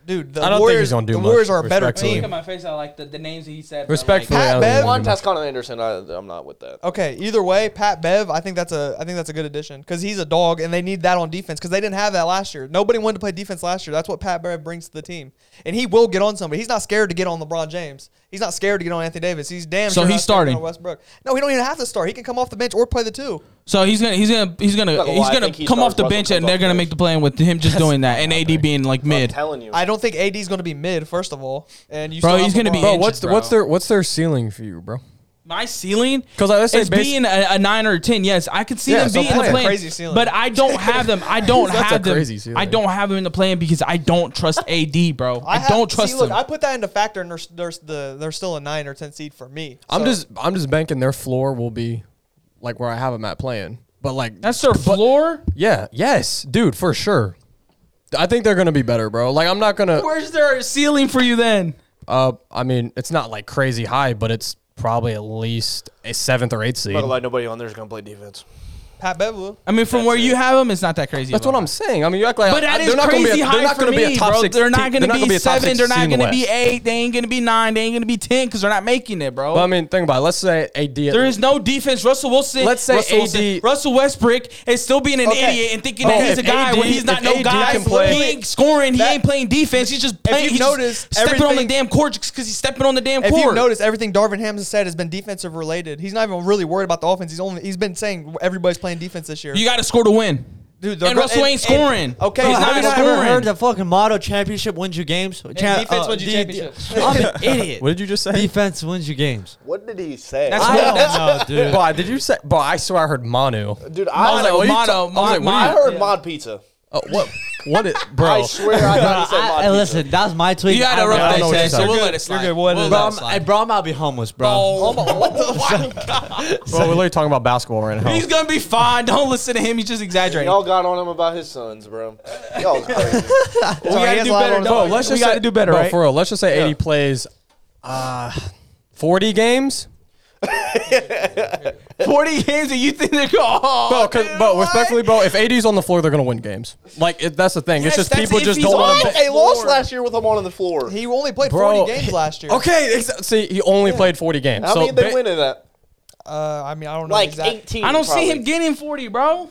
[SPEAKER 5] dude, the
[SPEAKER 3] I don't think
[SPEAKER 5] Warriors
[SPEAKER 3] he's gonna do
[SPEAKER 5] the
[SPEAKER 3] much,
[SPEAKER 5] Warriors are a better
[SPEAKER 3] respectfully.
[SPEAKER 5] team.
[SPEAKER 1] my face. I like the, the names that he said.
[SPEAKER 3] Respectfully,
[SPEAKER 5] Pat
[SPEAKER 3] I don't think
[SPEAKER 5] Bev-
[SPEAKER 3] he's
[SPEAKER 4] Juan
[SPEAKER 3] gonna do much.
[SPEAKER 4] Toscano Anderson. I, I'm not with that.
[SPEAKER 5] Okay, either way, Pat Bev, I think that's a I think that's a good addition because he's a dog and they need that on defense because they didn't have that last year. Nobody wanted to play defense last year. That's what Pat Bev brings to the team, and he will get on somebody. He's not scared to get on LeBron James. He's not scared to get on Anthony Davis. He's damn.
[SPEAKER 1] So
[SPEAKER 5] sure
[SPEAKER 1] he's
[SPEAKER 5] not scared to get
[SPEAKER 1] starting.
[SPEAKER 5] on Westbrook. No, he don't even have to start. He can come off the bench or play the two.
[SPEAKER 1] So he's gonna he's gonna he's gonna
[SPEAKER 4] Look, well,
[SPEAKER 1] he's
[SPEAKER 4] I
[SPEAKER 1] gonna
[SPEAKER 4] think he
[SPEAKER 1] come
[SPEAKER 4] starts
[SPEAKER 1] off the
[SPEAKER 4] Russell
[SPEAKER 1] bench and
[SPEAKER 4] Westbrook
[SPEAKER 1] they're gonna make the plan with him just doing that and AD being like
[SPEAKER 4] I'm
[SPEAKER 1] mid.
[SPEAKER 4] telling you.
[SPEAKER 5] I don't think AD's going to be mid first of all, and you.
[SPEAKER 1] Bro,
[SPEAKER 5] still have
[SPEAKER 1] he's gonna be
[SPEAKER 5] LeBron.
[SPEAKER 1] in-
[SPEAKER 3] Bro, what's the,
[SPEAKER 1] Bro.
[SPEAKER 3] what's their what's their ceiling for you, bro?
[SPEAKER 1] My ceiling
[SPEAKER 3] 'Cause I- I say
[SPEAKER 1] is
[SPEAKER 3] bas-
[SPEAKER 1] being a, a nine or a ten. Yes, I can see
[SPEAKER 3] Yeah,
[SPEAKER 1] them
[SPEAKER 3] so
[SPEAKER 1] being in the
[SPEAKER 5] that's a
[SPEAKER 1] plan,
[SPEAKER 5] crazy ceiling.
[SPEAKER 1] but I don't have them. I don't
[SPEAKER 3] That's a
[SPEAKER 1] have them.
[SPEAKER 3] crazy ceiling.
[SPEAKER 1] I don't have them in the plan because I don't trust AD, bro. I,
[SPEAKER 5] have-
[SPEAKER 1] don't trust
[SPEAKER 5] see, look,
[SPEAKER 1] him.
[SPEAKER 5] I put that into factor, and there's there's the they're still a nine or ten seed for me.
[SPEAKER 3] I'm
[SPEAKER 5] So-
[SPEAKER 3] just I'm just banking their floor will be like where I have them at playing. But like
[SPEAKER 1] That's their floor.
[SPEAKER 3] yeah, yes, dude, for sure. I think they're gonna be better, bro. Like I'm not gonna.
[SPEAKER 1] Where's their ceiling for you then?
[SPEAKER 3] Uh, I mean, it's not like crazy high, but it's probably at least a seventh or eighth seed.
[SPEAKER 4] By the way, nobody on there is going to play defense.
[SPEAKER 5] Pat Bev will.
[SPEAKER 1] I mean, from where you have them, it's not that crazy.
[SPEAKER 3] That's what
[SPEAKER 1] bro.
[SPEAKER 3] I'm saying. I mean, you act like
[SPEAKER 1] But that is
[SPEAKER 3] they're not
[SPEAKER 1] crazy
[SPEAKER 3] gonna be a,
[SPEAKER 1] high
[SPEAKER 3] they're not
[SPEAKER 1] for
[SPEAKER 3] gonna
[SPEAKER 1] me,
[SPEAKER 3] be a top
[SPEAKER 1] bro.
[SPEAKER 3] six.
[SPEAKER 1] they're
[SPEAKER 3] team.
[SPEAKER 1] not going to be
[SPEAKER 3] a top
[SPEAKER 1] seven.
[SPEAKER 3] six
[SPEAKER 1] They're not
[SPEAKER 3] seed in
[SPEAKER 1] going
[SPEAKER 3] the
[SPEAKER 1] to be
[SPEAKER 3] West.
[SPEAKER 1] eight. They ain't going to be nine. They ain't going to be ten because they're not making it, bro.
[SPEAKER 3] But I mean, think about. it. Let's say AD.
[SPEAKER 1] there is no defense. Russell Wilson.
[SPEAKER 3] Let's say
[SPEAKER 1] Russell, Wilson-
[SPEAKER 3] AD
[SPEAKER 1] Russell Westbrook is still being an
[SPEAKER 5] Okay.
[SPEAKER 1] idiot and thinking
[SPEAKER 3] Okay,
[SPEAKER 1] that he's a
[SPEAKER 3] if
[SPEAKER 1] guy
[SPEAKER 3] AD
[SPEAKER 1] when he's not
[SPEAKER 3] if
[SPEAKER 1] no
[SPEAKER 3] AD
[SPEAKER 1] guy.
[SPEAKER 3] can play-
[SPEAKER 1] he ain't scoring. He
[SPEAKER 5] That-
[SPEAKER 1] ain't playing defense. He's just playing.
[SPEAKER 5] you've
[SPEAKER 1] he's just
[SPEAKER 5] noticed,
[SPEAKER 1] stepping on the
[SPEAKER 5] everything-
[SPEAKER 1] damn court because he's stepping on the damn
[SPEAKER 5] If
[SPEAKER 1] court.
[SPEAKER 5] you notice, everything Darvin Ham has said has been defensive related. He's not even really worried about the offense. He's only he's been saying everybody's playing defense this year.
[SPEAKER 1] you got to score to win.
[SPEAKER 5] Dude, they're
[SPEAKER 1] and
[SPEAKER 5] go-
[SPEAKER 1] Russell
[SPEAKER 5] and-
[SPEAKER 1] ain't
[SPEAKER 5] and-
[SPEAKER 1] scoring.
[SPEAKER 5] okay,
[SPEAKER 1] he's
[SPEAKER 5] so
[SPEAKER 1] not
[SPEAKER 5] have
[SPEAKER 6] you ever heard
[SPEAKER 1] scoring.
[SPEAKER 6] the fucking motto? Championship wins you games. Cha-
[SPEAKER 1] uh,
[SPEAKER 5] defense wins you
[SPEAKER 6] the-
[SPEAKER 5] championships.
[SPEAKER 6] the- I'm an idiot.
[SPEAKER 3] What did you just say?
[SPEAKER 6] Defense wins you games.
[SPEAKER 4] What did he say?
[SPEAKER 1] That's
[SPEAKER 6] I
[SPEAKER 1] Manu.
[SPEAKER 6] don't know, dude.
[SPEAKER 3] Boy, did you say? Boy, I swear I heard Manu.
[SPEAKER 4] Dude, I,
[SPEAKER 1] was like,
[SPEAKER 3] what are you
[SPEAKER 1] Manu,
[SPEAKER 3] ta- I was like, what
[SPEAKER 4] I
[SPEAKER 3] are
[SPEAKER 1] Manu.
[SPEAKER 3] you-
[SPEAKER 4] heard Mod Pizza.
[SPEAKER 3] Oh, what? What? It, bro,
[SPEAKER 4] I swear I thought he said Mod
[SPEAKER 6] I, I,
[SPEAKER 4] Pizza.
[SPEAKER 6] listen, that was my tweet.
[SPEAKER 1] You got
[SPEAKER 6] I
[SPEAKER 1] to
[SPEAKER 6] don't know
[SPEAKER 1] rough
[SPEAKER 6] what
[SPEAKER 1] that
[SPEAKER 6] you
[SPEAKER 1] shit,
[SPEAKER 6] said.
[SPEAKER 1] so we'll let it slide.
[SPEAKER 5] You're good. We'll let it
[SPEAKER 1] We'll
[SPEAKER 6] Bro,
[SPEAKER 1] let it
[SPEAKER 6] I'm,
[SPEAKER 1] slide.
[SPEAKER 6] hey, bro, I'm about to be homeless,
[SPEAKER 2] uh,
[SPEAKER 6] bro.
[SPEAKER 1] Oh.
[SPEAKER 3] bro, we're literally talking about basketball right now.
[SPEAKER 1] He's gonna be fine. Don't listen to him. He's just exaggerating.
[SPEAKER 4] Y'all got on him about his sons, bro. Y'all crazy.
[SPEAKER 1] we gotta
[SPEAKER 5] has
[SPEAKER 1] do
[SPEAKER 5] a lot
[SPEAKER 1] better.
[SPEAKER 5] on his
[SPEAKER 1] dog.
[SPEAKER 5] plate.
[SPEAKER 1] we gotta do better,
[SPEAKER 3] bro,
[SPEAKER 1] right?
[SPEAKER 3] For real, let's just say AD plays, uh, forty games.
[SPEAKER 1] Forty games, and you think they're going? Oh,
[SPEAKER 3] Bro, cause,
[SPEAKER 1] dude,
[SPEAKER 3] bro,
[SPEAKER 1] what?
[SPEAKER 3] respectfully, bro, if AD's on the floor, they're gonna win games. Like it, that's the thing.
[SPEAKER 1] Yes,
[SPEAKER 3] it's just
[SPEAKER 1] that's
[SPEAKER 3] people
[SPEAKER 1] if
[SPEAKER 3] just
[SPEAKER 1] he's
[SPEAKER 3] don't
[SPEAKER 1] on
[SPEAKER 3] want
[SPEAKER 1] the
[SPEAKER 3] to.
[SPEAKER 1] floor.
[SPEAKER 4] they lost last year with him on the floor.
[SPEAKER 5] he only played
[SPEAKER 3] Bro,
[SPEAKER 5] 40 games last year.
[SPEAKER 3] Okay, exa- see, he only played forty games.
[SPEAKER 4] How
[SPEAKER 3] so
[SPEAKER 4] many did they
[SPEAKER 3] ba-
[SPEAKER 4] win in that?
[SPEAKER 5] Uh, I mean, I don't know
[SPEAKER 4] Like
[SPEAKER 5] exactly.
[SPEAKER 4] 18.
[SPEAKER 1] I don't see
[SPEAKER 4] probably.
[SPEAKER 1] him getting forty, bro.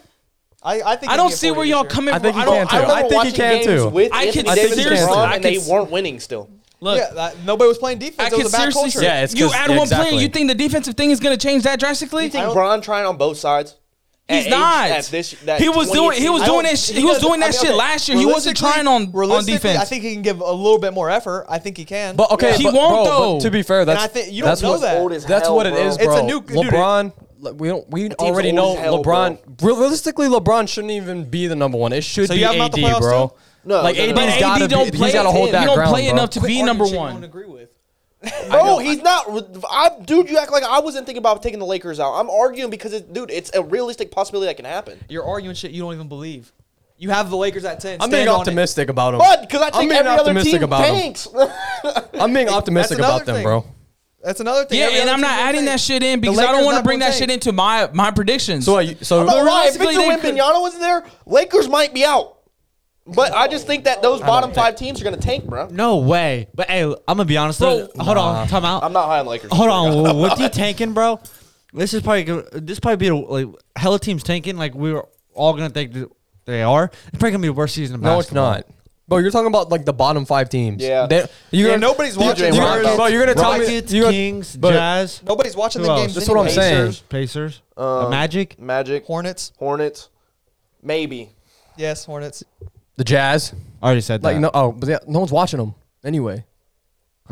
[SPEAKER 5] I, I think
[SPEAKER 1] I
[SPEAKER 5] he'll
[SPEAKER 1] don't
[SPEAKER 5] get
[SPEAKER 1] see
[SPEAKER 5] 40
[SPEAKER 1] where
[SPEAKER 5] this
[SPEAKER 1] y'all
[SPEAKER 5] year.
[SPEAKER 1] coming
[SPEAKER 3] I think
[SPEAKER 1] from.
[SPEAKER 3] he
[SPEAKER 1] I don't.
[SPEAKER 3] can, too.
[SPEAKER 1] I don't
[SPEAKER 3] I think he
[SPEAKER 4] watching
[SPEAKER 3] can,
[SPEAKER 4] games
[SPEAKER 3] too.
[SPEAKER 4] With
[SPEAKER 1] I could
[SPEAKER 4] Anthony Davis
[SPEAKER 3] seriously-
[SPEAKER 4] and LeBron,
[SPEAKER 3] I
[SPEAKER 4] and
[SPEAKER 1] could-
[SPEAKER 4] they weren't winning still.
[SPEAKER 1] look.
[SPEAKER 5] Yeah, that, nobody was playing defense.
[SPEAKER 1] I
[SPEAKER 5] it
[SPEAKER 1] can
[SPEAKER 5] was a bad
[SPEAKER 1] seriously.
[SPEAKER 5] culture.
[SPEAKER 1] see-
[SPEAKER 3] Yeah, it's
[SPEAKER 1] you
[SPEAKER 3] 'cause-
[SPEAKER 1] add
[SPEAKER 3] yeah,
[SPEAKER 1] one player.
[SPEAKER 3] exactly.
[SPEAKER 1] You think the defensive thing is gonna change that drastically?
[SPEAKER 4] You think Bron trying on both sides? At
[SPEAKER 1] He's
[SPEAKER 4] age-
[SPEAKER 1] not.
[SPEAKER 4] at this- that
[SPEAKER 1] he was
[SPEAKER 4] 20th
[SPEAKER 1] doing. He was
[SPEAKER 4] season?
[SPEAKER 1] doing
[SPEAKER 5] I
[SPEAKER 1] that.
[SPEAKER 5] don't-
[SPEAKER 1] Sh-
[SPEAKER 5] he
[SPEAKER 1] he was
[SPEAKER 5] doesn't-
[SPEAKER 1] doing
[SPEAKER 5] I
[SPEAKER 1] that
[SPEAKER 5] mean,
[SPEAKER 1] shit
[SPEAKER 5] okay,
[SPEAKER 1] last year. He wasn't
[SPEAKER 5] realistically-
[SPEAKER 1] trying on on
[SPEAKER 5] realistically,
[SPEAKER 1] defense.
[SPEAKER 5] I think he can give a little bit more effort. I think he can.
[SPEAKER 3] But okay,
[SPEAKER 1] He
[SPEAKER 3] but-
[SPEAKER 1] won't,
[SPEAKER 3] bro, but
[SPEAKER 1] though.
[SPEAKER 3] to be fair, that's
[SPEAKER 5] I think- you don't
[SPEAKER 3] that's
[SPEAKER 5] know
[SPEAKER 3] what,
[SPEAKER 5] that.
[SPEAKER 4] Old as
[SPEAKER 3] That's
[SPEAKER 4] hell,
[SPEAKER 3] what it
[SPEAKER 4] bro.
[SPEAKER 3] is,
[SPEAKER 5] It's a
[SPEAKER 3] bro.
[SPEAKER 5] new- dude,
[SPEAKER 3] LeBron. le- We don't. We
[SPEAKER 4] team's
[SPEAKER 3] already
[SPEAKER 4] old
[SPEAKER 3] know
[SPEAKER 4] as hell,
[SPEAKER 3] LeBron. Realistically, LeBron shouldn't even be the number one. It should
[SPEAKER 5] So
[SPEAKER 3] be
[SPEAKER 5] you have him out
[SPEAKER 3] AD,
[SPEAKER 5] the playoffs,
[SPEAKER 3] bro.
[SPEAKER 5] too?
[SPEAKER 4] No,
[SPEAKER 3] like
[SPEAKER 4] no, no,
[SPEAKER 3] AD's
[SPEAKER 4] no.
[SPEAKER 1] but
[SPEAKER 3] got to
[SPEAKER 1] AD don't play.
[SPEAKER 3] He's got to hold
[SPEAKER 1] he
[SPEAKER 3] that
[SPEAKER 1] don't
[SPEAKER 3] ground,
[SPEAKER 1] play
[SPEAKER 3] bro.
[SPEAKER 1] enough to be number
[SPEAKER 5] I don't
[SPEAKER 1] one.
[SPEAKER 5] agree with.
[SPEAKER 4] Bro, he's not. I, dude, you act like I wasn't thinking about taking the Lakers out. I'm arguing because, it, dude, it's a realistic possibility that can happen.
[SPEAKER 5] You're arguing shit you don't even believe. You have the Lakers at 10.
[SPEAKER 3] I'm
[SPEAKER 5] Stand
[SPEAKER 3] being
[SPEAKER 5] on it.
[SPEAKER 3] optimistic about him.
[SPEAKER 4] But because I
[SPEAKER 3] I'm
[SPEAKER 4] think
[SPEAKER 3] being
[SPEAKER 4] every other
[SPEAKER 3] optimistic
[SPEAKER 4] team
[SPEAKER 3] about him.
[SPEAKER 4] tanks.
[SPEAKER 3] I'm being optimistic
[SPEAKER 5] another
[SPEAKER 3] about them,
[SPEAKER 5] thing.
[SPEAKER 3] bro.
[SPEAKER 5] That's another thing.
[SPEAKER 1] Yeah,
[SPEAKER 5] Every
[SPEAKER 1] and
[SPEAKER 5] other
[SPEAKER 1] I'm
[SPEAKER 5] team
[SPEAKER 1] not
[SPEAKER 5] will
[SPEAKER 1] adding
[SPEAKER 5] take.
[SPEAKER 1] that shit in
[SPEAKER 5] The
[SPEAKER 1] because I
[SPEAKER 5] Lakers
[SPEAKER 1] don't want to
[SPEAKER 5] not
[SPEAKER 1] bring
[SPEAKER 5] gonna
[SPEAKER 1] that shit
[SPEAKER 5] take.
[SPEAKER 1] into my my predictions.
[SPEAKER 3] So, I- so
[SPEAKER 4] But why? If Victor
[SPEAKER 1] realistically, they could-
[SPEAKER 4] Wembanyama wasn't there, Lakers might be out. But I just think that those bottom five teams are going to tank, bro.
[SPEAKER 6] No way. But hey, I'm gonna be honest. though. hold on, time out.
[SPEAKER 4] I'm not high on Lakers.
[SPEAKER 6] Hold on, what you tanking, bro? This is probably gonna, this probably be the, like hella teams tanking. Like we were all gonna think that they are. It's probably gonna be the worst season. Of
[SPEAKER 3] no, it's
[SPEAKER 6] basketball.
[SPEAKER 3] not. Bro, you're talking about like the bottom five teams.
[SPEAKER 4] Yeah.
[SPEAKER 3] They- you're
[SPEAKER 5] Yeah,
[SPEAKER 3] gonna-
[SPEAKER 5] nobody's
[SPEAKER 3] you're-
[SPEAKER 5] watching
[SPEAKER 3] you're-
[SPEAKER 4] Rockets,
[SPEAKER 3] Bro, you're gonna tell me
[SPEAKER 6] Rockets,
[SPEAKER 3] you're-
[SPEAKER 6] Kings,
[SPEAKER 3] but-
[SPEAKER 6] Jazz.
[SPEAKER 5] Nobody's watching
[SPEAKER 6] Who
[SPEAKER 5] the
[SPEAKER 6] else?
[SPEAKER 5] games.
[SPEAKER 3] That's what I'm
[SPEAKER 5] anyway.
[SPEAKER 3] saying.
[SPEAKER 4] Pacers,
[SPEAKER 6] Pacers, the
[SPEAKER 4] Um,
[SPEAKER 6] Magic.
[SPEAKER 4] Magic,
[SPEAKER 5] Hornets.
[SPEAKER 4] Hornets, maybe.
[SPEAKER 5] Yes, Hornets.
[SPEAKER 3] the Jazz.
[SPEAKER 6] I already said that.
[SPEAKER 3] Like no, oh, but yeah, no one's watching them anyway.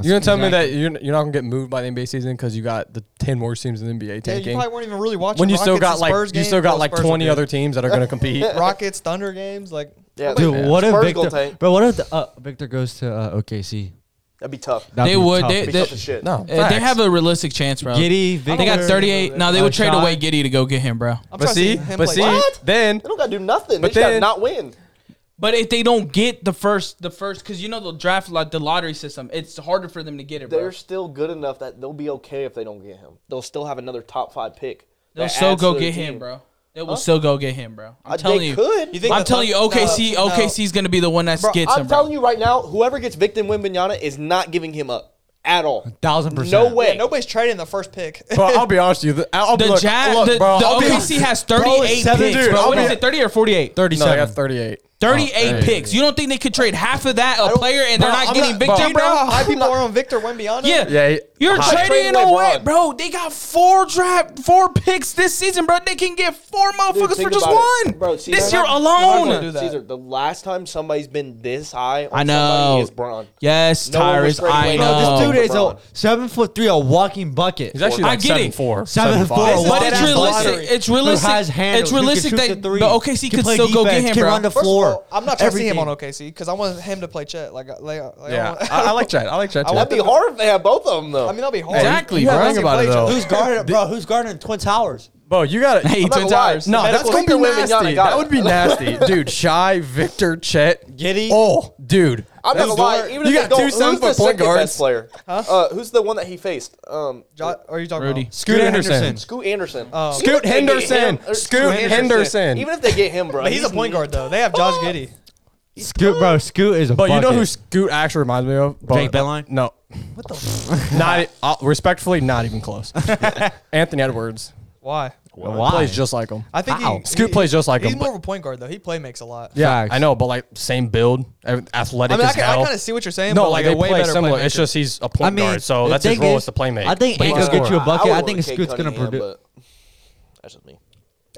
[SPEAKER 3] You're gonna tell me that you're, you're not gonna get moved by the NBA season because you got the ten worst teams in the NBA
[SPEAKER 5] Yeah, you
[SPEAKER 3] tanking.
[SPEAKER 5] probably weren't even really watching.
[SPEAKER 3] when you still
[SPEAKER 5] Rockets
[SPEAKER 3] got
[SPEAKER 5] and
[SPEAKER 3] like
[SPEAKER 5] Spurs
[SPEAKER 3] you
[SPEAKER 5] games.
[SPEAKER 3] still
[SPEAKER 5] Well,
[SPEAKER 3] got like
[SPEAKER 5] Spurs were
[SPEAKER 3] twenty
[SPEAKER 5] good.
[SPEAKER 3] other teams that are gonna compete.
[SPEAKER 5] Rockets, Thunder games. Like
[SPEAKER 4] Yeah,
[SPEAKER 6] Dude,
[SPEAKER 4] like,
[SPEAKER 6] what if
[SPEAKER 4] Spurs
[SPEAKER 6] Victor?
[SPEAKER 4] gonna take-
[SPEAKER 6] Bro, what if the, uh, Victor goes to uh, OKC?
[SPEAKER 4] That'd be tough.
[SPEAKER 6] That'd
[SPEAKER 1] They
[SPEAKER 6] be
[SPEAKER 1] would.
[SPEAKER 6] tough.
[SPEAKER 1] They,
[SPEAKER 4] Be
[SPEAKER 1] they,
[SPEAKER 4] tough as shit.
[SPEAKER 3] No,
[SPEAKER 1] uh, they have a realistic chance, bro.
[SPEAKER 6] Giddy, Victor.
[SPEAKER 1] They got 38. No, they would
[SPEAKER 6] Uh,
[SPEAKER 1] trade
[SPEAKER 6] Shy.
[SPEAKER 1] away Giddy to go get him, bro.
[SPEAKER 5] I'm
[SPEAKER 3] but
[SPEAKER 5] trying to
[SPEAKER 3] see,
[SPEAKER 5] see him
[SPEAKER 3] but
[SPEAKER 5] play-
[SPEAKER 3] see,
[SPEAKER 4] What?
[SPEAKER 3] then
[SPEAKER 4] They don't gotta do nothing.
[SPEAKER 3] But
[SPEAKER 4] they just gotta
[SPEAKER 3] then-
[SPEAKER 4] not win.
[SPEAKER 1] But if they don't get the first, the first, because you know the draft, like the lottery system, it's harder for them to get it, bro.
[SPEAKER 4] They're still good enough that they'll be okay if they don't get him. They'll still have another top five pick.
[SPEAKER 1] They'll
[SPEAKER 4] that
[SPEAKER 1] still
[SPEAKER 4] adds
[SPEAKER 1] go
[SPEAKER 4] to their
[SPEAKER 1] get him,
[SPEAKER 4] team.
[SPEAKER 1] bro. They will still go get him, bro. I'm
[SPEAKER 4] Uh,
[SPEAKER 1] telling
[SPEAKER 4] they
[SPEAKER 1] you.
[SPEAKER 4] could.
[SPEAKER 5] You think
[SPEAKER 1] I'm
[SPEAKER 5] the
[SPEAKER 1] telling you,
[SPEAKER 5] Thunder- no,
[SPEAKER 1] OKC,
[SPEAKER 5] no.
[SPEAKER 1] OKC's gonna be the one that
[SPEAKER 5] Bro,
[SPEAKER 1] gets
[SPEAKER 4] I'm
[SPEAKER 1] him, bro.
[SPEAKER 4] telling you right now, whoever gets Victor Wimbignana is not giving him up at all.
[SPEAKER 6] thousand percent.
[SPEAKER 4] No way.
[SPEAKER 5] Yeah, nobody's trading the first pick.
[SPEAKER 3] bro, I'll be honest with you. The, I'll,
[SPEAKER 1] The
[SPEAKER 3] look,
[SPEAKER 1] Jazz,
[SPEAKER 3] look,
[SPEAKER 1] the,
[SPEAKER 3] bro,
[SPEAKER 1] the
[SPEAKER 3] I'll be-
[SPEAKER 1] OKC has 38
[SPEAKER 3] seven-
[SPEAKER 1] picks,
[SPEAKER 3] dude,
[SPEAKER 1] bro.
[SPEAKER 3] I'll
[SPEAKER 1] What
[SPEAKER 3] be-
[SPEAKER 1] is it, 30 or 48?
[SPEAKER 3] No, I got
[SPEAKER 6] 37.
[SPEAKER 3] 38.
[SPEAKER 1] 38 picks. You don't think they could trade half of that a player and they're
[SPEAKER 3] Bro,
[SPEAKER 1] not
[SPEAKER 3] I'm
[SPEAKER 1] getting
[SPEAKER 3] not-
[SPEAKER 1] Victor,
[SPEAKER 3] bro,
[SPEAKER 5] Do
[SPEAKER 1] bro?
[SPEAKER 5] you know how high people are on Victor Wembanyama?
[SPEAKER 1] Yeah.
[SPEAKER 3] Yeah, he-
[SPEAKER 1] You're
[SPEAKER 3] hot.
[SPEAKER 1] trading
[SPEAKER 4] Trade
[SPEAKER 1] away,
[SPEAKER 4] LeBron.
[SPEAKER 1] bro. They got four draft, four picks this season, bro. They can get four motherfuckers
[SPEAKER 4] think
[SPEAKER 1] for just
[SPEAKER 4] about it.
[SPEAKER 1] one.
[SPEAKER 4] Bro, see,
[SPEAKER 1] this
[SPEAKER 4] they're
[SPEAKER 1] year
[SPEAKER 4] not-
[SPEAKER 5] not gonna
[SPEAKER 1] alone.
[SPEAKER 5] do that.
[SPEAKER 4] Caesar, the last time somebody's been this high on
[SPEAKER 1] I
[SPEAKER 4] somebody
[SPEAKER 1] know.
[SPEAKER 4] is Braun.
[SPEAKER 1] Yes,
[SPEAKER 4] No one was
[SPEAKER 1] Tyrus,
[SPEAKER 4] trading
[SPEAKER 1] I
[SPEAKER 4] away.
[SPEAKER 1] know.
[SPEAKER 4] No.
[SPEAKER 6] Bro, this dude is
[SPEAKER 4] LeBron.
[SPEAKER 6] a seven foot three, a walking bucket.
[SPEAKER 3] He's actually
[SPEAKER 1] I
[SPEAKER 3] like
[SPEAKER 1] get
[SPEAKER 3] seven
[SPEAKER 1] it.
[SPEAKER 3] four,
[SPEAKER 6] Seven
[SPEAKER 3] seven
[SPEAKER 6] four,
[SPEAKER 3] five.
[SPEAKER 6] one-
[SPEAKER 1] But
[SPEAKER 5] Dead
[SPEAKER 1] it's
[SPEAKER 5] ass
[SPEAKER 1] realistic.
[SPEAKER 5] lottery.
[SPEAKER 1] It's
[SPEAKER 6] Who has
[SPEAKER 1] realistic.
[SPEAKER 6] handles,
[SPEAKER 1] It's
[SPEAKER 6] who can
[SPEAKER 1] realistic
[SPEAKER 6] shoot
[SPEAKER 1] that
[SPEAKER 6] the three,
[SPEAKER 1] the OKC can
[SPEAKER 6] play
[SPEAKER 1] still go get
[SPEAKER 6] defense,
[SPEAKER 1] him,
[SPEAKER 6] can
[SPEAKER 1] bro.
[SPEAKER 6] run the
[SPEAKER 5] First
[SPEAKER 6] floor.
[SPEAKER 5] of all, I'm not trying to see him on
[SPEAKER 6] Everything.
[SPEAKER 5] OKC because I want him to play Chet. Like, like, like
[SPEAKER 3] Yeah,
[SPEAKER 5] want-
[SPEAKER 3] I, I like Chet. I like Chet.
[SPEAKER 5] I
[SPEAKER 3] too.
[SPEAKER 5] want
[SPEAKER 4] That'd be hard if they have both of them though.
[SPEAKER 5] I mean, that'll be hard.
[SPEAKER 1] Exactly,
[SPEAKER 5] Yeah,
[SPEAKER 1] bro.
[SPEAKER 5] that's
[SPEAKER 3] Think
[SPEAKER 5] the
[SPEAKER 3] about it,
[SPEAKER 5] play,
[SPEAKER 3] though.
[SPEAKER 5] Chet.
[SPEAKER 6] Who's guarding, bro? Who's guarding Twin Towers?
[SPEAKER 3] Bro, you got it.
[SPEAKER 1] Hey,
[SPEAKER 4] not
[SPEAKER 1] Twin
[SPEAKER 4] gonna lie.
[SPEAKER 1] Towers.
[SPEAKER 3] No,
[SPEAKER 4] Medical
[SPEAKER 3] that's gonna be
[SPEAKER 4] finger women, y'all
[SPEAKER 3] nasty.
[SPEAKER 4] got
[SPEAKER 3] That
[SPEAKER 4] it.
[SPEAKER 3] would be nasty, dude. Shy, Victor, Chet,
[SPEAKER 6] Giddy.
[SPEAKER 3] Oh, dude.
[SPEAKER 4] I'm
[SPEAKER 3] That's-
[SPEAKER 4] not gonna lie. Even
[SPEAKER 3] you
[SPEAKER 4] if
[SPEAKER 3] got two
[SPEAKER 4] they don't, who's the
[SPEAKER 3] seven-foot point
[SPEAKER 4] second
[SPEAKER 3] guards.
[SPEAKER 4] best player? Uh, who's the one that he faced? Um,
[SPEAKER 5] Jo- are you talking
[SPEAKER 1] Rudy.
[SPEAKER 5] about?
[SPEAKER 3] Scoot Henderson.
[SPEAKER 4] Scoot Anderson.
[SPEAKER 5] Oh.
[SPEAKER 4] Even if
[SPEAKER 3] Scoot
[SPEAKER 4] they get
[SPEAKER 3] Henderson.
[SPEAKER 4] or
[SPEAKER 3] Scoot Henderson.
[SPEAKER 4] Even if they get him, bro,
[SPEAKER 5] But he's a point guard though. They have Josh Giddy.
[SPEAKER 6] Scoot, bro. Scoot is a
[SPEAKER 3] But you know
[SPEAKER 6] bucket.
[SPEAKER 3] who Scoot actually reminds me of? But,
[SPEAKER 6] Jake Beeline?
[SPEAKER 3] No.
[SPEAKER 5] What the? F-
[SPEAKER 3] Not e- uh, respectfully, not even close. Anthony Edwards
[SPEAKER 5] Why?
[SPEAKER 6] Why?
[SPEAKER 3] plays just like him.
[SPEAKER 5] I think
[SPEAKER 6] How?
[SPEAKER 5] he,
[SPEAKER 3] Scoot
[SPEAKER 5] he-
[SPEAKER 3] plays just like
[SPEAKER 5] He's
[SPEAKER 3] him,
[SPEAKER 5] more
[SPEAKER 3] but-
[SPEAKER 5] of a point guard though. He play makes a lot.
[SPEAKER 3] Yeah,
[SPEAKER 6] Facts.
[SPEAKER 3] I know, but like same build, ev- athletic
[SPEAKER 5] I mean, I,
[SPEAKER 3] as
[SPEAKER 5] can- I
[SPEAKER 3] hell.
[SPEAKER 5] kind of see what you're saying.
[SPEAKER 3] no,
[SPEAKER 5] but
[SPEAKER 3] like,
[SPEAKER 5] a
[SPEAKER 3] they
[SPEAKER 5] way
[SPEAKER 3] play
[SPEAKER 5] better
[SPEAKER 3] similar.
[SPEAKER 5] playmaker.
[SPEAKER 3] It's just he's a point guard, so
[SPEAKER 6] the
[SPEAKER 3] that's his
[SPEAKER 6] thing
[SPEAKER 3] role
[SPEAKER 6] is,
[SPEAKER 3] is to play make.
[SPEAKER 6] I think
[SPEAKER 3] But he
[SPEAKER 6] Ant
[SPEAKER 3] can
[SPEAKER 6] will get
[SPEAKER 3] score.
[SPEAKER 6] you a bucket. I, think
[SPEAKER 4] Kate
[SPEAKER 6] Scoot's gonna
[SPEAKER 4] Cunningham,
[SPEAKER 6] produce.
[SPEAKER 4] but That's just me.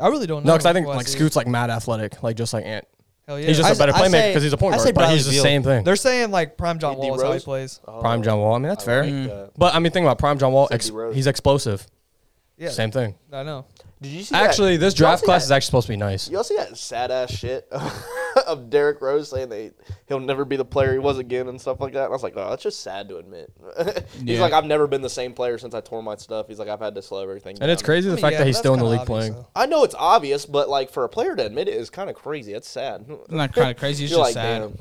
[SPEAKER 5] I really don't know.
[SPEAKER 3] No, because I think
[SPEAKER 5] who
[SPEAKER 3] like
[SPEAKER 5] see.
[SPEAKER 3] Scoot's like mad athletic, like just like Ant.
[SPEAKER 5] Hell yeah.
[SPEAKER 3] He's just
[SPEAKER 6] I
[SPEAKER 3] a
[SPEAKER 6] s-
[SPEAKER 3] better
[SPEAKER 6] I
[SPEAKER 3] playmaker
[SPEAKER 6] say-
[SPEAKER 3] because he's a
[SPEAKER 6] I
[SPEAKER 3] point
[SPEAKER 6] say
[SPEAKER 3] guard, but
[SPEAKER 6] Bradley
[SPEAKER 3] he's the
[SPEAKER 6] Beal.
[SPEAKER 3] same thing.
[SPEAKER 5] They're saying like prime John
[SPEAKER 4] D.
[SPEAKER 5] Wall is how he
[SPEAKER 4] Rose?
[SPEAKER 5] plays.
[SPEAKER 3] Prime John Wall. I mean, that's fair.
[SPEAKER 4] like that.
[SPEAKER 3] But I mean, think about Prime John Wall. Ex-
[SPEAKER 4] Cindy Rhodes.
[SPEAKER 3] he's explosive.
[SPEAKER 5] Yeah,
[SPEAKER 3] Same thing.
[SPEAKER 5] I know.
[SPEAKER 4] Did you see
[SPEAKER 3] Actually, this draft class is
[SPEAKER 4] is actually.
[SPEAKER 3] actually supposed to be nice.
[SPEAKER 4] Y'all see that sad ass shit of Derrick Rose saying that he'll never be the player he was again and stuff like that. And I was like, oh, that's just sad to admit. He's
[SPEAKER 1] Yeah.
[SPEAKER 4] like, I've never been the same player since I tore my stuff. He's like, I've had to slow everything.
[SPEAKER 3] And it's
[SPEAKER 4] down."
[SPEAKER 3] crazy the
[SPEAKER 5] I mean,
[SPEAKER 3] fact
[SPEAKER 5] yeah,
[SPEAKER 3] that he's
[SPEAKER 5] that's
[SPEAKER 3] still in the
[SPEAKER 5] kinda
[SPEAKER 3] league
[SPEAKER 5] obvious,
[SPEAKER 3] playing.
[SPEAKER 5] though.
[SPEAKER 4] I know it's obvious, but like for a player to admit it is kind of crazy. It's sad.
[SPEAKER 1] Not kind of crazy. It's
[SPEAKER 4] You're
[SPEAKER 1] just
[SPEAKER 4] like,
[SPEAKER 1] sad.
[SPEAKER 4] damn.
[SPEAKER 1] All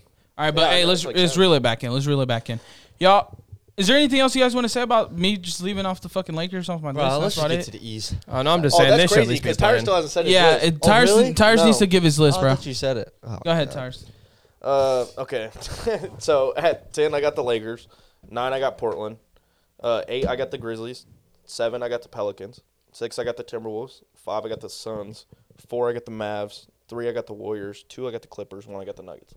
[SPEAKER 1] right, but
[SPEAKER 4] Yeah, I
[SPEAKER 1] hey,
[SPEAKER 4] know,
[SPEAKER 1] let's
[SPEAKER 4] it's like
[SPEAKER 1] let's
[SPEAKER 4] sad.
[SPEAKER 1] reel it back in. Let's reel it back in, y'all. Is there anything else you guys want to say about me just leaving off the fucking Lakers off my
[SPEAKER 6] Bro,
[SPEAKER 1] list?
[SPEAKER 6] let's
[SPEAKER 1] That's
[SPEAKER 6] just
[SPEAKER 1] about
[SPEAKER 6] get
[SPEAKER 1] it.
[SPEAKER 6] to the East.
[SPEAKER 3] Oh, no, I'm just
[SPEAKER 4] Oh,
[SPEAKER 3] saying they
[SPEAKER 4] that's
[SPEAKER 3] should at
[SPEAKER 4] crazy
[SPEAKER 3] least be
[SPEAKER 4] because Tyrus
[SPEAKER 3] playing.
[SPEAKER 4] still hasn't said his Oh,
[SPEAKER 1] Yeah,
[SPEAKER 4] list.
[SPEAKER 1] it, Tyrus,
[SPEAKER 6] really?
[SPEAKER 1] Tyrus needs
[SPEAKER 6] No.
[SPEAKER 1] to give his list,
[SPEAKER 6] Oh, I
[SPEAKER 1] bro.
[SPEAKER 6] thought you said it. Oh,
[SPEAKER 1] Go ahead,
[SPEAKER 6] God.
[SPEAKER 1] Tyrus.
[SPEAKER 4] Uh, okay. so at ten, I got the Lakers. Nine, I got Portland. Uh, eight, I got the Grizzlies. Seven, I got the Pelicans. Six, I got the Timberwolves. Five, I got the Suns. Four, I got the Mavs. Three, I got the Warriors. Two, I got the Clippers. One, I got the Nuggets.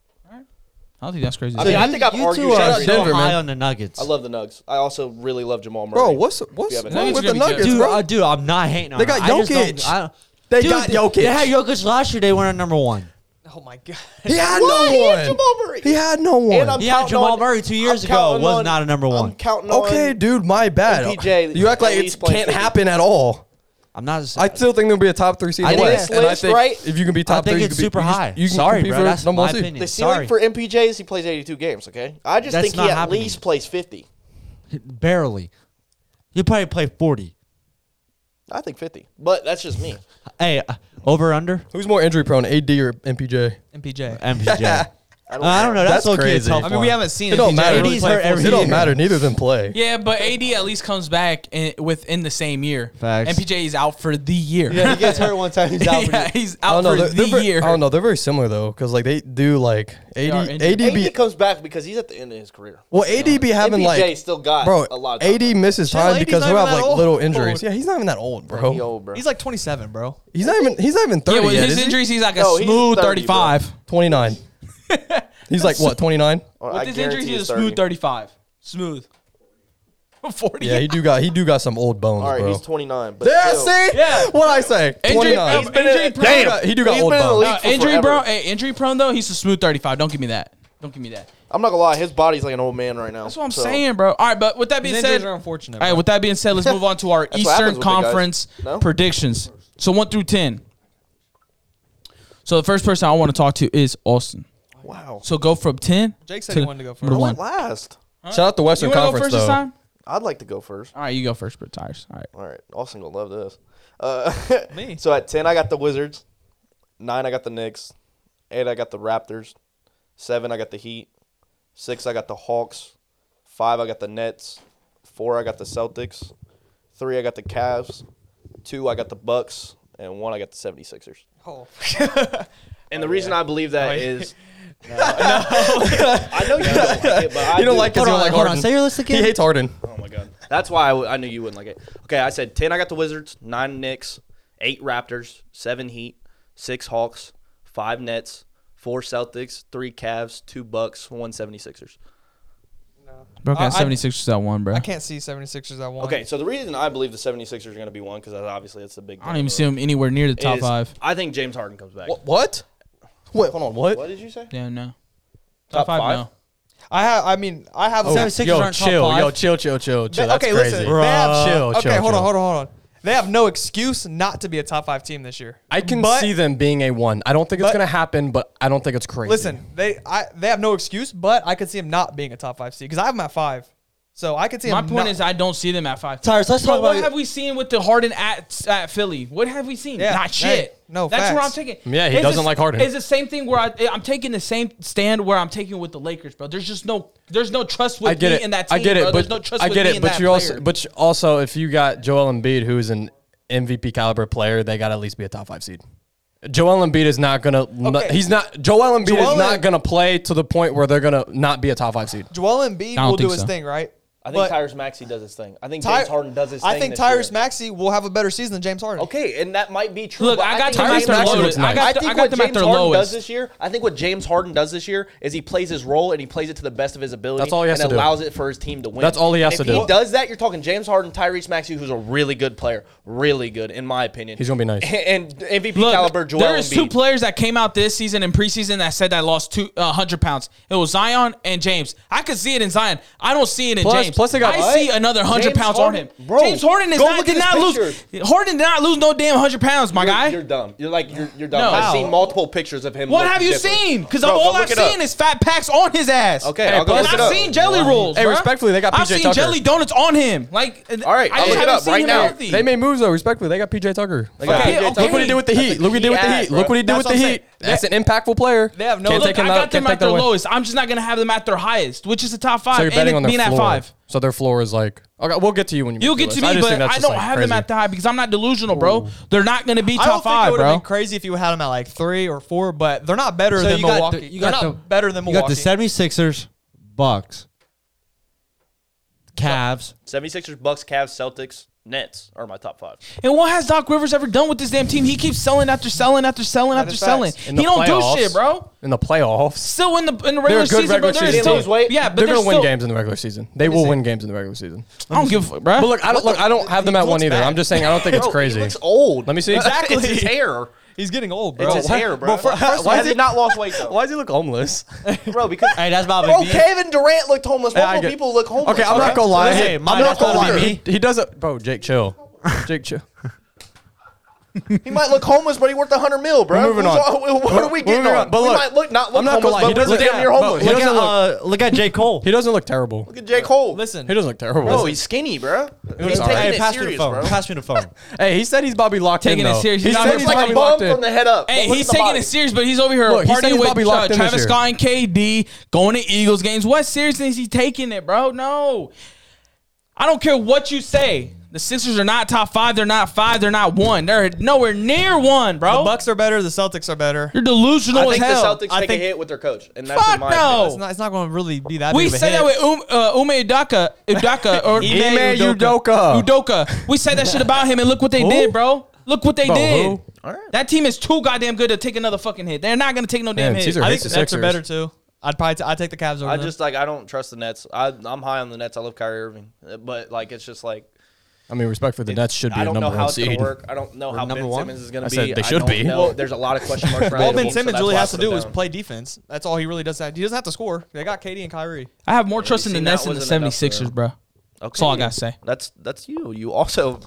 [SPEAKER 1] I don't think that's crazy.
[SPEAKER 4] I mean,
[SPEAKER 6] Dude,
[SPEAKER 4] I think I've
[SPEAKER 6] you
[SPEAKER 4] argued
[SPEAKER 6] two
[SPEAKER 4] that
[SPEAKER 6] are
[SPEAKER 4] every
[SPEAKER 6] so
[SPEAKER 4] day.
[SPEAKER 6] high on the Nuggets.
[SPEAKER 4] I love the Nugs. I also really love Jamal Murray.
[SPEAKER 3] Bro, what's
[SPEAKER 4] If you
[SPEAKER 3] what's
[SPEAKER 4] haven't
[SPEAKER 3] wrong
[SPEAKER 1] noticed.
[SPEAKER 3] with the
[SPEAKER 1] Nuggets
[SPEAKER 3] Nuggets,
[SPEAKER 6] Dude,
[SPEAKER 3] bro?
[SPEAKER 6] uh, dude, I'm not hating on
[SPEAKER 3] They
[SPEAKER 6] them.
[SPEAKER 3] got
[SPEAKER 6] I just
[SPEAKER 3] Jokic.
[SPEAKER 6] don't- I don't-
[SPEAKER 3] They
[SPEAKER 6] Dude,
[SPEAKER 3] got
[SPEAKER 6] they-
[SPEAKER 3] Jokic.
[SPEAKER 6] They had Jokic last year. They weren't number one.
[SPEAKER 5] Oh my god.
[SPEAKER 3] He had
[SPEAKER 4] What? He had
[SPEAKER 3] no one.
[SPEAKER 4] Jamal Murray.
[SPEAKER 3] He had no
[SPEAKER 4] And I'm
[SPEAKER 3] one.
[SPEAKER 6] He had
[SPEAKER 4] counting
[SPEAKER 6] Jamal
[SPEAKER 4] on-
[SPEAKER 6] Murray two years
[SPEAKER 4] I'm
[SPEAKER 6] ago,
[SPEAKER 4] counting
[SPEAKER 6] was
[SPEAKER 4] on-
[SPEAKER 6] not a number one.
[SPEAKER 4] I'm counting on.
[SPEAKER 3] Okay, dude, my bad.
[SPEAKER 4] MPJ
[SPEAKER 3] You act like
[SPEAKER 4] at
[SPEAKER 3] it
[SPEAKER 4] least played
[SPEAKER 3] can't
[SPEAKER 4] 50.
[SPEAKER 3] happen at all.
[SPEAKER 6] I'm not. Just,
[SPEAKER 3] I still think there'll be a top three seed
[SPEAKER 6] I
[SPEAKER 3] in the
[SPEAKER 6] think
[SPEAKER 3] West,
[SPEAKER 4] this
[SPEAKER 3] and I
[SPEAKER 4] list,
[SPEAKER 3] think
[SPEAKER 4] right?
[SPEAKER 3] if you can be
[SPEAKER 6] I
[SPEAKER 3] top
[SPEAKER 6] think
[SPEAKER 3] three, you
[SPEAKER 6] it's
[SPEAKER 3] can be-
[SPEAKER 6] super
[SPEAKER 3] you can-
[SPEAKER 6] high.
[SPEAKER 3] You can
[SPEAKER 6] Sorry,
[SPEAKER 3] compete
[SPEAKER 6] bro.
[SPEAKER 3] for
[SPEAKER 6] That's
[SPEAKER 3] number one
[SPEAKER 6] my
[SPEAKER 3] seed.
[SPEAKER 6] opinion.
[SPEAKER 4] The ceiling
[SPEAKER 6] Sorry.
[SPEAKER 4] for MPJ is he plays 82 games. Okay, I just
[SPEAKER 6] That's
[SPEAKER 4] think he
[SPEAKER 6] not
[SPEAKER 4] at
[SPEAKER 6] happening.
[SPEAKER 4] least plays 50.
[SPEAKER 6] barely. You probably play 40.
[SPEAKER 4] I think 50, but that's just me.
[SPEAKER 6] Hey, uh, over under
[SPEAKER 3] Who's more injury prone, AD or MPJ?
[SPEAKER 5] MPJ.
[SPEAKER 6] MPJ.
[SPEAKER 4] I
[SPEAKER 6] Uh, I don't know. That's,
[SPEAKER 3] That's
[SPEAKER 6] okay.
[SPEAKER 3] crazy.
[SPEAKER 6] Tough
[SPEAKER 5] I mean,
[SPEAKER 6] one.
[SPEAKER 5] we haven't seen
[SPEAKER 3] It don't
[SPEAKER 5] MPJ
[SPEAKER 3] matter.
[SPEAKER 5] really
[SPEAKER 6] AD's
[SPEAKER 5] play
[SPEAKER 6] hurt
[SPEAKER 5] full
[SPEAKER 6] every
[SPEAKER 3] It don't
[SPEAKER 6] year.
[SPEAKER 3] matter. Neither of them play.
[SPEAKER 1] Yeah, but AD at least comes back in, within the same year.
[SPEAKER 6] Facts.
[SPEAKER 1] MPJ is out for the year.
[SPEAKER 6] Yeah, he gets hurt one time. He's out.
[SPEAKER 1] Yeah,
[SPEAKER 6] yeah.
[SPEAKER 1] he's
[SPEAKER 3] I
[SPEAKER 1] out
[SPEAKER 3] don't know.
[SPEAKER 1] for
[SPEAKER 3] Oh, They're,
[SPEAKER 1] the
[SPEAKER 3] they're very,
[SPEAKER 1] year.
[SPEAKER 3] I don't know. They're very similar though, because like they do like AD.
[SPEAKER 1] are
[SPEAKER 3] AD,
[SPEAKER 1] injured.
[SPEAKER 3] be
[SPEAKER 4] AD comes back because he's at the end of his career.
[SPEAKER 3] well. AD be having
[SPEAKER 4] MPJ
[SPEAKER 3] like
[SPEAKER 4] still got
[SPEAKER 3] bro.
[SPEAKER 4] a lot of
[SPEAKER 3] AD
[SPEAKER 4] time.
[SPEAKER 3] misses
[SPEAKER 5] Shit,
[SPEAKER 3] time
[SPEAKER 5] AD's
[SPEAKER 3] because
[SPEAKER 5] not
[SPEAKER 3] he'll
[SPEAKER 5] even
[SPEAKER 3] have
[SPEAKER 5] that
[SPEAKER 3] like
[SPEAKER 5] old.
[SPEAKER 3] little injuries.
[SPEAKER 5] Old.
[SPEAKER 3] Yeah, he's not even that old, bro.
[SPEAKER 4] He old, bro.
[SPEAKER 5] He's like 27, bro.
[SPEAKER 3] He's not even. He's not even
[SPEAKER 1] yeah,
[SPEAKER 3] thirty
[SPEAKER 1] with
[SPEAKER 3] yet.
[SPEAKER 1] his
[SPEAKER 3] is
[SPEAKER 1] injuries, he's like a
[SPEAKER 4] No, he's
[SPEAKER 1] smooth
[SPEAKER 4] 30, bro.
[SPEAKER 1] 35.
[SPEAKER 3] Twenty nine. he's like what? Twenty nine.
[SPEAKER 4] Or I
[SPEAKER 1] With his
[SPEAKER 4] guarantee
[SPEAKER 1] injuries, he's a
[SPEAKER 4] 30.
[SPEAKER 1] smooth 35. Smooth. 40.
[SPEAKER 3] Yeah, he do got. He do got some old bones,
[SPEAKER 4] All right,
[SPEAKER 3] bro.
[SPEAKER 4] he's 29. But
[SPEAKER 3] yeah,
[SPEAKER 4] still,
[SPEAKER 3] see.
[SPEAKER 1] Yeah.
[SPEAKER 3] What I say? Twenty
[SPEAKER 1] Injury, he's
[SPEAKER 3] nine.
[SPEAKER 1] been injury prone.
[SPEAKER 3] He do got
[SPEAKER 4] He's
[SPEAKER 3] old
[SPEAKER 4] been in the
[SPEAKER 3] bones.
[SPEAKER 4] league
[SPEAKER 1] No,
[SPEAKER 4] for
[SPEAKER 1] injury
[SPEAKER 4] forever.
[SPEAKER 1] prone. Hey, injury prone though, he's a smooth 35. Don't give me that. Don't give me that.
[SPEAKER 4] I'm not gonna lie, his body's like an old man right now.
[SPEAKER 1] That's what I'm
[SPEAKER 4] so-
[SPEAKER 1] saying, bro. All right, but with that being
[SPEAKER 5] His
[SPEAKER 1] said,
[SPEAKER 5] injuries
[SPEAKER 1] all
[SPEAKER 5] are unfortunate.
[SPEAKER 1] right,
[SPEAKER 5] bro.
[SPEAKER 1] with that being said, let's move on to our
[SPEAKER 4] what happens
[SPEAKER 1] Eastern
[SPEAKER 4] with big guys.
[SPEAKER 1] Conference
[SPEAKER 4] No?
[SPEAKER 1] predictions. So one through ten. So the first person I want to talk to is Austin.
[SPEAKER 4] Wow.
[SPEAKER 1] So go from ten.
[SPEAKER 5] Jake said
[SPEAKER 1] to
[SPEAKER 5] he wanted to go
[SPEAKER 1] number
[SPEAKER 5] first.
[SPEAKER 4] I
[SPEAKER 1] one.
[SPEAKER 4] went last.
[SPEAKER 3] Shout out the Western
[SPEAKER 1] you wanna
[SPEAKER 3] Conference
[SPEAKER 1] go first
[SPEAKER 3] though.
[SPEAKER 1] this time?
[SPEAKER 4] I'd like to go first.
[SPEAKER 1] All right, you go first, but tires. All right.
[SPEAKER 4] All right. Austin gonna love this. Uh,
[SPEAKER 5] Me.
[SPEAKER 4] So at ten, I got the Wizards. Nine, I got the Knicks. Eight, I got the Raptors. Seven, I got the Heat. Six, I got the Hawks. Five, I got the Nets. Four, I got the Celtics. Three, I got the Cavs. Two, I got the Bucks. And one, I got the 76ers.
[SPEAKER 5] Oh,
[SPEAKER 4] And the reason I believe
[SPEAKER 5] Oh,
[SPEAKER 4] that
[SPEAKER 5] yeah.
[SPEAKER 4] is, I know you don't like it, but I
[SPEAKER 3] You don't
[SPEAKER 4] do.
[SPEAKER 3] like because you don't like Harden.
[SPEAKER 2] your list
[SPEAKER 3] He hates Harden.
[SPEAKER 4] Oh my god. That's why I, w- I knew you wouldn't like it. Okay, I said ten. I got the Wizards, nine Knicks, eight Raptors, seven Heat, six Hawks, five Nets, four Celtics, three Cavs, two Bucks, one 76ers.
[SPEAKER 5] no.
[SPEAKER 1] Bro,
[SPEAKER 5] I- I-
[SPEAKER 1] got 76 at one, bro.
[SPEAKER 5] I
[SPEAKER 1] I,
[SPEAKER 5] can't see 76ers at one.
[SPEAKER 4] Okay, so the reason I believe the 76ers are going to be one because obviously it's the big.
[SPEAKER 1] don't even see him anywhere near the top
[SPEAKER 4] is
[SPEAKER 1] five.
[SPEAKER 4] I think James Harden comes back.
[SPEAKER 3] Wh- What? Wait, hold on. What?
[SPEAKER 4] What did you say?
[SPEAKER 1] Damn, no.
[SPEAKER 4] Top five?
[SPEAKER 1] no.
[SPEAKER 5] I have. I mean, I have.
[SPEAKER 2] Oh. 76ers
[SPEAKER 3] yo,
[SPEAKER 2] aren't top
[SPEAKER 3] chill,
[SPEAKER 2] five.
[SPEAKER 3] yo, chill, chill, chill, chill. That's
[SPEAKER 5] okay,
[SPEAKER 3] crazy.
[SPEAKER 5] listen. They have,
[SPEAKER 3] Chill,
[SPEAKER 5] okay,
[SPEAKER 3] chill,
[SPEAKER 5] hold
[SPEAKER 3] chill.
[SPEAKER 5] on, hold on, hold on. They have no excuse not to be a top five team this year.
[SPEAKER 3] I can
[SPEAKER 5] But-
[SPEAKER 3] see them being a one. I don't think it's
[SPEAKER 5] but-
[SPEAKER 3] gonna happen, but I don't think it's crazy.
[SPEAKER 5] Listen, they I they have no excuse, but I could see him not being a top five seed because I have him at five. So I could see
[SPEAKER 1] My
[SPEAKER 5] him.
[SPEAKER 1] point
[SPEAKER 5] not-
[SPEAKER 1] is, I don't see them at five.
[SPEAKER 2] Tyrus, let's
[SPEAKER 1] Bro,
[SPEAKER 2] talk
[SPEAKER 1] what
[SPEAKER 2] about-
[SPEAKER 1] have we seen with the Harden at at Philly? What have we seen?
[SPEAKER 5] Yeah,
[SPEAKER 1] Not
[SPEAKER 5] right.
[SPEAKER 1] shit.
[SPEAKER 5] No,
[SPEAKER 1] that's where I'm
[SPEAKER 5] facts.
[SPEAKER 1] taking.
[SPEAKER 3] Yeah, he
[SPEAKER 1] It's
[SPEAKER 3] doesn't
[SPEAKER 1] the-
[SPEAKER 3] like Harden.
[SPEAKER 1] It's the same thing where I, I'm taking the same stand where I'm taking with the Lakers, bro. There's just no, there's no trust with
[SPEAKER 3] I get
[SPEAKER 1] me
[SPEAKER 3] it.
[SPEAKER 1] in that team.
[SPEAKER 3] I get it,
[SPEAKER 1] bro.
[SPEAKER 3] but
[SPEAKER 1] there's no trust
[SPEAKER 3] I
[SPEAKER 1] with
[SPEAKER 3] get
[SPEAKER 1] me
[SPEAKER 3] it.
[SPEAKER 1] in
[SPEAKER 3] But
[SPEAKER 1] that
[SPEAKER 3] you also,
[SPEAKER 1] player.
[SPEAKER 3] but you also, if you got Joel Embiid, who is an MVP caliber player, they got to at least be a top five seed. Joel Embiid is not gonna.
[SPEAKER 5] Okay.
[SPEAKER 3] He's not. Joel Embiid
[SPEAKER 5] Joel
[SPEAKER 3] is not
[SPEAKER 5] Em-
[SPEAKER 3] gonna play to the point where they're gonna not be a top five seed.
[SPEAKER 5] Joel Embiid
[SPEAKER 1] don't
[SPEAKER 5] will do
[SPEAKER 1] think
[SPEAKER 5] his
[SPEAKER 1] so.
[SPEAKER 5] thing, right?
[SPEAKER 4] I think
[SPEAKER 5] But
[SPEAKER 4] Tyrese Maxey does his thing. I think
[SPEAKER 5] Ty-
[SPEAKER 4] James Harden does his
[SPEAKER 5] I
[SPEAKER 4] thing.
[SPEAKER 5] think
[SPEAKER 4] this
[SPEAKER 5] Tyrese
[SPEAKER 4] year.
[SPEAKER 5] Maxey will have a better season than James Harden.
[SPEAKER 4] Okay, and that might be true.
[SPEAKER 1] Look,
[SPEAKER 4] but
[SPEAKER 1] I got
[SPEAKER 4] think
[SPEAKER 1] them
[SPEAKER 4] what
[SPEAKER 1] at
[SPEAKER 4] James
[SPEAKER 1] their
[SPEAKER 4] Harden-
[SPEAKER 1] lowest. I
[SPEAKER 4] I
[SPEAKER 1] got,
[SPEAKER 4] think
[SPEAKER 1] I
[SPEAKER 4] what
[SPEAKER 1] got them at
[SPEAKER 4] James
[SPEAKER 1] their
[SPEAKER 4] Harden
[SPEAKER 1] lowest.
[SPEAKER 4] does this year. I think what James Harden does this year is he plays his role and he plays it to the best of his ability.
[SPEAKER 3] That's all he has
[SPEAKER 4] and
[SPEAKER 3] to do.
[SPEAKER 4] allows it for his team to win.
[SPEAKER 3] That's all he has
[SPEAKER 4] if
[SPEAKER 3] to
[SPEAKER 4] If
[SPEAKER 3] do.
[SPEAKER 4] he does that, you're talking James Harden, Tyrese Maxey, who's a really good player, really good in my opinion.
[SPEAKER 3] He's gonna be nice.
[SPEAKER 4] And, and MVP
[SPEAKER 1] Look,
[SPEAKER 4] caliber Joel
[SPEAKER 1] there is
[SPEAKER 4] Embiid.
[SPEAKER 1] two players that came out this season in preseason that said that lost two uh, hundred pounds. It was Zion and James. I could see it in Zion. I don't see it in
[SPEAKER 3] Plus-
[SPEAKER 1] James.
[SPEAKER 3] plus they got-
[SPEAKER 1] I
[SPEAKER 3] What?
[SPEAKER 1] see another hundred
[SPEAKER 4] James
[SPEAKER 1] pounds on
[SPEAKER 4] Harden?
[SPEAKER 1] him.
[SPEAKER 4] Bro,
[SPEAKER 1] James Harden is
[SPEAKER 4] go
[SPEAKER 1] not,
[SPEAKER 4] look
[SPEAKER 1] did
[SPEAKER 4] at
[SPEAKER 1] not
[SPEAKER 4] his
[SPEAKER 1] lose. Harden did not lose no damn hundred pounds, my
[SPEAKER 4] You're,
[SPEAKER 1] guy.
[SPEAKER 4] you're dumb. You're like you're, you're dumb.
[SPEAKER 1] No.
[SPEAKER 4] I've
[SPEAKER 1] Wow.
[SPEAKER 4] seen multiple pictures of him.
[SPEAKER 1] what
[SPEAKER 4] look
[SPEAKER 1] have you
[SPEAKER 4] different.
[SPEAKER 1] seen? Because
[SPEAKER 4] Bro,
[SPEAKER 1] all
[SPEAKER 4] go
[SPEAKER 1] I've
[SPEAKER 4] look it up.
[SPEAKER 1] seen is fat packs on his ass.
[SPEAKER 4] Okay, I'll
[SPEAKER 1] and
[SPEAKER 4] go look it
[SPEAKER 1] I've
[SPEAKER 4] up.
[SPEAKER 1] seen jelly rolls.
[SPEAKER 3] Hey,
[SPEAKER 1] bruh.
[SPEAKER 3] respectfully, they got
[SPEAKER 1] I've
[SPEAKER 3] PJ
[SPEAKER 1] seen
[SPEAKER 3] Tucker.
[SPEAKER 1] jelly donuts on him. Like,
[SPEAKER 4] All right,
[SPEAKER 1] I
[SPEAKER 4] I'll
[SPEAKER 1] just
[SPEAKER 4] look it
[SPEAKER 1] haven't
[SPEAKER 4] up
[SPEAKER 1] seen
[SPEAKER 4] right
[SPEAKER 1] him
[SPEAKER 4] now.
[SPEAKER 1] healthy.
[SPEAKER 3] They made moves though. Respectfully, they got PJ Tucker.
[SPEAKER 4] They got
[SPEAKER 1] Okay,
[SPEAKER 4] PJ
[SPEAKER 1] okay.
[SPEAKER 4] Tucker.
[SPEAKER 3] Look what he did with the
[SPEAKER 4] That's a
[SPEAKER 3] Heat. Look what he
[SPEAKER 4] key
[SPEAKER 3] did with the
[SPEAKER 4] ass,
[SPEAKER 3] Heat.
[SPEAKER 4] bro.
[SPEAKER 3] Look what he did
[SPEAKER 5] That's
[SPEAKER 3] with
[SPEAKER 5] what
[SPEAKER 3] the
[SPEAKER 5] I'm
[SPEAKER 3] Heat.
[SPEAKER 5] saying.
[SPEAKER 3] That's an impactful player.
[SPEAKER 5] They have no-
[SPEAKER 3] Can't
[SPEAKER 5] Look,
[SPEAKER 3] take him
[SPEAKER 1] I
[SPEAKER 3] out.
[SPEAKER 1] got them
[SPEAKER 3] Can't
[SPEAKER 1] at
[SPEAKER 3] take
[SPEAKER 1] their
[SPEAKER 3] that away.
[SPEAKER 1] lowest. I'm just not gonna have them at their highest, which is the top five.
[SPEAKER 3] So you're
[SPEAKER 1] and
[SPEAKER 3] betting
[SPEAKER 1] it
[SPEAKER 3] on their
[SPEAKER 1] being at
[SPEAKER 3] floor.
[SPEAKER 1] five.
[SPEAKER 3] So their floor is like okay. We'll get to you when you.
[SPEAKER 1] You'll
[SPEAKER 3] make
[SPEAKER 1] get
[SPEAKER 3] the
[SPEAKER 1] to
[SPEAKER 3] list.
[SPEAKER 1] me, but
[SPEAKER 3] just think that's
[SPEAKER 1] I
[SPEAKER 3] just,
[SPEAKER 1] don't
[SPEAKER 3] like,
[SPEAKER 1] have
[SPEAKER 3] crazy.
[SPEAKER 1] them at the high because I'm not delusional, bro. They're not going to be
[SPEAKER 5] I don't
[SPEAKER 1] top
[SPEAKER 5] think it
[SPEAKER 1] five,
[SPEAKER 5] would have
[SPEAKER 1] bro.
[SPEAKER 5] been crazy if you had him at like three or four, but they're not better
[SPEAKER 2] So
[SPEAKER 5] than
[SPEAKER 2] you got
[SPEAKER 5] Milwaukee.
[SPEAKER 2] the, you
[SPEAKER 5] they're
[SPEAKER 2] got
[SPEAKER 5] not
[SPEAKER 2] the-
[SPEAKER 5] better than
[SPEAKER 2] You got
[SPEAKER 5] Milwaukee.
[SPEAKER 2] the 76ers, Bucks, Cavs.
[SPEAKER 4] 76ers, Bucks, Cavs, Celtics, Nets are my top five.
[SPEAKER 1] And what has Doc Rivers ever done with this damn team? He keeps selling after selling after selling
[SPEAKER 5] That
[SPEAKER 1] after
[SPEAKER 5] is
[SPEAKER 1] selling.
[SPEAKER 5] facts.
[SPEAKER 1] He
[SPEAKER 3] In the
[SPEAKER 1] don't
[SPEAKER 3] playoffs-
[SPEAKER 1] do shit, bro.
[SPEAKER 3] In the playoffs,
[SPEAKER 1] Still in the in the regular
[SPEAKER 3] good
[SPEAKER 1] season,
[SPEAKER 3] regular
[SPEAKER 1] bro. They're
[SPEAKER 3] season
[SPEAKER 1] still,
[SPEAKER 4] team. Wait,
[SPEAKER 1] yeah, but
[SPEAKER 3] they're, gonna
[SPEAKER 1] still,
[SPEAKER 3] win games in the regular season. They will win games in the regular season.
[SPEAKER 1] I don't give a fuck, bro.
[SPEAKER 3] But look, I don't look. I don't have them at one
[SPEAKER 5] looks
[SPEAKER 3] either.
[SPEAKER 5] bad.
[SPEAKER 3] I'm just saying I don't think it's crazy.
[SPEAKER 4] He looks old.
[SPEAKER 3] Let me see.
[SPEAKER 4] Exactly. it's his hair.
[SPEAKER 5] He's getting old, bro.
[SPEAKER 4] It's his hair, bro.
[SPEAKER 5] But fir- first of all,
[SPEAKER 4] Why has he not lost weight though?
[SPEAKER 3] Why does he look homeless?
[SPEAKER 4] bro, because
[SPEAKER 2] Hey, that's about
[SPEAKER 4] bro,
[SPEAKER 2] me.
[SPEAKER 4] Kevin Durant looked homeless.
[SPEAKER 3] I
[SPEAKER 4] Multiple
[SPEAKER 3] get-
[SPEAKER 4] people look homeless.
[SPEAKER 3] Okay, I'm not gonna lie.
[SPEAKER 2] Hey,
[SPEAKER 3] Hey,
[SPEAKER 2] my
[SPEAKER 3] I'm not
[SPEAKER 2] dad's
[SPEAKER 3] gonna
[SPEAKER 2] gotta
[SPEAKER 3] lie.
[SPEAKER 2] be
[SPEAKER 3] He, he doesn't, bro. Jake, chill. Jake, chill.
[SPEAKER 4] He might look homeless, but he worth a hundred mil, bro.
[SPEAKER 3] We're moving
[SPEAKER 4] Who's
[SPEAKER 3] on.
[SPEAKER 4] all- What are we
[SPEAKER 3] We're
[SPEAKER 4] getting
[SPEAKER 3] moving
[SPEAKER 4] on?
[SPEAKER 3] on. But
[SPEAKER 4] we
[SPEAKER 3] look,
[SPEAKER 4] might look not look
[SPEAKER 3] I'm not gonna
[SPEAKER 4] homeless,
[SPEAKER 3] lie. He
[SPEAKER 4] but we're
[SPEAKER 3] doesn't-
[SPEAKER 4] damn near
[SPEAKER 3] yeah,
[SPEAKER 4] homeless.
[SPEAKER 3] but
[SPEAKER 4] Look
[SPEAKER 2] Look
[SPEAKER 3] He
[SPEAKER 2] at
[SPEAKER 3] doesn't
[SPEAKER 2] uh, look at J Cole.
[SPEAKER 3] He doesn't look terrible.
[SPEAKER 4] at J Cole.
[SPEAKER 5] listen,
[SPEAKER 3] He doesn't look terrible.
[SPEAKER 4] bro, he's skinny, bro. He's
[SPEAKER 3] alright.
[SPEAKER 4] taking
[SPEAKER 2] Hey,
[SPEAKER 4] it
[SPEAKER 2] pass me the
[SPEAKER 4] serious,
[SPEAKER 2] phone.
[SPEAKER 4] bro.
[SPEAKER 2] Pass me the phone.
[SPEAKER 3] hey, he said he's Bobby locked
[SPEAKER 1] Taking
[SPEAKER 3] in.
[SPEAKER 1] it
[SPEAKER 3] though.
[SPEAKER 1] serious.
[SPEAKER 3] He
[SPEAKER 1] He's
[SPEAKER 3] said
[SPEAKER 1] not-
[SPEAKER 3] he's
[SPEAKER 4] It's
[SPEAKER 1] He's
[SPEAKER 4] like
[SPEAKER 3] Bobby
[SPEAKER 4] a
[SPEAKER 3] locked
[SPEAKER 4] bum
[SPEAKER 3] in.
[SPEAKER 4] from the head up.
[SPEAKER 1] Hey,
[SPEAKER 4] Look at
[SPEAKER 1] he's
[SPEAKER 4] the
[SPEAKER 1] taking
[SPEAKER 4] body.
[SPEAKER 1] it serious, but he's over here
[SPEAKER 3] Look, he said
[SPEAKER 1] partying
[SPEAKER 3] he's
[SPEAKER 1] with
[SPEAKER 3] Bobby locked
[SPEAKER 1] uh,
[SPEAKER 3] in this
[SPEAKER 1] Travis
[SPEAKER 3] year.
[SPEAKER 1] Scott and KD, going to Eagles games. What seriousness is he taking it, bro? No. I don't care what you say. The Sixers are not top five. They're not five. They're not one. They're nowhere near one, bro.
[SPEAKER 5] the Bucks are better. The Celtics are better.
[SPEAKER 1] You're delusional
[SPEAKER 4] I
[SPEAKER 1] as
[SPEAKER 4] think the
[SPEAKER 1] hell.
[SPEAKER 4] Celtics
[SPEAKER 5] I
[SPEAKER 4] take a
[SPEAKER 5] think-
[SPEAKER 4] hit with their coach, and that's
[SPEAKER 1] Fuck
[SPEAKER 4] in my opinion.
[SPEAKER 1] no.
[SPEAKER 5] It's not, it's not going to really be that.
[SPEAKER 1] we
[SPEAKER 5] big of a
[SPEAKER 1] said
[SPEAKER 5] hit.
[SPEAKER 1] that with um, uh, Ume Udaka, Udaka or
[SPEAKER 3] Ime Udoka.
[SPEAKER 1] Udoka. We said that shit about him, and look what they did, bro. Look what they
[SPEAKER 3] Bro,
[SPEAKER 1] did.
[SPEAKER 3] who?
[SPEAKER 1] That team is too goddamn good to take another fucking hit. They're not gonna take no damn
[SPEAKER 3] Man,
[SPEAKER 1] hit.
[SPEAKER 3] Caesar
[SPEAKER 5] I
[SPEAKER 3] hates
[SPEAKER 5] think
[SPEAKER 3] the
[SPEAKER 5] the Nets are
[SPEAKER 3] Sixers.
[SPEAKER 5] better too. I'd probably t- I'd take the Cavs over.
[SPEAKER 4] I
[SPEAKER 5] them.
[SPEAKER 4] just like I don't trust the Nets. I, I'm high on the Nets. I love Kyrie Irving, Uh, but like it's just like
[SPEAKER 3] I mean, respect for the Nets should be
[SPEAKER 4] I
[SPEAKER 3] a
[SPEAKER 4] don't
[SPEAKER 3] number
[SPEAKER 4] know how
[SPEAKER 3] one
[SPEAKER 4] it's gonna
[SPEAKER 3] seed.
[SPEAKER 4] work. I don't know how Ben
[SPEAKER 2] number one?
[SPEAKER 4] Simmons is gonna
[SPEAKER 3] I
[SPEAKER 4] be.
[SPEAKER 3] said they should
[SPEAKER 4] don't
[SPEAKER 3] be.
[SPEAKER 4] know.
[SPEAKER 3] Well-
[SPEAKER 4] there's a lot of question marks.
[SPEAKER 5] All
[SPEAKER 4] around
[SPEAKER 5] Ben
[SPEAKER 4] him, so
[SPEAKER 5] Simmons
[SPEAKER 4] that's
[SPEAKER 5] really
[SPEAKER 4] why I
[SPEAKER 5] has to
[SPEAKER 4] put
[SPEAKER 5] do
[SPEAKER 4] him
[SPEAKER 5] is
[SPEAKER 4] down.
[SPEAKER 5] play defense. That's all he really does. That he doesn't have to score. They got KD and Kyrie.
[SPEAKER 1] I have more trust in
[SPEAKER 4] see,
[SPEAKER 1] the
[SPEAKER 4] that
[SPEAKER 1] Nets than the
[SPEAKER 4] wasn't enough for
[SPEAKER 1] 76ers, bro.
[SPEAKER 4] Okay.
[SPEAKER 1] That's all I gotta say.
[SPEAKER 4] That's that's you. You also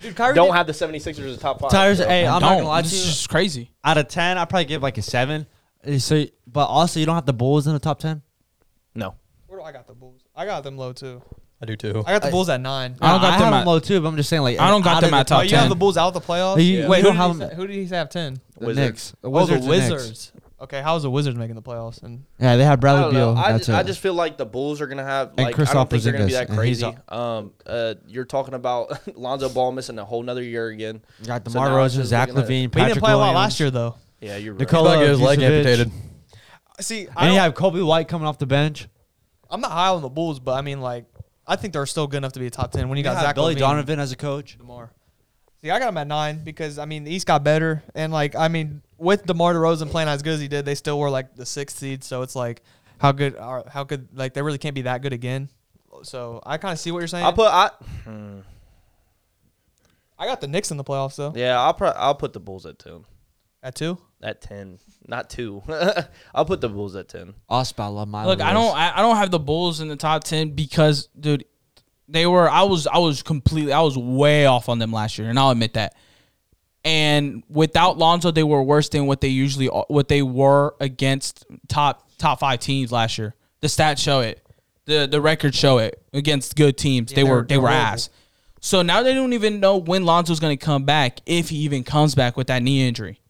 [SPEAKER 5] Dude, Kyrie
[SPEAKER 4] don't
[SPEAKER 5] did-
[SPEAKER 4] have the 76ers as a top five.
[SPEAKER 6] Tires,
[SPEAKER 4] bro.
[SPEAKER 6] hey,
[SPEAKER 1] I
[SPEAKER 6] I'm not
[SPEAKER 1] don't.
[SPEAKER 6] gonna lie to
[SPEAKER 1] This
[SPEAKER 6] you.
[SPEAKER 1] is just crazy.
[SPEAKER 6] Out of ten, I probably give like a seven. Uh, So, but also you don't have the Bulls in the top ten.
[SPEAKER 4] No.
[SPEAKER 5] Where do I got the Bulls? I got them low too.
[SPEAKER 3] I do too.
[SPEAKER 5] I got the Bulls at nine.
[SPEAKER 1] I don't got
[SPEAKER 6] Uh, I
[SPEAKER 1] them
[SPEAKER 6] have
[SPEAKER 1] at-
[SPEAKER 6] low too, but I'm just saying like
[SPEAKER 1] I don't got
[SPEAKER 6] out
[SPEAKER 1] them
[SPEAKER 6] of
[SPEAKER 1] at
[SPEAKER 6] the
[SPEAKER 1] top
[SPEAKER 5] Oh, you have
[SPEAKER 1] 10.
[SPEAKER 5] the Bulls out the playoffs.
[SPEAKER 6] Hey, you- wait,
[SPEAKER 5] who,
[SPEAKER 6] don't
[SPEAKER 5] did
[SPEAKER 6] have
[SPEAKER 5] he
[SPEAKER 6] them-
[SPEAKER 5] sa- who did he say have ten?
[SPEAKER 6] the
[SPEAKER 4] Wizards.
[SPEAKER 6] Knicks. The
[SPEAKER 5] oh,
[SPEAKER 6] Wizards
[SPEAKER 5] the
[SPEAKER 6] and Knicks.
[SPEAKER 5] Wizards. Okay, how's the Wizards making the playoffs? And
[SPEAKER 6] Yeah, they have
[SPEAKER 4] I
[SPEAKER 6] Bradley
[SPEAKER 4] don't know.
[SPEAKER 6] Beal.
[SPEAKER 4] I
[SPEAKER 6] That's
[SPEAKER 4] just, I
[SPEAKER 6] it.
[SPEAKER 4] just feel like the Bulls are gonna have
[SPEAKER 6] And
[SPEAKER 4] like I don't think
[SPEAKER 6] Kristaps
[SPEAKER 4] they're gonna be
[SPEAKER 6] Porzingis,
[SPEAKER 4] that
[SPEAKER 6] and he's
[SPEAKER 4] crazy. Um, uh, you're talking about Lonzo Ball missing a whole nother year again.
[SPEAKER 6] You got
[SPEAKER 4] So
[SPEAKER 6] DeMar
[SPEAKER 4] now it's
[SPEAKER 6] Rosen,
[SPEAKER 4] just
[SPEAKER 6] Zach
[SPEAKER 4] looking at-
[SPEAKER 6] Levine,
[SPEAKER 5] but he
[SPEAKER 6] Patrick
[SPEAKER 5] didn't play
[SPEAKER 6] Williams.
[SPEAKER 5] a lot last year though.
[SPEAKER 4] Yeah, you're right.
[SPEAKER 6] Nikola
[SPEAKER 3] He's about to get his leg
[SPEAKER 6] Vucevic.
[SPEAKER 3] amputated.
[SPEAKER 5] See, I
[SPEAKER 6] And
[SPEAKER 5] don't,
[SPEAKER 6] you have Kobe White coming off the bench.
[SPEAKER 5] I'm not high on the Bulls, but I mean like I think they're still good enough to be a top ten. When you,
[SPEAKER 6] You
[SPEAKER 5] got
[SPEAKER 6] have
[SPEAKER 5] Zach
[SPEAKER 6] Billy
[SPEAKER 5] Levine,
[SPEAKER 6] Donovan as a coach.
[SPEAKER 5] Demar. See, I got him at nine because I mean the East got better, and like I mean with Demar Derozan playing as good as he did, they still were like the sixth seed. So it's like how good are how good like they really can't be that good again. So I kind of see what you're saying.
[SPEAKER 4] I'll put I
[SPEAKER 5] I got the Knicks in the playoffs though
[SPEAKER 4] yeah I'll pro- I'll put the Bulls at ten
[SPEAKER 5] at two.
[SPEAKER 4] at ten not two I'll put the Bulls at ten.
[SPEAKER 6] Osbow, love my
[SPEAKER 1] Look, I don't I, I don't have the Bulls in the top ten because dude, they were I was I was completely I was way off on them last year, and I'll admit that. And without Lonzo, they were worse than what they usually are- what they were against top top five teams last year. The stats show it. The the records show it against good teams. they
[SPEAKER 5] they
[SPEAKER 1] were
[SPEAKER 5] were-
[SPEAKER 1] they
[SPEAKER 5] they
[SPEAKER 1] were
[SPEAKER 5] were horrible.
[SPEAKER 1] ass. So now they don't even know when Lonzo's going to come back, if he even comes back with that knee injury.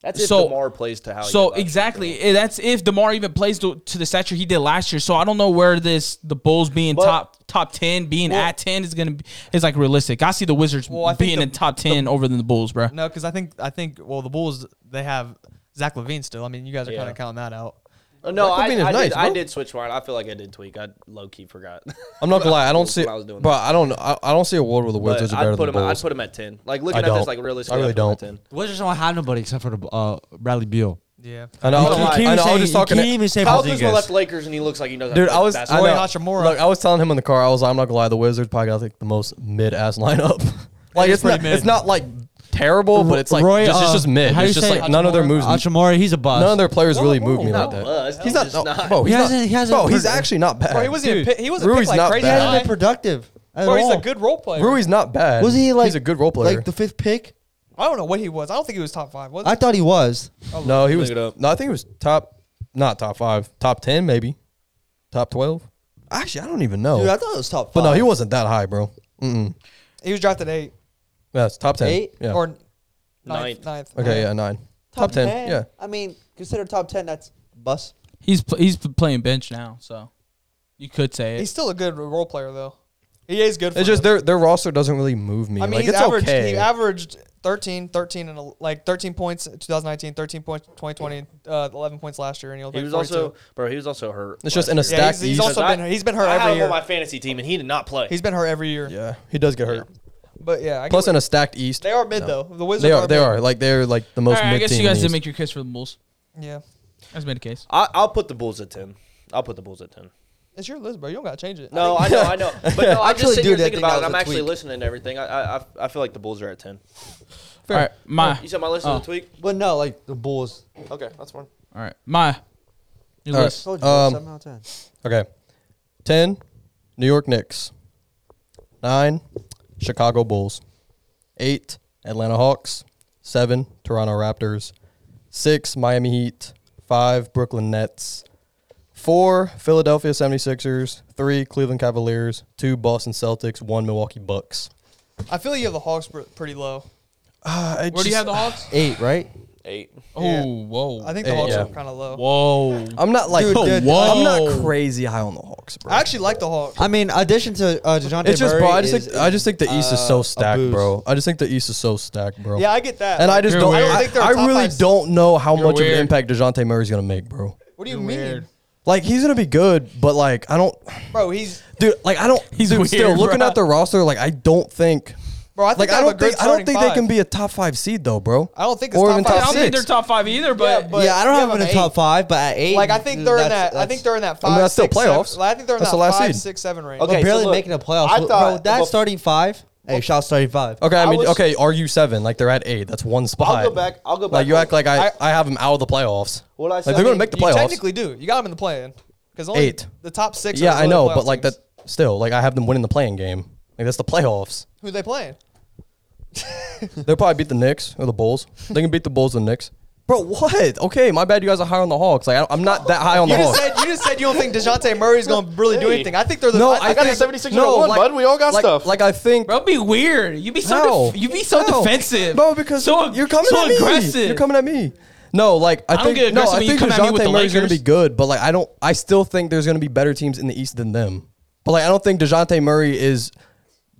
[SPEAKER 4] That's if
[SPEAKER 1] So-
[SPEAKER 4] Demar plays to how. he
[SPEAKER 1] So
[SPEAKER 4] did last year.
[SPEAKER 1] exactly, eh, that's if Demar even plays to, to the stature he did last year. So I don't know where this the Bulls being
[SPEAKER 4] But-
[SPEAKER 1] top top ten, being at ten is gonna be is like realistic. I see the Wizards
[SPEAKER 5] Well, I think
[SPEAKER 1] being
[SPEAKER 5] the-
[SPEAKER 1] in top ten over than the Bulls, bro.
[SPEAKER 5] No, because I think I think well the Bulls they have Zach Levine still. I mean you guys are
[SPEAKER 4] Yeah.
[SPEAKER 5] kind of counting that out.
[SPEAKER 4] Uh, no,
[SPEAKER 3] Zach
[SPEAKER 4] I, I,
[SPEAKER 3] Levine is
[SPEAKER 4] did,
[SPEAKER 3] nice,
[SPEAKER 4] I
[SPEAKER 3] bro.
[SPEAKER 4] did switch mine. I feel like I did tweak. I low key forgot.
[SPEAKER 3] I'm not gonna lie. I don't see,
[SPEAKER 4] I was doing
[SPEAKER 3] but I don't. I, I don't see a world where the
[SPEAKER 4] But
[SPEAKER 3] Wizards are better
[SPEAKER 4] I'd put
[SPEAKER 3] than
[SPEAKER 4] him.
[SPEAKER 3] the
[SPEAKER 4] I'd
[SPEAKER 3] Bulls.
[SPEAKER 4] put him at ten. Like looking at
[SPEAKER 3] don't.
[SPEAKER 4] this, like realistically,
[SPEAKER 3] I really
[SPEAKER 4] I'd put him at
[SPEAKER 3] don't.
[SPEAKER 4] 10.
[SPEAKER 6] Wizards don't have nobody except for the, uh, Bradley Beal.
[SPEAKER 5] Yeah.
[SPEAKER 3] I know. I
[SPEAKER 4] I'm
[SPEAKER 3] was
[SPEAKER 4] not
[SPEAKER 3] just-
[SPEAKER 4] lying.
[SPEAKER 3] I know. I was
[SPEAKER 6] even
[SPEAKER 3] just
[SPEAKER 6] say- you
[SPEAKER 3] talking.
[SPEAKER 6] can't
[SPEAKER 3] to-
[SPEAKER 6] even say
[SPEAKER 4] Kyle Kuzma
[SPEAKER 6] Porzingis.
[SPEAKER 4] left Lakers and he looks like he knows. how to
[SPEAKER 3] Dude,
[SPEAKER 4] play
[SPEAKER 3] I was. I
[SPEAKER 4] basketball.
[SPEAKER 5] Roy
[SPEAKER 3] know.
[SPEAKER 5] Hachimura.
[SPEAKER 3] Look, I was telling him in the car. I was. I'm not gonna lie. The Wizards probably got like the most mid ass lineup. like
[SPEAKER 5] is
[SPEAKER 3] it's not.
[SPEAKER 5] pretty mid.
[SPEAKER 3] It's not like terrible, but it's like
[SPEAKER 6] Roy,
[SPEAKER 3] just, it's
[SPEAKER 6] uh,
[SPEAKER 3] just mid.
[SPEAKER 6] how do
[SPEAKER 3] It's
[SPEAKER 6] you
[SPEAKER 3] just
[SPEAKER 6] say
[SPEAKER 3] like none of their
[SPEAKER 5] Hachimura?
[SPEAKER 3] moves.
[SPEAKER 6] Hachimura, he's a bust.
[SPEAKER 3] None of their players really moved me
[SPEAKER 4] Not
[SPEAKER 3] like that.
[SPEAKER 4] bust. He's not. no,
[SPEAKER 3] Bro, he's
[SPEAKER 6] He
[SPEAKER 3] not-
[SPEAKER 6] hasn't- he hasn't
[SPEAKER 3] bro, he's
[SPEAKER 6] been-
[SPEAKER 3] actually not bad.
[SPEAKER 5] Bro, he wasn't even
[SPEAKER 6] Dude,
[SPEAKER 5] pi- he wasn't
[SPEAKER 3] Rui's
[SPEAKER 5] picked like
[SPEAKER 3] not
[SPEAKER 5] crazy.
[SPEAKER 3] bad.
[SPEAKER 5] high.
[SPEAKER 3] He hasn't
[SPEAKER 6] productive. at
[SPEAKER 5] Bro, he's
[SPEAKER 6] all.
[SPEAKER 5] a good role player.
[SPEAKER 3] Rui's not bad.
[SPEAKER 6] Was he like
[SPEAKER 3] He's a good role player.
[SPEAKER 6] Like the fifth pick?
[SPEAKER 5] I don't know what he was. I don't think he was top five. Was
[SPEAKER 6] I
[SPEAKER 5] he?
[SPEAKER 6] thought he was.
[SPEAKER 3] no, he
[SPEAKER 4] Look
[SPEAKER 3] was.
[SPEAKER 4] it up.
[SPEAKER 3] No, I think he was top. Not top five. Top ten, maybe. Top twelve. Actually, I don't even know.
[SPEAKER 2] Dude, I thought it was top five.
[SPEAKER 3] but no, he wasn't that high, bro. Mm-mm.
[SPEAKER 5] He was drafted eight
[SPEAKER 3] That's top ten.
[SPEAKER 2] Eight
[SPEAKER 3] Yeah.
[SPEAKER 5] or ninth.
[SPEAKER 4] Ninth.
[SPEAKER 5] Ninth.
[SPEAKER 3] okay. Yeah. Nine. Top, ten. Yeah.
[SPEAKER 2] I mean, consider top ten. That's bus.
[SPEAKER 1] He's pl- he's playing bench now, so you could say it.
[SPEAKER 5] He's still a good role player though. He is good. For
[SPEAKER 3] It's just
[SPEAKER 5] them.
[SPEAKER 3] their their roster doesn't really move me.
[SPEAKER 5] I mean,
[SPEAKER 3] like
[SPEAKER 5] he's
[SPEAKER 3] it's
[SPEAKER 5] averaged.
[SPEAKER 3] okay.
[SPEAKER 5] He averaged 13, 13 and el- like thirteen points in 2019, thirteen points 2020, uh, eleven points last year, and he'll.
[SPEAKER 4] He was also, bro. He was also hurt.
[SPEAKER 3] It's just
[SPEAKER 4] last
[SPEAKER 3] in a
[SPEAKER 4] year.
[SPEAKER 5] Yeah,
[SPEAKER 3] stack.
[SPEAKER 5] he's- he's also
[SPEAKER 4] I-
[SPEAKER 5] been he's been hurt
[SPEAKER 4] I had
[SPEAKER 5] every
[SPEAKER 4] him on my
[SPEAKER 5] year.
[SPEAKER 4] fantasy team and he did not play.
[SPEAKER 5] He's been hurt every year.
[SPEAKER 3] yeah, he does get hurt.
[SPEAKER 5] But yeah, I
[SPEAKER 3] Plus,
[SPEAKER 5] get-
[SPEAKER 3] in a stacked East,
[SPEAKER 5] they are mid though. The Wizards
[SPEAKER 3] they are they
[SPEAKER 5] mid.
[SPEAKER 3] are like they're like the
[SPEAKER 1] All
[SPEAKER 3] most
[SPEAKER 1] right, I
[SPEAKER 3] mid
[SPEAKER 1] guess
[SPEAKER 3] team.
[SPEAKER 1] you guys
[SPEAKER 3] in
[SPEAKER 1] did
[SPEAKER 3] the
[SPEAKER 1] make
[SPEAKER 3] East.
[SPEAKER 1] your case for the Bulls.
[SPEAKER 5] Yeah,
[SPEAKER 1] That's made a case.
[SPEAKER 4] I, I'll put the Bulls at ten. I'll put the Bulls at ten.
[SPEAKER 5] it's your list, bro. You don't gotta change it.
[SPEAKER 4] No, I know, I know. But no, I'm
[SPEAKER 2] Actually,
[SPEAKER 4] just sitting here
[SPEAKER 2] dude, I
[SPEAKER 4] thinking
[SPEAKER 2] think that
[SPEAKER 4] about it.
[SPEAKER 2] was
[SPEAKER 4] I'm
[SPEAKER 2] a
[SPEAKER 4] actually
[SPEAKER 2] tweak.
[SPEAKER 4] listening to everything. I, I, I- I feel like the Bulls are at ten.
[SPEAKER 1] All right, my
[SPEAKER 4] You said my list was
[SPEAKER 1] Oh.
[SPEAKER 4] a tweak.
[SPEAKER 2] But no, like the Bulls.
[SPEAKER 4] Okay, that's fine.
[SPEAKER 1] all right, my your
[SPEAKER 3] All right.
[SPEAKER 1] list.
[SPEAKER 2] Told you,
[SPEAKER 3] Um,
[SPEAKER 2] seven out of ten.
[SPEAKER 3] Okay, ten, New York Knicks. Nine, Chicago Bulls. Eight, Atlanta Hawks. Seven, Toronto Raptors. Six, Miami Heat. Five, Brooklyn Nets. Four, Philadelphia 76ers. Three, Cleveland Cavaliers. Two, Boston Celtics. One, Milwaukee Bucks.
[SPEAKER 5] I feel like you have the Hawks pr- pretty low.
[SPEAKER 3] Uh, I
[SPEAKER 1] Where do you
[SPEAKER 3] just-
[SPEAKER 1] have the Hawks?
[SPEAKER 2] Eight, right?
[SPEAKER 4] Eight.
[SPEAKER 5] Yeah.
[SPEAKER 1] Oh, whoa,
[SPEAKER 5] I think the
[SPEAKER 3] Yeah.
[SPEAKER 5] Hawks
[SPEAKER 3] Uh, Yeah.
[SPEAKER 5] are kind of low.
[SPEAKER 1] whoa.
[SPEAKER 3] I'm not like
[SPEAKER 2] Dude, dude,
[SPEAKER 3] I'm
[SPEAKER 1] whoa.
[SPEAKER 3] not crazy high on the Hawks, bro.
[SPEAKER 5] I actually like the Hawks.
[SPEAKER 2] I mean, addition to uh, Dejounte
[SPEAKER 3] it's just,
[SPEAKER 2] Murray
[SPEAKER 3] bro. I just
[SPEAKER 2] is-
[SPEAKER 3] think I just think the East is
[SPEAKER 2] uh,
[SPEAKER 3] so
[SPEAKER 2] a
[SPEAKER 3] stacked,
[SPEAKER 2] boost.
[SPEAKER 3] bro. I just think the East is so stacked, bro.
[SPEAKER 5] yeah, I get that.
[SPEAKER 3] and I
[SPEAKER 5] Like,
[SPEAKER 3] just
[SPEAKER 1] You're
[SPEAKER 3] don't.
[SPEAKER 1] weird.
[SPEAKER 5] I don't
[SPEAKER 3] I,
[SPEAKER 5] think they're a
[SPEAKER 3] I
[SPEAKER 5] top
[SPEAKER 3] really
[SPEAKER 5] five-
[SPEAKER 3] don't know how
[SPEAKER 1] You're
[SPEAKER 3] much of
[SPEAKER 1] weird.
[SPEAKER 3] an impact Dejounte Murray's gonna make, bro.
[SPEAKER 5] What do you
[SPEAKER 1] You're
[SPEAKER 5] mean,
[SPEAKER 1] weird.
[SPEAKER 3] Like he's gonna be good, but like I don't,
[SPEAKER 5] bro? He's
[SPEAKER 3] dude. Like I don't.
[SPEAKER 1] He's
[SPEAKER 3] dude,
[SPEAKER 1] weird,
[SPEAKER 3] still looking
[SPEAKER 1] bro.
[SPEAKER 3] at the roster. Like I don't think.
[SPEAKER 5] bro. I think
[SPEAKER 3] Like
[SPEAKER 5] they
[SPEAKER 3] I
[SPEAKER 5] have a
[SPEAKER 3] don't
[SPEAKER 5] good
[SPEAKER 3] think I don't
[SPEAKER 5] starting
[SPEAKER 3] think
[SPEAKER 5] five.
[SPEAKER 3] they can be a top five seed though, bro.
[SPEAKER 5] I don't think it's
[SPEAKER 3] or
[SPEAKER 5] top
[SPEAKER 3] even
[SPEAKER 5] five.
[SPEAKER 1] I
[SPEAKER 3] top
[SPEAKER 1] don't think they're
[SPEAKER 3] six.
[SPEAKER 1] top five either, but,
[SPEAKER 5] but-
[SPEAKER 2] yeah, I don't
[SPEAKER 5] you
[SPEAKER 2] have
[SPEAKER 5] have
[SPEAKER 2] him in
[SPEAKER 5] an
[SPEAKER 2] the top
[SPEAKER 5] eight.
[SPEAKER 2] five, but at eight,
[SPEAKER 5] Like I think they're in that. I think they're in that five.
[SPEAKER 3] mean, that's still
[SPEAKER 5] six, seven-
[SPEAKER 3] playoffs.
[SPEAKER 5] like, I think they're in
[SPEAKER 3] That's
[SPEAKER 5] that
[SPEAKER 3] the last
[SPEAKER 5] five,
[SPEAKER 3] seed.
[SPEAKER 5] six, seven range.
[SPEAKER 4] Okay,
[SPEAKER 2] okay,
[SPEAKER 4] so
[SPEAKER 2] barely
[SPEAKER 4] look,
[SPEAKER 2] making the playoffs.
[SPEAKER 4] I
[SPEAKER 2] I
[SPEAKER 4] thought-
[SPEAKER 2] bro, that
[SPEAKER 4] well-
[SPEAKER 2] starting five. Hey, shout starting five.
[SPEAKER 3] Okay, I
[SPEAKER 4] I
[SPEAKER 3] mean,
[SPEAKER 4] was-
[SPEAKER 3] okay, argue seven. Like they're at eight. That's one spot.
[SPEAKER 4] go back- I'll go
[SPEAKER 3] Like
[SPEAKER 4] back
[SPEAKER 3] you
[SPEAKER 4] on-
[SPEAKER 3] act like I,
[SPEAKER 5] I-
[SPEAKER 3] I have them out of the playoffs.
[SPEAKER 4] What I
[SPEAKER 3] Like
[SPEAKER 4] said,
[SPEAKER 3] they're
[SPEAKER 4] I
[SPEAKER 3] gonna
[SPEAKER 4] mean,
[SPEAKER 3] make the
[SPEAKER 5] You
[SPEAKER 3] playoffs.
[SPEAKER 5] technically do. You got them in the play-in because only
[SPEAKER 3] Eight.
[SPEAKER 5] the top six.
[SPEAKER 3] Yeah,
[SPEAKER 5] are
[SPEAKER 3] I know,
[SPEAKER 5] really playoff
[SPEAKER 3] but like
[SPEAKER 5] teams.
[SPEAKER 3] that Still, like I have them winning the playing game. Like that's the playoffs.
[SPEAKER 5] Who they playing?
[SPEAKER 3] They'll probably beat the Knicks or the Bulls. They can beat the Bulls and the Knicks. Bro, what? Okay, my bad. You guys are high on the Hawks. Like I, I'm not that high on
[SPEAKER 5] You
[SPEAKER 3] the
[SPEAKER 5] just
[SPEAKER 3] Hawks.
[SPEAKER 5] said you just said you don't think Dejounte Murray's going to really do
[SPEAKER 4] Hey.
[SPEAKER 5] anything. I think they're the.
[SPEAKER 3] no,
[SPEAKER 4] I got the 76 and one, bud. We all got
[SPEAKER 3] like-
[SPEAKER 4] stuff.
[SPEAKER 3] Like I think,
[SPEAKER 1] Bro, be weird. You be so
[SPEAKER 3] No.
[SPEAKER 1] def- you be so
[SPEAKER 3] No.
[SPEAKER 1] defensive.
[SPEAKER 3] No, because
[SPEAKER 1] so
[SPEAKER 3] you're coming
[SPEAKER 1] so
[SPEAKER 3] at me.
[SPEAKER 1] aggressive.
[SPEAKER 3] You're coming at me. No, like I,
[SPEAKER 1] don't
[SPEAKER 3] think
[SPEAKER 1] get
[SPEAKER 3] no,
[SPEAKER 1] aggressive
[SPEAKER 3] I
[SPEAKER 1] when you
[SPEAKER 3] think
[SPEAKER 1] come at me with
[SPEAKER 3] Dejounte
[SPEAKER 1] the
[SPEAKER 3] Murray's going to
[SPEAKER 1] Lakers.
[SPEAKER 3] be good, but like I don't. I still think there's going to be better teams in the East than them. But like I don't think Dejounte Murray is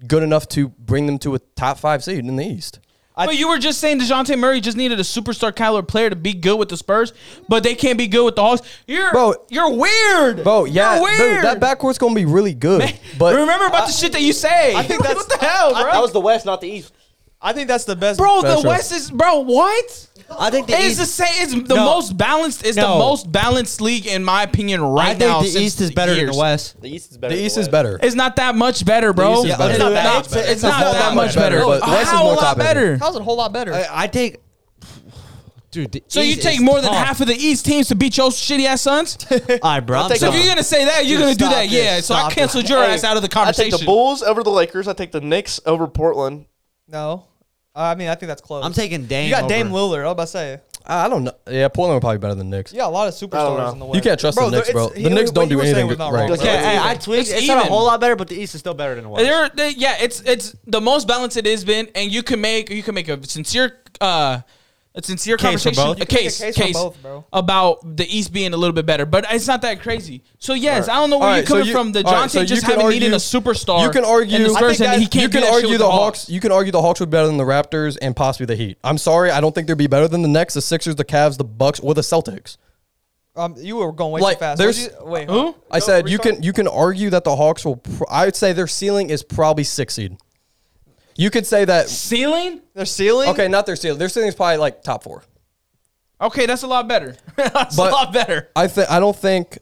[SPEAKER 3] good enough to bring them to a top five seed in the East.
[SPEAKER 1] but you were just saying Dejounte Murray just needed a superstar caliber player to be good with the Spurs, but they can't be good with the Hawks. You're
[SPEAKER 3] Bro.
[SPEAKER 1] you're weird.
[SPEAKER 3] Bro, yeah,
[SPEAKER 1] you're
[SPEAKER 3] dude,
[SPEAKER 1] weird.
[SPEAKER 3] that backcourt's going to be really good. But
[SPEAKER 1] remember about the shit that you say. I think that's what the hell, bro.
[SPEAKER 4] That was the West, not the East.
[SPEAKER 5] I think that's the best.
[SPEAKER 1] bro,
[SPEAKER 3] That's
[SPEAKER 1] the
[SPEAKER 3] true.
[SPEAKER 1] West is bro. What?
[SPEAKER 2] I think the
[SPEAKER 1] It's
[SPEAKER 2] East.
[SPEAKER 1] the same. It's the
[SPEAKER 6] No.
[SPEAKER 1] most balanced. It's the
[SPEAKER 6] No.
[SPEAKER 1] most balanced league in my opinion
[SPEAKER 6] I
[SPEAKER 1] right
[SPEAKER 6] think
[SPEAKER 1] now.
[SPEAKER 6] the
[SPEAKER 1] since
[SPEAKER 6] East is better than
[SPEAKER 1] years.
[SPEAKER 6] the West.
[SPEAKER 4] The East is better.
[SPEAKER 3] the
[SPEAKER 4] than
[SPEAKER 3] East is better.
[SPEAKER 1] It's not that much better, bro.
[SPEAKER 3] East is
[SPEAKER 1] It's
[SPEAKER 3] better. It's
[SPEAKER 1] not
[SPEAKER 3] not
[SPEAKER 1] that.
[SPEAKER 2] that much
[SPEAKER 1] It's not that much better.
[SPEAKER 3] but the West is
[SPEAKER 1] How
[SPEAKER 3] more
[SPEAKER 1] a lot
[SPEAKER 3] top heavy.
[SPEAKER 1] better.
[SPEAKER 5] how's it a whole lot better?
[SPEAKER 2] I, I think. Dude, the
[SPEAKER 1] So you
[SPEAKER 2] East
[SPEAKER 1] take
[SPEAKER 2] is
[SPEAKER 1] more than
[SPEAKER 2] tough.
[SPEAKER 1] half of the East teams to beat your shitty ass sons?
[SPEAKER 2] All right, bro. I'm
[SPEAKER 4] take
[SPEAKER 1] So if
[SPEAKER 2] done.
[SPEAKER 1] you're gonna say that, you're
[SPEAKER 2] Dude,
[SPEAKER 1] gonna do
[SPEAKER 2] stop
[SPEAKER 1] that.
[SPEAKER 2] this.
[SPEAKER 1] Yeah. So I
[SPEAKER 2] Stop
[SPEAKER 1] canceled your ass out of the
[SPEAKER 4] I take
[SPEAKER 1] conversation.
[SPEAKER 4] the Bulls over the Lakers. I take the Knicks over Portland.
[SPEAKER 5] no, I mean I think that's close.
[SPEAKER 2] I'm taking Dame.
[SPEAKER 5] You got
[SPEAKER 2] over.
[SPEAKER 5] Dame Lillard. I was about to say.
[SPEAKER 3] I don't know. Yeah, Portland are probably better than the Knicks.
[SPEAKER 5] You got a lot of superstars
[SPEAKER 4] know.
[SPEAKER 5] in the West.
[SPEAKER 3] You can't trust
[SPEAKER 5] Bro,
[SPEAKER 3] the Knicks,
[SPEAKER 5] it's-
[SPEAKER 3] bro.
[SPEAKER 5] he-
[SPEAKER 3] The Knicks
[SPEAKER 5] what
[SPEAKER 3] don't
[SPEAKER 5] you
[SPEAKER 3] do
[SPEAKER 5] were saying
[SPEAKER 3] anything
[SPEAKER 5] was not
[SPEAKER 3] right.
[SPEAKER 5] wrong,
[SPEAKER 4] Okay,
[SPEAKER 5] bro.
[SPEAKER 4] hey,
[SPEAKER 2] I tweaked.
[SPEAKER 1] It's
[SPEAKER 2] It's, not a
[SPEAKER 1] even.
[SPEAKER 2] whole lot better, but the East is still better than the West.
[SPEAKER 1] They're, they, yeah, it's it's the most balanced it has been, and you can make you can make a sincere uh a sincere
[SPEAKER 6] Case for
[SPEAKER 1] conversation,
[SPEAKER 6] both.
[SPEAKER 1] a
[SPEAKER 6] You
[SPEAKER 5] can make a
[SPEAKER 1] case,
[SPEAKER 5] case for
[SPEAKER 1] case
[SPEAKER 5] both, bro.
[SPEAKER 1] about the East being a little bit better, but it's not that crazy. So yes, I don't know where
[SPEAKER 3] All
[SPEAKER 1] you're
[SPEAKER 3] right, so
[SPEAKER 1] coming
[SPEAKER 3] you-
[SPEAKER 1] from. The
[SPEAKER 3] all
[SPEAKER 1] Johnson
[SPEAKER 3] right, so
[SPEAKER 1] just
[SPEAKER 3] you can
[SPEAKER 1] having needing a
[SPEAKER 3] argue-
[SPEAKER 1] superstar.
[SPEAKER 3] You can argue.
[SPEAKER 1] and the Spurs, and he can't
[SPEAKER 3] you
[SPEAKER 1] do
[SPEAKER 3] can
[SPEAKER 1] that shit
[SPEAKER 3] argue
[SPEAKER 1] with
[SPEAKER 3] the Hawks. You can argue the Hawks would be better than the Raptors and possibly the Heat. I'm sorry, I don't think they'd be better than the Nets, the Sixers, the Cavs, the Bucks, or the Celtics.
[SPEAKER 5] Um, you were going way
[SPEAKER 3] Like,
[SPEAKER 5] too fast.
[SPEAKER 3] there's-
[SPEAKER 5] What'd you, wait,
[SPEAKER 1] Who?
[SPEAKER 3] I said you can you can argue that the Hawks will. Pr- I would say their ceiling is probably six seed. You could say that.
[SPEAKER 1] Ceiling?
[SPEAKER 5] Their ceiling.
[SPEAKER 3] Okay, not their ceiling. Their ceiling is probably like top four.
[SPEAKER 1] Okay, that's a lot better. that's
[SPEAKER 3] But-
[SPEAKER 1] a lot better.
[SPEAKER 3] I think I don't think.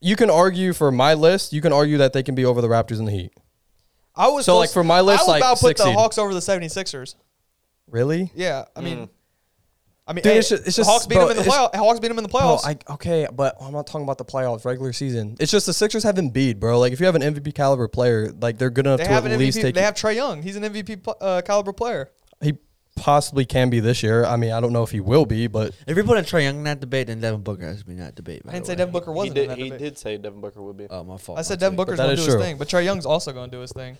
[SPEAKER 3] You can argue for my list. You can argue that they can be over the Raptors and the Heat.
[SPEAKER 5] I was
[SPEAKER 3] So,
[SPEAKER 5] close-
[SPEAKER 3] like, for my list,
[SPEAKER 5] I was
[SPEAKER 3] like,
[SPEAKER 5] about to put
[SPEAKER 3] six
[SPEAKER 5] the
[SPEAKER 3] seed.
[SPEAKER 5] Hawks over the 76ers.
[SPEAKER 3] Really?
[SPEAKER 5] Yeah, I mean, I mean,
[SPEAKER 3] Dude,
[SPEAKER 5] hey,
[SPEAKER 3] it's just- it's
[SPEAKER 5] the
[SPEAKER 3] just-
[SPEAKER 5] Hawks beat
[SPEAKER 3] bro,
[SPEAKER 5] them in the
[SPEAKER 3] it's-
[SPEAKER 5] playoffs. Hawks beat them in the
[SPEAKER 3] Bro,
[SPEAKER 5] playoffs.
[SPEAKER 3] Oh, I, okay, but I'm not talking about the playoffs, regular season. It's just the Sixers have Embiid, bro. Like, if you have an MVP caliber player, like they're good enough
[SPEAKER 5] they
[SPEAKER 3] to
[SPEAKER 5] have
[SPEAKER 3] at
[SPEAKER 5] an
[SPEAKER 3] least
[SPEAKER 5] MVP.
[SPEAKER 3] take.
[SPEAKER 5] They have Trey Young. He's an MVP pl- uh, caliber player.
[SPEAKER 3] he possibly can be this year. I mean, I don't know if he will be, but
[SPEAKER 2] If you're putting Trey Young in that debate, then Devin Booker has to be in that debate. by
[SPEAKER 5] I didn't
[SPEAKER 2] the
[SPEAKER 5] say
[SPEAKER 2] way.
[SPEAKER 5] Devin Booker
[SPEAKER 4] He
[SPEAKER 5] wasn't. in
[SPEAKER 4] did,
[SPEAKER 5] that
[SPEAKER 4] he
[SPEAKER 5] debate.
[SPEAKER 4] did say Devin Booker would be.
[SPEAKER 2] Oh, my fault.
[SPEAKER 5] I
[SPEAKER 2] my
[SPEAKER 5] said
[SPEAKER 2] tweak.
[SPEAKER 5] Devin Booker's
[SPEAKER 3] that
[SPEAKER 5] gonna
[SPEAKER 3] is
[SPEAKER 5] do his
[SPEAKER 3] true.
[SPEAKER 5] thing, but Trey Young's also gonna do his thing.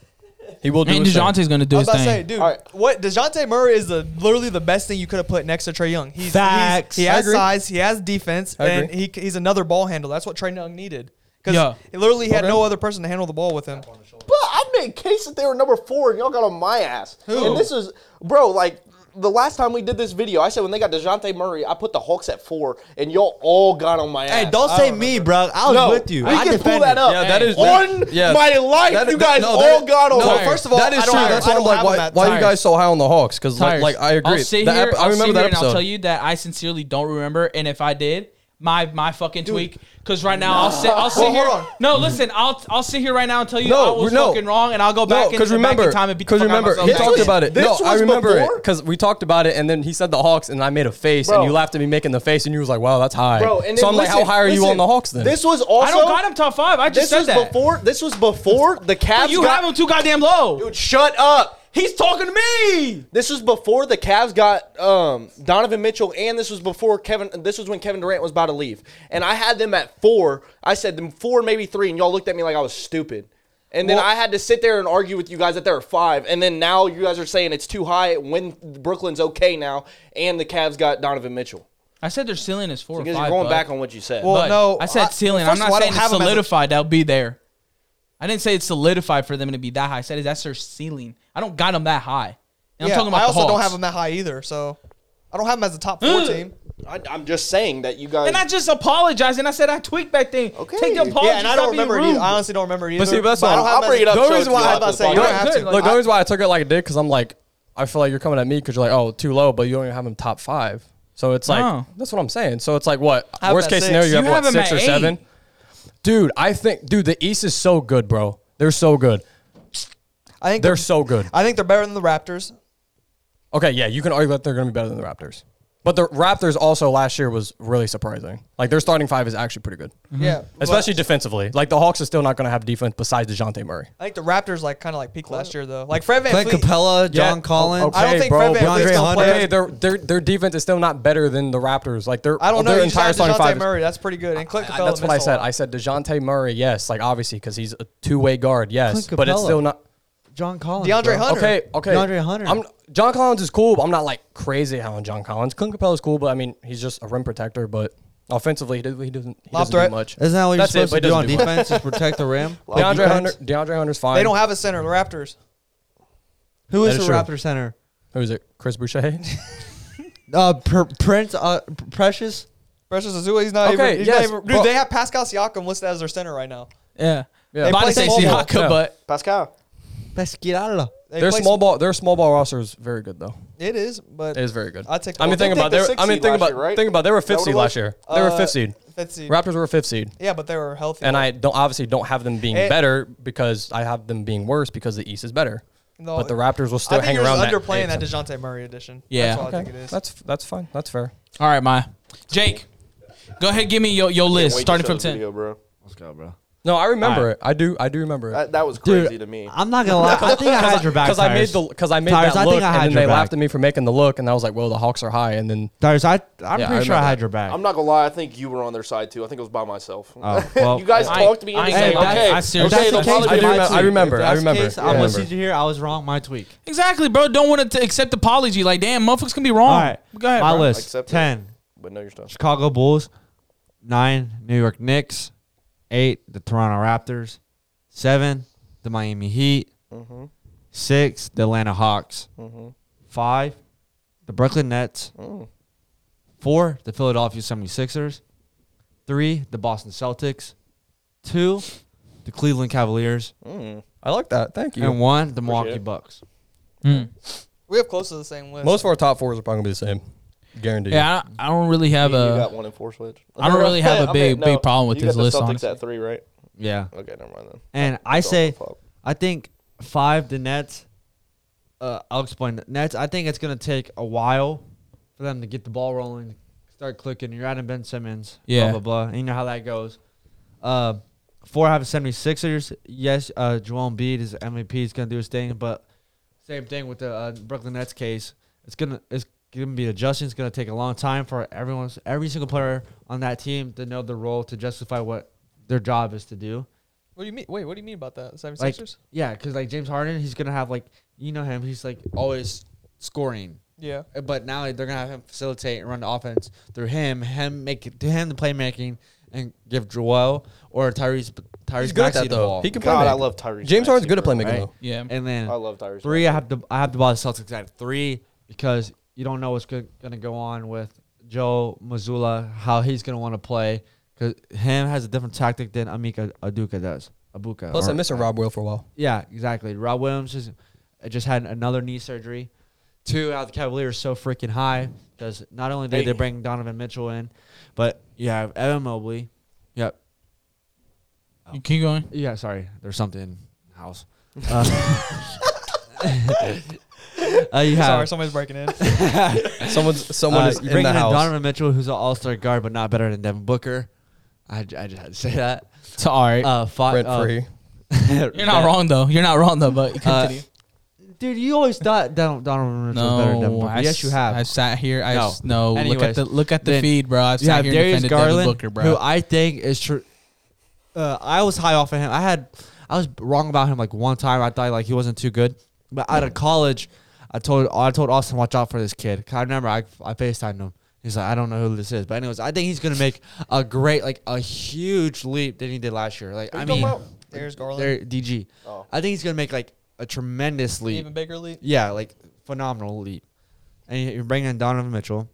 [SPEAKER 3] he will do.
[SPEAKER 1] And
[SPEAKER 3] his thing.
[SPEAKER 1] Dejounte's gonna do
[SPEAKER 5] I
[SPEAKER 1] his
[SPEAKER 5] was about to say,
[SPEAKER 1] thing.
[SPEAKER 5] dude,
[SPEAKER 4] All right.
[SPEAKER 5] what Dejounte Murray is the literally the best thing you could have put next to Trey Young. He's, he's-
[SPEAKER 6] Facts.
[SPEAKER 5] he
[SPEAKER 3] I
[SPEAKER 5] has
[SPEAKER 3] agree.
[SPEAKER 5] size. He has defense,
[SPEAKER 3] I
[SPEAKER 5] and
[SPEAKER 3] agree.
[SPEAKER 5] he, c- he's another ball handler. That's what Trey Young needed because
[SPEAKER 1] Yeah.
[SPEAKER 5] he literally had no other person to handle the ball with him.
[SPEAKER 4] But I made case that they were number four, and y'all got on my ass. And this is, bro, like the last time we did this video, I said when they got Dejounte Murray, I put the Hawks at four, and y'all all got on my ass.
[SPEAKER 2] Hey, don't say me, bro. I was
[SPEAKER 4] No,
[SPEAKER 2] with you.
[SPEAKER 4] We
[SPEAKER 2] I
[SPEAKER 4] can pull
[SPEAKER 2] defended.
[SPEAKER 4] that up.
[SPEAKER 3] Yeah, that is-
[SPEAKER 4] on
[SPEAKER 3] yeah.
[SPEAKER 4] my life.
[SPEAKER 3] That-
[SPEAKER 4] you
[SPEAKER 3] that-
[SPEAKER 4] guys
[SPEAKER 3] no,
[SPEAKER 4] all
[SPEAKER 3] that-
[SPEAKER 4] got on.
[SPEAKER 3] no,
[SPEAKER 4] my
[SPEAKER 5] first of all,
[SPEAKER 3] that is
[SPEAKER 5] I don't
[SPEAKER 3] true.
[SPEAKER 5] have-
[SPEAKER 3] That's
[SPEAKER 5] I
[SPEAKER 3] why I'm
[SPEAKER 5] don't
[SPEAKER 3] like,
[SPEAKER 5] have him
[SPEAKER 3] why,
[SPEAKER 5] at
[SPEAKER 3] why are you
[SPEAKER 1] tires.
[SPEAKER 3] guys so high on the Hawks? Because like, like, I agree.
[SPEAKER 1] I'll sit
[SPEAKER 3] That
[SPEAKER 1] here.
[SPEAKER 3] ep-
[SPEAKER 1] I'll
[SPEAKER 3] I remember
[SPEAKER 1] sit
[SPEAKER 3] that
[SPEAKER 1] here and I'll
[SPEAKER 3] episode.
[SPEAKER 1] tell you that I sincerely don't remember, and if I did, my my fucking tweak. Because right now I'll sit. I'll sit
[SPEAKER 5] Well,
[SPEAKER 1] here.
[SPEAKER 5] hold on.
[SPEAKER 1] No, listen. I'll I'll sit here right now and tell you
[SPEAKER 3] No,
[SPEAKER 1] I was
[SPEAKER 3] no.
[SPEAKER 1] fucking wrong, and I'll go
[SPEAKER 3] No,
[SPEAKER 1] back in,
[SPEAKER 3] because
[SPEAKER 1] back in
[SPEAKER 3] remember,
[SPEAKER 1] time and beat the
[SPEAKER 3] because
[SPEAKER 1] fuck out of
[SPEAKER 3] remember,
[SPEAKER 1] myself
[SPEAKER 3] he
[SPEAKER 1] back
[SPEAKER 3] talked
[SPEAKER 1] then.
[SPEAKER 3] about it.
[SPEAKER 4] this
[SPEAKER 3] No, I
[SPEAKER 4] was
[SPEAKER 3] remember it
[SPEAKER 4] before?
[SPEAKER 3] because we talked about it, and then he said the Hawks, and I made a face,
[SPEAKER 4] Bro.
[SPEAKER 3] and you laughed at me making the face, and you was like, "Wow, that's high."
[SPEAKER 4] bro. And
[SPEAKER 3] so
[SPEAKER 4] then
[SPEAKER 3] I'm like,
[SPEAKER 4] listen-
[SPEAKER 3] "How high are you
[SPEAKER 4] listen,
[SPEAKER 3] on the Hawks then?"
[SPEAKER 4] This was also.
[SPEAKER 1] I don't got him top five. I just
[SPEAKER 4] This
[SPEAKER 1] said
[SPEAKER 4] was
[SPEAKER 1] that.
[SPEAKER 4] before. This was before the Cavs
[SPEAKER 1] you
[SPEAKER 4] got.
[SPEAKER 1] have him too goddamn low.
[SPEAKER 4] Dude, shut up.
[SPEAKER 1] He's talking to me.
[SPEAKER 4] This was before the Cavs got um, Donovan Mitchell, and this was before Kevin. This was when Kevin Durant was about to leave, and I had them at four. I said them four, maybe three, and y'all looked at me like I was stupid. And then I had to sit there and argue with you guys that they were five. And then now you guys are saying it's too high when Brooklyn's okay now, and the Cavs got Donovan Mitchell
[SPEAKER 1] I said their ceiling is four.
[SPEAKER 4] because
[SPEAKER 1] or
[SPEAKER 4] you're
[SPEAKER 1] five,
[SPEAKER 4] going
[SPEAKER 1] bud.
[SPEAKER 4] back on what you said.
[SPEAKER 5] Well,
[SPEAKER 1] But
[SPEAKER 5] no,
[SPEAKER 1] I said ceiling.
[SPEAKER 5] first
[SPEAKER 1] I'm not
[SPEAKER 5] of all, I
[SPEAKER 1] saying
[SPEAKER 5] don't
[SPEAKER 1] it's
[SPEAKER 5] have him as a-
[SPEAKER 1] solidified. That'll be there. I didn't say it's solidified for them to be that high. I said that's their ceiling. I don't got them that high. And I'm
[SPEAKER 5] Yeah,
[SPEAKER 1] talking about
[SPEAKER 5] I
[SPEAKER 1] the
[SPEAKER 5] also don't
[SPEAKER 1] Hawks.
[SPEAKER 5] have him that high either, so I don't have him as a top
[SPEAKER 3] Mm.
[SPEAKER 5] four team.
[SPEAKER 4] I, I'm just saying that you guys.
[SPEAKER 1] And I just apologized and I said I tweaked that thing. Okay. Take the
[SPEAKER 4] Yeah,
[SPEAKER 1] apology.
[SPEAKER 5] yeah, and I don't remember it
[SPEAKER 1] rude.
[SPEAKER 5] either. I honestly don't remember it either.
[SPEAKER 3] see, that's
[SPEAKER 5] I
[SPEAKER 3] all.
[SPEAKER 5] don't have
[SPEAKER 4] I'll
[SPEAKER 5] him
[SPEAKER 4] bring
[SPEAKER 5] as-
[SPEAKER 4] it up.
[SPEAKER 5] The
[SPEAKER 4] so
[SPEAKER 5] only
[SPEAKER 4] if
[SPEAKER 5] reason
[SPEAKER 4] you
[SPEAKER 5] why
[SPEAKER 4] want
[SPEAKER 5] I'm about to say you
[SPEAKER 4] podcast.
[SPEAKER 5] don't have to.
[SPEAKER 3] Look, the reason why I took it like I did because I'm like, I feel like you're coming at me because you're like, "Oh, too low," but you don't even have him top five. So it's like
[SPEAKER 1] No.
[SPEAKER 3] that's what I'm saying. So it's like what
[SPEAKER 5] him
[SPEAKER 3] worst
[SPEAKER 5] at
[SPEAKER 3] case
[SPEAKER 5] six.
[SPEAKER 3] scenario you have,
[SPEAKER 1] You have
[SPEAKER 3] what
[SPEAKER 1] him
[SPEAKER 3] six
[SPEAKER 1] at
[SPEAKER 3] or
[SPEAKER 1] eight.
[SPEAKER 3] seven, dude. I think dude the East is so good, bro. They're so good.
[SPEAKER 5] I think
[SPEAKER 3] They're so good.
[SPEAKER 5] I think they're better than the Raptors.
[SPEAKER 3] Okay, yeah, you can argue that they're going to be better than the Raptors. But the Raptors also last year was really surprising. Like their starting five is actually pretty good,
[SPEAKER 5] Mm-hmm. Yeah,
[SPEAKER 3] especially defensively. Like the Hawks are still not going to have defense besides Dejounte Murray.
[SPEAKER 5] I think the Raptors like kind of like peaked last year though. Like Fred Van
[SPEAKER 2] Clint Capella, John
[SPEAKER 3] Yeah. Oh,
[SPEAKER 2] Collins.
[SPEAKER 3] Okay,
[SPEAKER 5] I don't think
[SPEAKER 3] bro.
[SPEAKER 5] Fred VanVleet's
[SPEAKER 2] DeAndre
[SPEAKER 5] gonna
[SPEAKER 2] Hunter.
[SPEAKER 5] play.
[SPEAKER 3] Hey, their, their their defense is still not better than the Raptors. Like their
[SPEAKER 5] I don't know.
[SPEAKER 3] their
[SPEAKER 5] You
[SPEAKER 3] entire
[SPEAKER 5] entire
[SPEAKER 3] starting
[SPEAKER 5] Dejounte
[SPEAKER 3] five. is-
[SPEAKER 5] Murray. That's pretty good. And Clint
[SPEAKER 3] I-
[SPEAKER 5] Capella.
[SPEAKER 3] that's what I
[SPEAKER 5] missed a
[SPEAKER 3] said.
[SPEAKER 5] lot.
[SPEAKER 3] I said Dejounte Murray. Yes, like obviously because he's a two way guard. Yes,
[SPEAKER 2] Clint
[SPEAKER 3] but it's
[SPEAKER 2] Capella.
[SPEAKER 3] still not.
[SPEAKER 2] John Collins.
[SPEAKER 5] DeAndre
[SPEAKER 2] bro.
[SPEAKER 5] Hunter.
[SPEAKER 3] Okay, okay.
[SPEAKER 2] DeAndre Hunter.
[SPEAKER 3] I'm, John Collins is cool, but I'm not like crazy high on John Collins. Clint Capella's cool, but I mean he's just a rim protector. But offensively, he, doesn't- he doesn't he
[SPEAKER 5] Lob
[SPEAKER 3] doesn't
[SPEAKER 5] threat.
[SPEAKER 3] do much.
[SPEAKER 2] Oh, Isn't that what
[SPEAKER 3] That's
[SPEAKER 2] you're
[SPEAKER 3] it,
[SPEAKER 2] supposed
[SPEAKER 3] but
[SPEAKER 2] to
[SPEAKER 3] he
[SPEAKER 2] do on
[SPEAKER 3] doesn't do
[SPEAKER 2] defense? is protect the rim.
[SPEAKER 3] DeAndre
[SPEAKER 2] defense?
[SPEAKER 3] Hunter. DeAndre Hunter's fine.
[SPEAKER 5] They don't have a center. The Raptors.
[SPEAKER 2] Who
[SPEAKER 3] That
[SPEAKER 2] is
[SPEAKER 3] is
[SPEAKER 2] the
[SPEAKER 3] true.
[SPEAKER 2] Raptor center?
[SPEAKER 3] Who is it? Chris Boucher.
[SPEAKER 2] Uh, Pr- Prince uh, P- Precious.
[SPEAKER 5] Precious Azua. He's not
[SPEAKER 3] Okay,
[SPEAKER 5] even. He's not
[SPEAKER 3] yes,
[SPEAKER 5] even-
[SPEAKER 3] but-
[SPEAKER 5] dude, they have Pascal Siakam listed as their center right now.
[SPEAKER 1] Yeah.
[SPEAKER 3] Yeah.
[SPEAKER 1] About to
[SPEAKER 5] play
[SPEAKER 1] say
[SPEAKER 5] small ball.
[SPEAKER 1] Siaka,
[SPEAKER 3] Yeah.
[SPEAKER 1] but
[SPEAKER 4] Pascal.
[SPEAKER 2] Pesquirala.
[SPEAKER 5] They
[SPEAKER 3] their
[SPEAKER 5] play
[SPEAKER 3] small ball. Their small ball roster is very good though.
[SPEAKER 5] It is, but
[SPEAKER 3] It is very good.
[SPEAKER 5] I'll take the
[SPEAKER 3] I mean,
[SPEAKER 5] ball.
[SPEAKER 3] think
[SPEAKER 5] They
[SPEAKER 3] about
[SPEAKER 4] take the
[SPEAKER 3] they. were-
[SPEAKER 4] sixth
[SPEAKER 3] I mean,
[SPEAKER 4] seed
[SPEAKER 3] think
[SPEAKER 4] last
[SPEAKER 3] about
[SPEAKER 4] year, right?
[SPEAKER 3] think about they were
[SPEAKER 4] that
[SPEAKER 3] fifth
[SPEAKER 4] what
[SPEAKER 3] seed
[SPEAKER 4] it
[SPEAKER 3] last
[SPEAKER 4] was?
[SPEAKER 3] year. They were
[SPEAKER 5] Uh,
[SPEAKER 3] fifth seed.
[SPEAKER 5] Let's see.
[SPEAKER 3] Raptors were fifth seed.
[SPEAKER 5] Yeah, but they were healthy.
[SPEAKER 3] and I don't obviously don't have them being
[SPEAKER 5] Eh.
[SPEAKER 3] better because I have them being worse because the East is better.
[SPEAKER 5] No,
[SPEAKER 3] but the Raptors will
[SPEAKER 5] I
[SPEAKER 3] still
[SPEAKER 5] think
[SPEAKER 3] hang
[SPEAKER 5] you're
[SPEAKER 3] around.
[SPEAKER 5] just
[SPEAKER 3] that
[SPEAKER 5] underplaying
[SPEAKER 3] eighth.
[SPEAKER 5] that Dejounte Murray edition.
[SPEAKER 1] Yeah.
[SPEAKER 5] that's all I think it
[SPEAKER 3] Okay.
[SPEAKER 5] is.
[SPEAKER 3] That's that's fine. That's fair.
[SPEAKER 1] all right, my Jake. Go ahead, give me your, your
[SPEAKER 4] Can't wait
[SPEAKER 1] list
[SPEAKER 4] to
[SPEAKER 1] starting
[SPEAKER 4] show
[SPEAKER 1] from
[SPEAKER 4] this
[SPEAKER 1] ten.
[SPEAKER 4] video, bro.
[SPEAKER 6] Let's go, bro.
[SPEAKER 3] No, I remember
[SPEAKER 1] All right.
[SPEAKER 3] it. I do. I do remember it.
[SPEAKER 4] That, that was
[SPEAKER 2] Dude,
[SPEAKER 4] crazy to me.
[SPEAKER 2] I'm not gonna lie. I think I had your back.
[SPEAKER 3] Because I made
[SPEAKER 2] Tyrese.
[SPEAKER 3] the because I made
[SPEAKER 2] Tyrese, I
[SPEAKER 3] that
[SPEAKER 2] think
[SPEAKER 3] look,
[SPEAKER 2] I had
[SPEAKER 3] and then
[SPEAKER 2] your
[SPEAKER 3] they laughed
[SPEAKER 2] back.
[SPEAKER 3] at me for making the look, and I was like, "Well, the Hawks are high." And then
[SPEAKER 2] Tyrese, I I'm
[SPEAKER 3] Yeah, I
[SPEAKER 2] pretty sure I
[SPEAKER 3] remember
[SPEAKER 2] had
[SPEAKER 3] that.
[SPEAKER 2] your back.
[SPEAKER 4] I'm not gonna lie. I think you were on their side too. I think it was by myself.
[SPEAKER 6] Oh, well,
[SPEAKER 4] you guys
[SPEAKER 1] I-
[SPEAKER 4] talked me
[SPEAKER 1] I
[SPEAKER 4] into
[SPEAKER 1] ain't
[SPEAKER 4] saying,
[SPEAKER 1] gonna lie.
[SPEAKER 4] okay,
[SPEAKER 1] I seriously- That's
[SPEAKER 4] okay, the
[SPEAKER 1] the case,
[SPEAKER 4] Hawks
[SPEAKER 3] I
[SPEAKER 4] are
[SPEAKER 3] do
[SPEAKER 4] my
[SPEAKER 3] remember-
[SPEAKER 4] team.
[SPEAKER 3] I remember.
[SPEAKER 2] If that's the
[SPEAKER 3] remember.
[SPEAKER 2] case,
[SPEAKER 3] Yeah, I
[SPEAKER 2] I'm with
[SPEAKER 3] remember.
[SPEAKER 2] CJ here. I was wrong. My tweak.
[SPEAKER 1] Exactly, bro. Don't want to accept apology. Like, damn, motherfuckers can be wrong.
[SPEAKER 2] All right,
[SPEAKER 1] Go ahead,
[SPEAKER 2] my
[SPEAKER 1] bro.
[SPEAKER 2] list:
[SPEAKER 4] Accept it.
[SPEAKER 2] ten,
[SPEAKER 4] But no, you're stuff.
[SPEAKER 2] Chicago Bulls, nine, New York Knicks, eight, the Toronto Raptors, seven, the Miami Heat,
[SPEAKER 4] Mm-hmm.
[SPEAKER 2] six, the Atlanta Hawks,
[SPEAKER 4] Mm-hmm.
[SPEAKER 2] five, the Brooklyn Nets,
[SPEAKER 4] Mm.
[SPEAKER 2] four, the Philadelphia 76ers, three, the Boston Celtics, two, the Cleveland Cavaliers,
[SPEAKER 4] Mm.
[SPEAKER 3] I like that. Thank you.
[SPEAKER 2] and one, the Milwaukee
[SPEAKER 4] it.
[SPEAKER 2] Bucks.
[SPEAKER 1] Mm.
[SPEAKER 5] We have close to the same list.
[SPEAKER 3] Most of our top fours are probably gonna be the same, guaranteed.
[SPEAKER 1] Yeah, I, I don't really have
[SPEAKER 4] you, you got
[SPEAKER 1] a.
[SPEAKER 4] one in four switch.
[SPEAKER 1] I don't really have a big- big problem with
[SPEAKER 4] you
[SPEAKER 1] this
[SPEAKER 4] got the
[SPEAKER 1] list,
[SPEAKER 4] Celtics
[SPEAKER 1] honestly.
[SPEAKER 4] at three, right?
[SPEAKER 2] Yeah.
[SPEAKER 4] Okay, never mind then.
[SPEAKER 2] And I
[SPEAKER 4] Don't
[SPEAKER 2] say
[SPEAKER 4] fuck.
[SPEAKER 2] I think five the Nets. Uh, I'll explain the Nets. I think it's gonna take a while for them to get the ball rolling, start clicking. You're adding Ben Simmons.
[SPEAKER 1] Yeah.
[SPEAKER 2] Blah blah blah. And you know how that goes. Uh, four I have the 76ers. Yes, uh, Joel Embiid is MVP. He's gonna do his thing, but same thing with the uh, Brooklyn Nets case. It's gonna it's gonna be adjusting. It's gonna take a long time for everyone, every single player on that team to know their role to justify what their job is to do.
[SPEAKER 5] What do you mean? Wait, what do you mean about that? 76ers?
[SPEAKER 2] Yeah, because like James Harden, he's gonna have like you know him. He's like always scoring,
[SPEAKER 5] yeah.
[SPEAKER 2] Uh, but now they're gonna have him facilitate and run the offense through him. Him make it to him the playmaking and give Joel or Tyrese Tyrese
[SPEAKER 3] he's good at
[SPEAKER 2] Maxey
[SPEAKER 3] that
[SPEAKER 2] the
[SPEAKER 3] though.
[SPEAKER 2] ball.
[SPEAKER 3] He can play.
[SPEAKER 4] God, I
[SPEAKER 3] that.
[SPEAKER 4] love Tyrese.
[SPEAKER 3] James Harden's good at
[SPEAKER 4] bro.
[SPEAKER 3] playmaking
[SPEAKER 2] right?
[SPEAKER 3] though.
[SPEAKER 1] Yeah.
[SPEAKER 2] and
[SPEAKER 4] I
[SPEAKER 2] then
[SPEAKER 4] love Tyrese.
[SPEAKER 2] three, I have to I have to buy the Celtics at three because you don't know what's go- gonna go on with Joe Mazzulla, how he's gonna want to play because him has a different tactic than Amika Aduka does. Abuka.
[SPEAKER 3] Plus,
[SPEAKER 2] or-
[SPEAKER 3] I'm missing Rob Will for a while.
[SPEAKER 2] Yeah, exactly. Rob Williams just just had another knee surgery. Two out the Cavaliers so freaking high because not only did they
[SPEAKER 4] Hey.
[SPEAKER 2] bring Donovan Mitchell in, but you have Evan Mobley. Yep.
[SPEAKER 1] You keep going.
[SPEAKER 2] Yeah, sorry. There's something in the house. Uh, uh, you
[SPEAKER 5] Sorry,
[SPEAKER 2] have
[SPEAKER 5] somebody's breaking in.
[SPEAKER 3] Someone's someone
[SPEAKER 2] uh,
[SPEAKER 3] is
[SPEAKER 2] you
[SPEAKER 3] in
[SPEAKER 2] bring
[SPEAKER 3] the
[SPEAKER 2] in
[SPEAKER 3] house.
[SPEAKER 2] Donovan Mitchell, who's an All Star guard, but not better than Devin Booker. I, j- I just had to say that.
[SPEAKER 1] It's all right.
[SPEAKER 2] Uh, five,
[SPEAKER 3] Rent free.
[SPEAKER 1] You're not wrong though. You're not wrong though.
[SPEAKER 5] Uh,
[SPEAKER 1] But continue.
[SPEAKER 2] dude. You always thought Don- Donovan Mitchell was better than Devin
[SPEAKER 1] no,
[SPEAKER 2] Booker.
[SPEAKER 1] I
[SPEAKER 2] yes, you
[SPEAKER 1] s-
[SPEAKER 2] have.
[SPEAKER 1] I've sat here. I
[SPEAKER 2] No.
[SPEAKER 1] s- no. look at
[SPEAKER 2] Anyways,
[SPEAKER 1] the look at the
[SPEAKER 2] then
[SPEAKER 1] feed, bro. I've
[SPEAKER 2] You
[SPEAKER 1] sat
[SPEAKER 2] have
[SPEAKER 1] here and
[SPEAKER 2] Darius
[SPEAKER 1] defended Devin
[SPEAKER 2] Garland,
[SPEAKER 1] Booker, bro.
[SPEAKER 2] who I think is true. Uh, I was high off of him. I had I was wrong about him like one time. I thought like he wasn't too good, but out of college, I told I told Austin watch out for this kid. 'Cause I remember I I Facetimed him. He's like I don't know who this is, but anyways, I think he's gonna make a great like a huge leap than he did last year. Like I mean,
[SPEAKER 5] There's Garland.
[SPEAKER 2] there DG.
[SPEAKER 4] Oh.
[SPEAKER 2] I think he's gonna make like a tremendous leap.
[SPEAKER 5] Even bigger leap.
[SPEAKER 2] Yeah, like phenomenal leap. And you- you're bringing in Donovan Mitchell.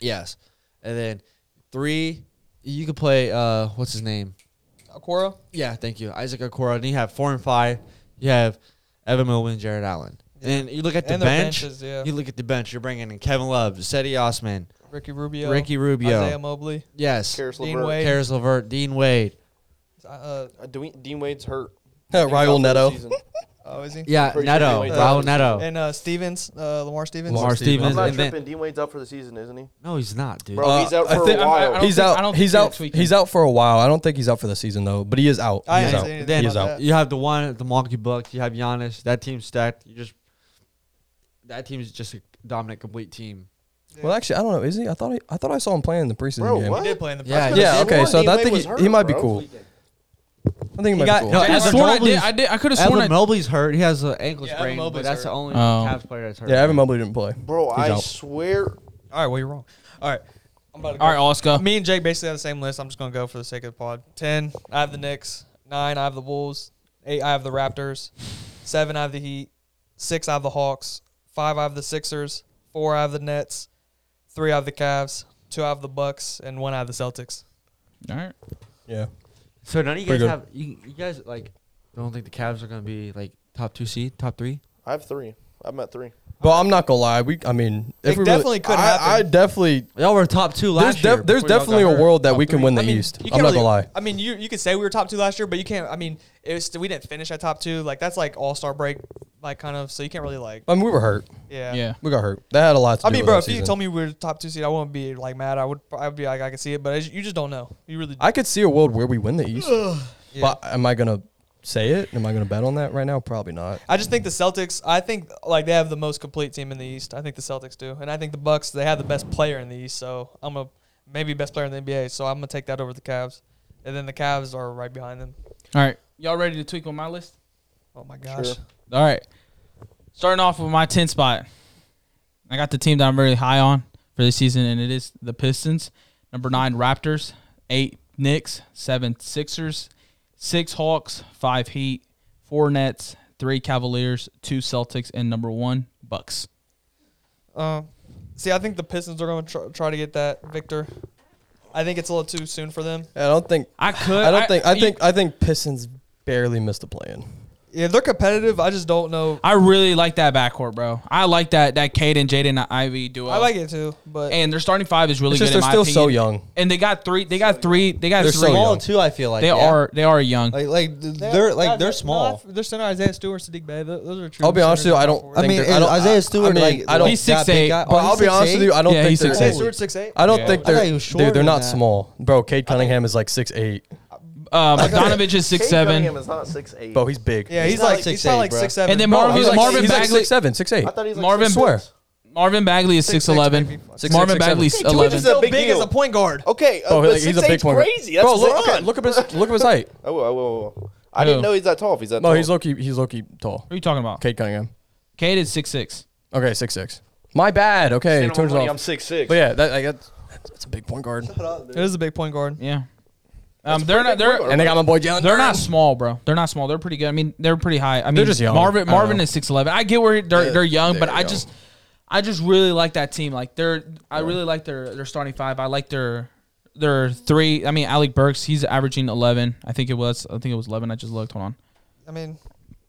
[SPEAKER 2] Yes. And then three, you could play uh what's his name?
[SPEAKER 5] Aquara.
[SPEAKER 2] Yeah, thank you. Isaac Okoro. And you have four and five. You have Evan Mobley and Jared Allen. And you look at the
[SPEAKER 5] And their
[SPEAKER 2] bench.
[SPEAKER 5] benches, yeah.
[SPEAKER 2] You look at the bench. You're bringing in Kevin Love, Seti Osman,
[SPEAKER 5] Ricky Rubio.
[SPEAKER 2] Ricky Rubio.
[SPEAKER 5] Isaiah Mobley.
[SPEAKER 2] yes,
[SPEAKER 4] Caris
[SPEAKER 5] Dean
[SPEAKER 4] LeVert.
[SPEAKER 5] Wade.
[SPEAKER 2] Karis LeVert, Dean Wade.
[SPEAKER 5] Uh,
[SPEAKER 4] Uh, Dwayne- Dean Wade's hurt.
[SPEAKER 3] Raul
[SPEAKER 4] He's out for the
[SPEAKER 3] Neto.
[SPEAKER 4] season.
[SPEAKER 5] Oh, is he?
[SPEAKER 2] Yeah,
[SPEAKER 4] Pretty sure
[SPEAKER 2] Neto,
[SPEAKER 4] Dwayne
[SPEAKER 2] Raul
[SPEAKER 4] Johnson.
[SPEAKER 2] Neto,
[SPEAKER 5] And uh, Stevens, uh, Lamar Stevens.
[SPEAKER 2] Lamar Stevens,
[SPEAKER 4] I'm not
[SPEAKER 2] and then
[SPEAKER 4] tripping. Dwayne's out for the season, isn't he?
[SPEAKER 2] no, he's not, dude.
[SPEAKER 4] Bro, he's out
[SPEAKER 3] I
[SPEAKER 4] for
[SPEAKER 3] think-
[SPEAKER 4] a
[SPEAKER 1] I
[SPEAKER 4] while.
[SPEAKER 1] don't
[SPEAKER 3] He's
[SPEAKER 1] think- I
[SPEAKER 3] out.
[SPEAKER 1] don't
[SPEAKER 3] He's
[SPEAKER 1] think
[SPEAKER 3] out.
[SPEAKER 1] next weekend.
[SPEAKER 3] He's out for a while. I don't think he's out for the season though. But he is out.
[SPEAKER 5] I
[SPEAKER 3] He's
[SPEAKER 5] ain't
[SPEAKER 3] out.
[SPEAKER 5] saying anything
[SPEAKER 2] Then-
[SPEAKER 5] about
[SPEAKER 3] He's out.
[SPEAKER 5] that.
[SPEAKER 2] You have the one, the Milwaukee Bucks. You have Giannis. That team's stacked. You just that team is just a dominant, complete team.
[SPEAKER 3] Well, actually, I don't know. Is he? I thought. He, I thought I saw him playing the preseason
[SPEAKER 4] Bro,
[SPEAKER 3] game.
[SPEAKER 4] what?
[SPEAKER 5] He did play in the
[SPEAKER 2] Yeah,
[SPEAKER 5] yeah,
[SPEAKER 3] Yeah.
[SPEAKER 4] He
[SPEAKER 3] Okay.
[SPEAKER 4] was-
[SPEAKER 3] So
[SPEAKER 4] he
[SPEAKER 3] I
[SPEAKER 4] was
[SPEAKER 3] think he,
[SPEAKER 4] hurt,
[SPEAKER 3] he might be
[SPEAKER 4] bro.
[SPEAKER 3] cool. I think he might
[SPEAKER 2] got-
[SPEAKER 3] be cool.
[SPEAKER 2] no,
[SPEAKER 1] I,
[SPEAKER 2] Evan
[SPEAKER 1] sworn I did.
[SPEAKER 2] Mobley's-
[SPEAKER 1] I did. I could have sworn.
[SPEAKER 2] Evan
[SPEAKER 1] I,
[SPEAKER 2] Mobley's hurt. He has an ankle
[SPEAKER 5] Yeah, Evan
[SPEAKER 2] sprain, but
[SPEAKER 5] Mobley's
[SPEAKER 2] that's the
[SPEAKER 5] hurt.
[SPEAKER 2] only
[SPEAKER 1] Oh.
[SPEAKER 2] Cavs player that's hurt.
[SPEAKER 3] yeah, Evan Mobley didn't play.
[SPEAKER 4] Bro,
[SPEAKER 3] He's
[SPEAKER 4] I
[SPEAKER 3] out.
[SPEAKER 4] swear.
[SPEAKER 5] All right, well, you're wrong. All right. I'm about to go.
[SPEAKER 1] all right, Oscar.
[SPEAKER 5] Me and Jake basically have the same list. I'm just going to go for the sake of the pod. 10, I have the Knicks. 9, I have the Wolves. 8, I have the Raptors. 7, I have the Heat. 6, I have the Hawks. 5, I have the Sixers. 4, I have the Nets. 3, I have the Cavs. 2, I have the Bucks. And 1, I have the Celtics.
[SPEAKER 1] All right.
[SPEAKER 3] Yeah.
[SPEAKER 2] So none of you guys
[SPEAKER 3] Pretty good.
[SPEAKER 2] have you, you guys like don't think the Cavs are gonna be like top two seed, top three?
[SPEAKER 4] I have three. I'm at three.
[SPEAKER 3] But I'm not gonna lie. We. I mean, if
[SPEAKER 5] It
[SPEAKER 3] we
[SPEAKER 5] definitely
[SPEAKER 3] really,
[SPEAKER 5] could
[SPEAKER 3] I,
[SPEAKER 5] happen.
[SPEAKER 3] I definitely.
[SPEAKER 2] Y'all were top two
[SPEAKER 3] There's,
[SPEAKER 2] last year.
[SPEAKER 3] def- there's
[SPEAKER 2] before y'all
[SPEAKER 3] definitely
[SPEAKER 2] got
[SPEAKER 3] a
[SPEAKER 2] hurt.
[SPEAKER 3] world that we
[SPEAKER 2] Top three.
[SPEAKER 3] can win the
[SPEAKER 5] I mean,
[SPEAKER 3] East.
[SPEAKER 5] you
[SPEAKER 3] I'm
[SPEAKER 5] can't
[SPEAKER 3] not
[SPEAKER 5] really-
[SPEAKER 3] gonna lie.
[SPEAKER 5] I mean, you you could say we were top two last year, but you can't. I mean, it was we didn't finish at top two. Like that's like all star break, like kind of. So you can't really like,
[SPEAKER 3] I mean, we were hurt.
[SPEAKER 5] yeah.
[SPEAKER 1] Yeah.
[SPEAKER 3] We got hurt. That had a lot to
[SPEAKER 5] I
[SPEAKER 3] do
[SPEAKER 5] mean,
[SPEAKER 3] with
[SPEAKER 5] bro,
[SPEAKER 3] our
[SPEAKER 5] if you
[SPEAKER 3] season.
[SPEAKER 5] told me we were top two seed, I wouldn't be like mad. I would. I'd be like, I can see it, but I ju- you just don't know. You really.
[SPEAKER 3] I could see a world where we win the East.
[SPEAKER 5] yeah.
[SPEAKER 3] But am I gonna say it? Am I gonna bet on that right now? Probably not.
[SPEAKER 5] I just think the Celtics. I think like they have the most complete team in the East. I think the Celtics do, and I think the Bucks. They have the best player in the East. So I'm a maybe best player in the NBA. So I'm gonna take that over the Cavs, and then the Cavs are right behind them.
[SPEAKER 1] All right. Y'all ready to tweak on my list?
[SPEAKER 5] Oh my gosh.
[SPEAKER 4] Sure.
[SPEAKER 1] All right. Starting off with my 10 spot. I got the team that I'm really high on for this season, and it is the Pistons. Number nine, Raptors. Eight, Knicks. Seven, Sixers. Six, Hawks. Five, Heat. Four, Nets. Three, Cavaliers. Two, Celtics. And number one, Bucks.
[SPEAKER 5] Um, see, I think the Pistons are going to tr- try to get that victor. I think it's a little too soon for them.
[SPEAKER 3] I don't think.
[SPEAKER 1] I could.
[SPEAKER 3] I don't think. I think. I think Pistons barely missed a play in.
[SPEAKER 5] Yeah, they're competitive. I just don't know.
[SPEAKER 1] I really like that backcourt, bro. I like that that Cade and Jaden and Ivy duo.
[SPEAKER 5] I like it too, but
[SPEAKER 1] And their starting five is really
[SPEAKER 3] It's just
[SPEAKER 1] good.
[SPEAKER 3] they're
[SPEAKER 1] in my
[SPEAKER 3] still so
[SPEAKER 1] opinion.
[SPEAKER 3] young.
[SPEAKER 1] And they got three. They got three. They got
[SPEAKER 3] They're
[SPEAKER 1] three.
[SPEAKER 3] so young.
[SPEAKER 1] Small-
[SPEAKER 2] too. I feel like
[SPEAKER 1] They
[SPEAKER 2] yeah.
[SPEAKER 1] are. They are young.
[SPEAKER 2] like like th- they're like they're small.
[SPEAKER 5] They're center Isaiah Stewart, Sadiq Bay. Tho- Those are true.
[SPEAKER 3] I'll be honest with you. I don't.
[SPEAKER 5] I
[SPEAKER 2] I
[SPEAKER 3] think
[SPEAKER 2] mean,
[SPEAKER 3] they're- I
[SPEAKER 2] is
[SPEAKER 3] don't,
[SPEAKER 2] Isaiah
[SPEAKER 3] I-
[SPEAKER 2] Stewart,
[SPEAKER 3] I mean,
[SPEAKER 2] like,
[SPEAKER 3] I don't.
[SPEAKER 1] He's
[SPEAKER 2] that
[SPEAKER 1] 6'8".
[SPEAKER 2] big guy-
[SPEAKER 1] But uh,
[SPEAKER 3] but
[SPEAKER 2] oh,
[SPEAKER 3] I'll
[SPEAKER 2] he's
[SPEAKER 3] be honest
[SPEAKER 2] 6'8"?
[SPEAKER 3] with you. I don't
[SPEAKER 1] Yeah,
[SPEAKER 3] think
[SPEAKER 1] he's
[SPEAKER 3] they're.
[SPEAKER 5] Isaiah
[SPEAKER 1] six
[SPEAKER 3] Six,
[SPEAKER 1] eight.
[SPEAKER 5] Stewart six eight.
[SPEAKER 3] I don't
[SPEAKER 1] Yeah.
[SPEAKER 3] think
[SPEAKER 2] I thought
[SPEAKER 3] they're.
[SPEAKER 2] he was shorter
[SPEAKER 3] Dude, they're
[SPEAKER 2] than
[SPEAKER 3] not
[SPEAKER 2] that.
[SPEAKER 3] small, bro. Cade Cunningham is like six eight.
[SPEAKER 1] Um, Bogdanovich is six seven.
[SPEAKER 4] Cade Cunningham is not six eight.
[SPEAKER 3] Bro, he's big.
[SPEAKER 5] Yeah, he's,
[SPEAKER 2] not
[SPEAKER 5] like
[SPEAKER 2] like
[SPEAKER 5] he's not
[SPEAKER 2] 6'8",
[SPEAKER 5] like
[SPEAKER 2] bro.
[SPEAKER 5] six seven.
[SPEAKER 1] And then
[SPEAKER 3] Bro,
[SPEAKER 1] Marvin-
[SPEAKER 3] he's like,
[SPEAKER 1] Marvin
[SPEAKER 3] he's like
[SPEAKER 1] Bagley-
[SPEAKER 3] six seven, six eight.
[SPEAKER 4] I thought he was like
[SPEAKER 1] Marvin
[SPEAKER 4] six
[SPEAKER 3] Swear.
[SPEAKER 4] six.
[SPEAKER 1] Marvin Bagley is
[SPEAKER 5] Six,
[SPEAKER 1] six
[SPEAKER 5] six,
[SPEAKER 1] eleven.
[SPEAKER 5] maybe.
[SPEAKER 3] Six,
[SPEAKER 1] Marvin
[SPEAKER 3] six, six,
[SPEAKER 1] Bagley's
[SPEAKER 4] seven.
[SPEAKER 1] eleven.
[SPEAKER 4] Dude,
[SPEAKER 5] so
[SPEAKER 4] a big
[SPEAKER 5] big, as
[SPEAKER 4] deal.
[SPEAKER 5] a point guard.
[SPEAKER 4] Okay, uh,
[SPEAKER 3] Bro,
[SPEAKER 4] but
[SPEAKER 3] like, he's a
[SPEAKER 4] six
[SPEAKER 3] big
[SPEAKER 4] eight's
[SPEAKER 3] point guard.
[SPEAKER 4] crazy. That's
[SPEAKER 3] Bro, look,
[SPEAKER 4] LeBron.
[SPEAKER 3] okay, look up his look up his height.
[SPEAKER 4] Oh, whoa, whoa, whoa. I didn't know he's that tall. If he's that
[SPEAKER 3] No,
[SPEAKER 4] tall,
[SPEAKER 3] he's low key. He's low key tall.
[SPEAKER 1] What are you talking about?
[SPEAKER 3] Cade Cunningham.
[SPEAKER 1] Cade is six six.
[SPEAKER 3] Okay, six six. My bad. Okay,
[SPEAKER 4] Stand on my
[SPEAKER 3] turns
[SPEAKER 4] money,
[SPEAKER 3] off.
[SPEAKER 4] I'm six six.
[SPEAKER 3] But yeah, that, like, that's, that's a big point guard.
[SPEAKER 5] It is a big point guard.
[SPEAKER 1] Yeah. Um, they're not. They're
[SPEAKER 3] And they got my boy Jalen.
[SPEAKER 1] they're not
[SPEAKER 3] Duren.
[SPEAKER 1] small, bro. They're not small. They're pretty good. I mean, they're pretty high. I mean,
[SPEAKER 3] just young. I
[SPEAKER 1] Marvin
[SPEAKER 3] don't
[SPEAKER 1] Marvin
[SPEAKER 3] know.
[SPEAKER 1] is six eleven. I get where they're
[SPEAKER 3] Yeah,
[SPEAKER 1] they're young, but
[SPEAKER 3] they're
[SPEAKER 1] I
[SPEAKER 3] young.
[SPEAKER 1] just I just really like that team. Like they're I really like their their starting five. I like their their three. I mean, Alec Burks. He's averaging eleven. I think it was. I think it was eleven. I just looked. Hold on.
[SPEAKER 5] I mean,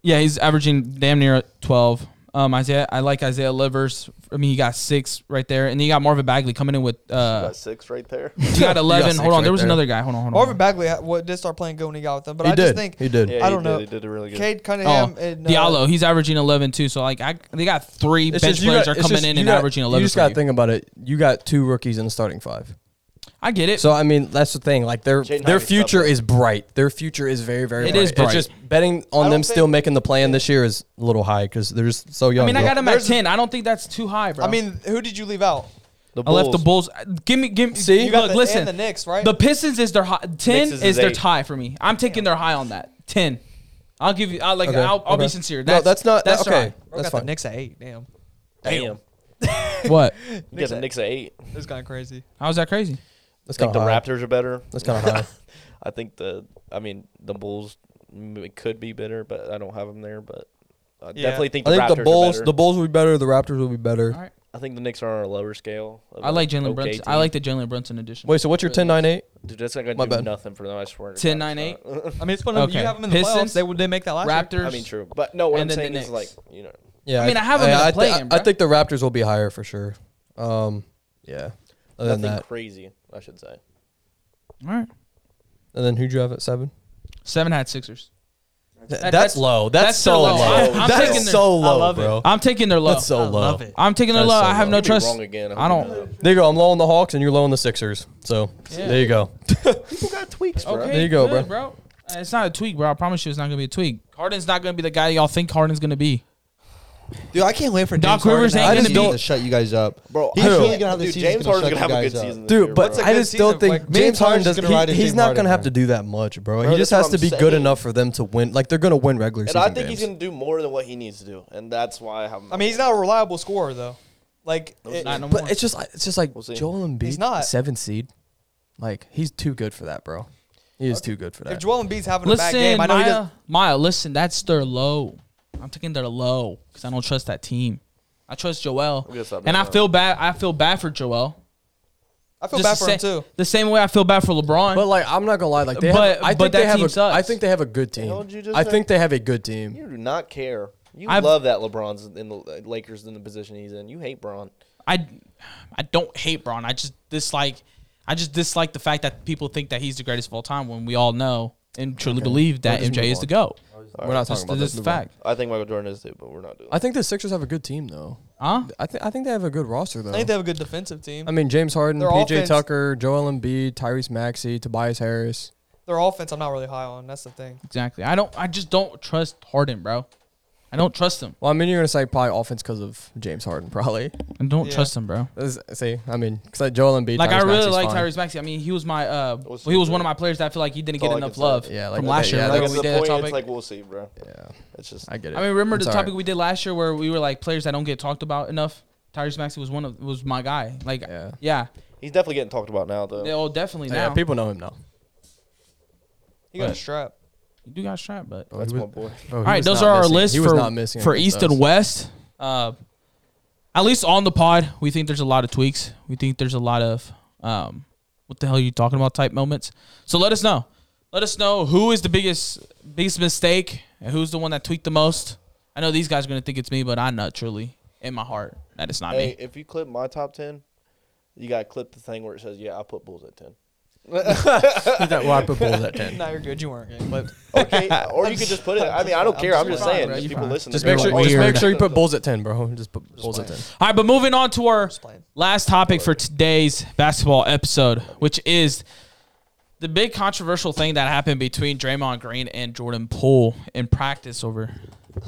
[SPEAKER 1] Yeah, he's averaging damn near twelve. Um, Isaiah, I like Isaiah Livers. I mean, he got six right there, and then you got Marvin Bagley coming in with uh,
[SPEAKER 4] got six right there.
[SPEAKER 1] he got eleven.
[SPEAKER 3] six
[SPEAKER 1] hold on,
[SPEAKER 3] right
[SPEAKER 1] there was
[SPEAKER 3] there.
[SPEAKER 1] another guy. Hold on, hold on.
[SPEAKER 5] Marvin Bagley ha- what, did start playing good when he got with them, but
[SPEAKER 3] He
[SPEAKER 5] I
[SPEAKER 3] did.
[SPEAKER 5] just think
[SPEAKER 3] he did.
[SPEAKER 4] Yeah,
[SPEAKER 5] I
[SPEAKER 4] he
[SPEAKER 5] don't know.
[SPEAKER 4] Did, he did it really good.
[SPEAKER 5] Cade Cunningham
[SPEAKER 1] Oh,
[SPEAKER 5] and uh,
[SPEAKER 1] Diallo, he's averaging eleven too. So like, I they got three
[SPEAKER 3] It's
[SPEAKER 1] bench
[SPEAKER 3] just you
[SPEAKER 1] players
[SPEAKER 3] got-
[SPEAKER 1] are
[SPEAKER 3] it's
[SPEAKER 1] coming
[SPEAKER 3] just
[SPEAKER 1] in
[SPEAKER 3] you
[SPEAKER 1] and
[SPEAKER 3] got-
[SPEAKER 1] averaging eleven.
[SPEAKER 3] You just
[SPEAKER 1] for
[SPEAKER 3] got
[SPEAKER 1] you.
[SPEAKER 3] to think about it. You got two rookies in the starting five.
[SPEAKER 1] I get it.
[SPEAKER 3] So I mean, that's the thing. Like their
[SPEAKER 4] Jaden
[SPEAKER 3] their
[SPEAKER 4] Ivey's tough,
[SPEAKER 3] future
[SPEAKER 4] though.
[SPEAKER 3] is bright. Their future is very very.
[SPEAKER 1] It
[SPEAKER 3] bright.
[SPEAKER 1] is bright.
[SPEAKER 3] It's just betting on
[SPEAKER 4] don't
[SPEAKER 3] them still
[SPEAKER 4] think-
[SPEAKER 3] making the play in this year is a little high because they're just so young.
[SPEAKER 1] I mean, I
[SPEAKER 3] bro.
[SPEAKER 1] got him at
[SPEAKER 5] There's-
[SPEAKER 1] ten. I don't think that's too high, bro.
[SPEAKER 5] I mean, who did you leave out?
[SPEAKER 4] The
[SPEAKER 1] I left the Bulls. Give me, give me.
[SPEAKER 3] See?
[SPEAKER 5] You got
[SPEAKER 1] look,
[SPEAKER 5] the,
[SPEAKER 1] listen.
[SPEAKER 5] and the Knicks, right?
[SPEAKER 1] The Pistons is their high, ten
[SPEAKER 4] Knicks
[SPEAKER 1] is,
[SPEAKER 4] is his
[SPEAKER 1] their
[SPEAKER 4] eight.
[SPEAKER 1] tie for me. I'm taking their high on that ten. I'll give you. I like.
[SPEAKER 3] Okay,
[SPEAKER 1] I'll, I'll be
[SPEAKER 3] okay.
[SPEAKER 1] sincere.
[SPEAKER 3] No,
[SPEAKER 1] That's,
[SPEAKER 3] that's not-
[SPEAKER 1] That's
[SPEAKER 3] okay.
[SPEAKER 1] their
[SPEAKER 3] that's
[SPEAKER 5] Bro, got the
[SPEAKER 3] fine.
[SPEAKER 5] Knicks at eight. Damn,
[SPEAKER 4] Damn.
[SPEAKER 1] high. What?
[SPEAKER 4] You got the Knicks at eight. I
[SPEAKER 5] that's kind of crazy.
[SPEAKER 1] How's that crazy?
[SPEAKER 3] That's
[SPEAKER 4] think
[SPEAKER 3] kind
[SPEAKER 4] the
[SPEAKER 3] of high.
[SPEAKER 4] Raptors are better.
[SPEAKER 3] That's kind of high.
[SPEAKER 4] I think the. I mean, the Bulls mm, it could be better, but I don't have them there. But I
[SPEAKER 5] Yeah.
[SPEAKER 4] definitely think the
[SPEAKER 3] I think
[SPEAKER 4] Raptors
[SPEAKER 3] the Bulls
[SPEAKER 4] Are
[SPEAKER 3] the
[SPEAKER 4] better.
[SPEAKER 3] Bulls will be better. The Raptors will be
[SPEAKER 1] All
[SPEAKER 3] better.
[SPEAKER 1] right.
[SPEAKER 4] I think the Knicks are on a lower scale. of
[SPEAKER 1] I like
[SPEAKER 4] an
[SPEAKER 1] Jalen
[SPEAKER 4] okay
[SPEAKER 1] Brunson. I
[SPEAKER 4] team.
[SPEAKER 1] like the Jalen Brunson edition.
[SPEAKER 3] Wait, so what's your 10-9-8?
[SPEAKER 4] Dude, that's not gonna
[SPEAKER 3] My
[SPEAKER 4] do
[SPEAKER 3] bad.
[SPEAKER 4] nothing for them. I swear. to
[SPEAKER 1] 10,
[SPEAKER 4] God,
[SPEAKER 1] 9,
[SPEAKER 4] it's not.
[SPEAKER 5] I mean, it's put them.
[SPEAKER 1] Okay.
[SPEAKER 5] You have them in the
[SPEAKER 1] Pistons,
[SPEAKER 5] playoffs. They would they make that last year?
[SPEAKER 1] Raptors.
[SPEAKER 4] I mean, true, but no. What
[SPEAKER 1] And
[SPEAKER 4] I'm
[SPEAKER 1] then
[SPEAKER 4] saying
[SPEAKER 1] the
[SPEAKER 4] is like,
[SPEAKER 1] Knicks.
[SPEAKER 4] you know,
[SPEAKER 3] Yeah,
[SPEAKER 1] I mean, I have them in
[SPEAKER 3] I,
[SPEAKER 1] the
[SPEAKER 3] I, thi-
[SPEAKER 1] play-in,
[SPEAKER 3] I
[SPEAKER 1] bro.
[SPEAKER 3] think the Raptors will be higher for sure. Um, yeah. Other than
[SPEAKER 4] nothing
[SPEAKER 3] that,
[SPEAKER 4] crazy. I should say.
[SPEAKER 1] All right.
[SPEAKER 3] and then who'd you have at seven?
[SPEAKER 1] Seven had Sixers.
[SPEAKER 3] Th-
[SPEAKER 1] That-
[SPEAKER 3] that's,
[SPEAKER 1] that's-
[SPEAKER 3] low. That's,
[SPEAKER 1] that's
[SPEAKER 3] so
[SPEAKER 1] their
[SPEAKER 3] low.
[SPEAKER 1] low. I- I'm taking
[SPEAKER 3] that's
[SPEAKER 1] their- I
[SPEAKER 3] so low,
[SPEAKER 6] love it.
[SPEAKER 3] bro.
[SPEAKER 1] I'm taking their low.
[SPEAKER 3] That's so
[SPEAKER 6] I
[SPEAKER 3] low.
[SPEAKER 6] love it.
[SPEAKER 1] I'm taking their
[SPEAKER 3] That's
[SPEAKER 1] low.
[SPEAKER 3] so
[SPEAKER 1] I have
[SPEAKER 3] low.
[SPEAKER 1] no
[SPEAKER 4] You'd be
[SPEAKER 1] trust.
[SPEAKER 4] wrong again.
[SPEAKER 1] I don't.
[SPEAKER 3] There you go. I'm low on the Hawks and you're low on the Sixers. So there you go.
[SPEAKER 1] Okay,
[SPEAKER 3] There you go,
[SPEAKER 1] good, bro. Uh, It's not a tweak, bro. I promise you, it's not gonna be a tweak. Harden's not gonna be the guy y'all think Harden's gonna be.
[SPEAKER 7] Dude, I can't wait for
[SPEAKER 1] Doc
[SPEAKER 7] James Harden
[SPEAKER 1] Rivers
[SPEAKER 7] to
[SPEAKER 1] ain't
[SPEAKER 7] have
[SPEAKER 1] gonna
[SPEAKER 7] the season
[SPEAKER 1] be-
[SPEAKER 7] to shut you guys up,
[SPEAKER 4] Bro,
[SPEAKER 7] He's
[SPEAKER 4] I-
[SPEAKER 7] really gonna have the
[SPEAKER 4] dude,
[SPEAKER 7] season
[SPEAKER 4] James
[SPEAKER 7] gonna
[SPEAKER 4] Harden's
[SPEAKER 7] shut
[SPEAKER 4] gonna have a
[SPEAKER 7] you
[SPEAKER 4] good
[SPEAKER 7] guys up.
[SPEAKER 4] season, this
[SPEAKER 3] Dude,
[SPEAKER 4] year,
[SPEAKER 3] but
[SPEAKER 4] bro.
[SPEAKER 3] I
[SPEAKER 5] good
[SPEAKER 3] just don't
[SPEAKER 5] season,
[SPEAKER 3] think
[SPEAKER 5] like-
[SPEAKER 3] James
[SPEAKER 7] James
[SPEAKER 3] Harden
[SPEAKER 7] Harden's
[SPEAKER 3] does.
[SPEAKER 7] gonna
[SPEAKER 3] he-
[SPEAKER 7] ride his
[SPEAKER 3] he's
[SPEAKER 7] James
[SPEAKER 3] not
[SPEAKER 7] Harden,
[SPEAKER 3] gonna have
[SPEAKER 7] man.
[SPEAKER 3] to do that much, bro.
[SPEAKER 4] Bro,
[SPEAKER 3] he
[SPEAKER 4] that's
[SPEAKER 3] just
[SPEAKER 4] what
[SPEAKER 3] has to
[SPEAKER 4] I'm
[SPEAKER 3] be
[SPEAKER 4] saying.
[SPEAKER 3] good enough for them to win. Like they're gonna win regular
[SPEAKER 4] and
[SPEAKER 3] season
[SPEAKER 4] I think
[SPEAKER 3] games.
[SPEAKER 4] he's gonna do more than what he needs to do, and that's why I have. him-
[SPEAKER 5] I mean, he's not a reliable scorer though. Like it-
[SPEAKER 1] Not no more.
[SPEAKER 3] but it's just like- it's just like
[SPEAKER 4] We'll see.
[SPEAKER 3] Joel Embiid,
[SPEAKER 5] He's not.
[SPEAKER 3] seven seed. Like he's too good for that, bro. He is too good for
[SPEAKER 5] if
[SPEAKER 3] that.
[SPEAKER 5] Joel Embiid's having a bad
[SPEAKER 1] Listen,
[SPEAKER 5] game, I know he
[SPEAKER 1] Maya,
[SPEAKER 5] doesn't.
[SPEAKER 1] Maya, listen. That's their low. I'm taking their low because I don't trust that team. I trust Joel,
[SPEAKER 4] I'm gonna stop
[SPEAKER 1] and
[SPEAKER 4] now.
[SPEAKER 1] I feel bad. I feel bad for Joel.
[SPEAKER 5] I feel
[SPEAKER 1] Just
[SPEAKER 5] bad
[SPEAKER 1] the
[SPEAKER 5] for him
[SPEAKER 1] sa-
[SPEAKER 5] too.
[SPEAKER 1] The same way I feel bad for LeBron.
[SPEAKER 3] But like I'm not gonna lie, like they
[SPEAKER 1] But-
[SPEAKER 3] have, I
[SPEAKER 1] but
[SPEAKER 3] think
[SPEAKER 1] that
[SPEAKER 3] they have
[SPEAKER 1] team
[SPEAKER 3] a,
[SPEAKER 1] sucks.
[SPEAKER 3] I think they have a good
[SPEAKER 4] hell did
[SPEAKER 3] team.
[SPEAKER 4] you just
[SPEAKER 3] I
[SPEAKER 4] say?
[SPEAKER 3] think they have a good team.
[SPEAKER 4] you do not care. You
[SPEAKER 1] I've-
[SPEAKER 4] love that LeBron's in the uh, Lakers in the position he's in. You hate Bron.
[SPEAKER 1] I, I don't hate Braun. I just dislike. I just dislike the fact that people think that he's the greatest of all time when we all know and truly believe that
[SPEAKER 3] Let's
[SPEAKER 1] MJ
[SPEAKER 3] move
[SPEAKER 1] is
[SPEAKER 3] on.
[SPEAKER 1] the go.
[SPEAKER 3] We're
[SPEAKER 1] That's
[SPEAKER 3] not talking
[SPEAKER 1] this
[SPEAKER 3] about
[SPEAKER 1] is
[SPEAKER 3] this.
[SPEAKER 1] the fact.
[SPEAKER 4] I think Michael Jordan is too, but we're not doing.
[SPEAKER 3] I think the Sixers have a good team though.
[SPEAKER 1] Huh?
[SPEAKER 3] I think I think they have a good roster though.
[SPEAKER 5] I think they have a good defensive team.
[SPEAKER 3] I mean James Harden,
[SPEAKER 5] Their
[SPEAKER 3] PJ
[SPEAKER 5] offense-
[SPEAKER 3] Tucker, Joel Embiid, Tyrese Maxey, Tobias Harris.
[SPEAKER 5] Their offense, I'm not really high on. That's the thing.
[SPEAKER 1] Exactly. I don't. I just don't trust Harden, bro. I don't trust him.
[SPEAKER 3] Well, I mean you're gonna say probably offense because of James Harden, probably.
[SPEAKER 1] I don't
[SPEAKER 5] Yeah.
[SPEAKER 1] trust him, bro.
[SPEAKER 3] That's- See, I mean, because Joel Embiid.
[SPEAKER 1] Like
[SPEAKER 3] Tyrese
[SPEAKER 1] I really
[SPEAKER 3] Maxey's
[SPEAKER 1] like
[SPEAKER 3] fine.
[SPEAKER 1] Tyrese Maxey. I mean, he was my uh,
[SPEAKER 4] We'll see,
[SPEAKER 1] he was
[SPEAKER 4] bro.
[SPEAKER 1] one of my players that I feel like he didn't
[SPEAKER 4] That's
[SPEAKER 1] get
[SPEAKER 4] all I
[SPEAKER 1] enough
[SPEAKER 4] can
[SPEAKER 1] love
[SPEAKER 4] say.
[SPEAKER 3] Yeah, like
[SPEAKER 1] from
[SPEAKER 3] that-
[SPEAKER 1] last year.
[SPEAKER 3] yeah,
[SPEAKER 1] remember
[SPEAKER 4] Like
[SPEAKER 1] when
[SPEAKER 3] that's-
[SPEAKER 4] at the
[SPEAKER 1] we did
[SPEAKER 4] point,
[SPEAKER 1] that
[SPEAKER 4] it's
[SPEAKER 1] topic.
[SPEAKER 4] like we'll see, bro.
[SPEAKER 3] Yeah,
[SPEAKER 4] It's just
[SPEAKER 3] I get it.
[SPEAKER 1] I mean, remember
[SPEAKER 3] It's
[SPEAKER 1] the
[SPEAKER 3] all right.
[SPEAKER 1] topic we did last year where we were like players that don't get talked about enough. Tyrese Maxey was one of was my guy. Like,
[SPEAKER 3] Yeah.
[SPEAKER 1] yeah,
[SPEAKER 4] he's definitely getting talked about now, though.
[SPEAKER 1] yeah oh, definitely
[SPEAKER 3] Yeah,
[SPEAKER 1] now.
[SPEAKER 3] people know him now.
[SPEAKER 5] He got a
[SPEAKER 1] But-
[SPEAKER 5] strap.
[SPEAKER 1] you do got strapped, but
[SPEAKER 4] That's my boy.
[SPEAKER 1] All
[SPEAKER 3] Bro, Oh, he
[SPEAKER 1] right,
[SPEAKER 3] was
[SPEAKER 1] those
[SPEAKER 3] not
[SPEAKER 1] are our
[SPEAKER 3] missing.
[SPEAKER 1] lists
[SPEAKER 3] He was
[SPEAKER 1] for,
[SPEAKER 3] not missing
[SPEAKER 1] for
[SPEAKER 3] against
[SPEAKER 1] East and
[SPEAKER 3] us.
[SPEAKER 1] West. Uh, at least on the pod, we think there's a lot of tweaks. We think there's a lot of um, what the hell are you talking about type moments. So let us know. Let us know who is the biggest biggest mistake and who's the one that tweaked the most. I know these guys are gonna think it's me, but I know truly in my heart that it's not
[SPEAKER 4] hey,
[SPEAKER 1] me.
[SPEAKER 4] if you clip my top ten, you got to clip the thing where it says, "Yeah, I put Bulls at 10.
[SPEAKER 3] well, I put Bulls at ten.
[SPEAKER 5] No, you're good. You weren't getting clipped.
[SPEAKER 4] Okay, or you could just put it. I mean, I don't care. I'm just
[SPEAKER 1] fine,
[SPEAKER 4] saying.
[SPEAKER 1] bro.
[SPEAKER 4] just
[SPEAKER 1] You
[SPEAKER 4] people
[SPEAKER 1] fine.
[SPEAKER 4] listen.
[SPEAKER 3] Just
[SPEAKER 4] to me.
[SPEAKER 3] make sure,
[SPEAKER 4] Like,
[SPEAKER 3] just
[SPEAKER 4] oh,
[SPEAKER 3] make sure you put Bulls at ten, bro. Just put Bulls at ten.
[SPEAKER 1] All right, but moving on to our
[SPEAKER 5] Just playing.
[SPEAKER 1] Last topic for today's basketball episode, which is the big controversial thing that happened between Draymond Green and Jordan Poole in practice over.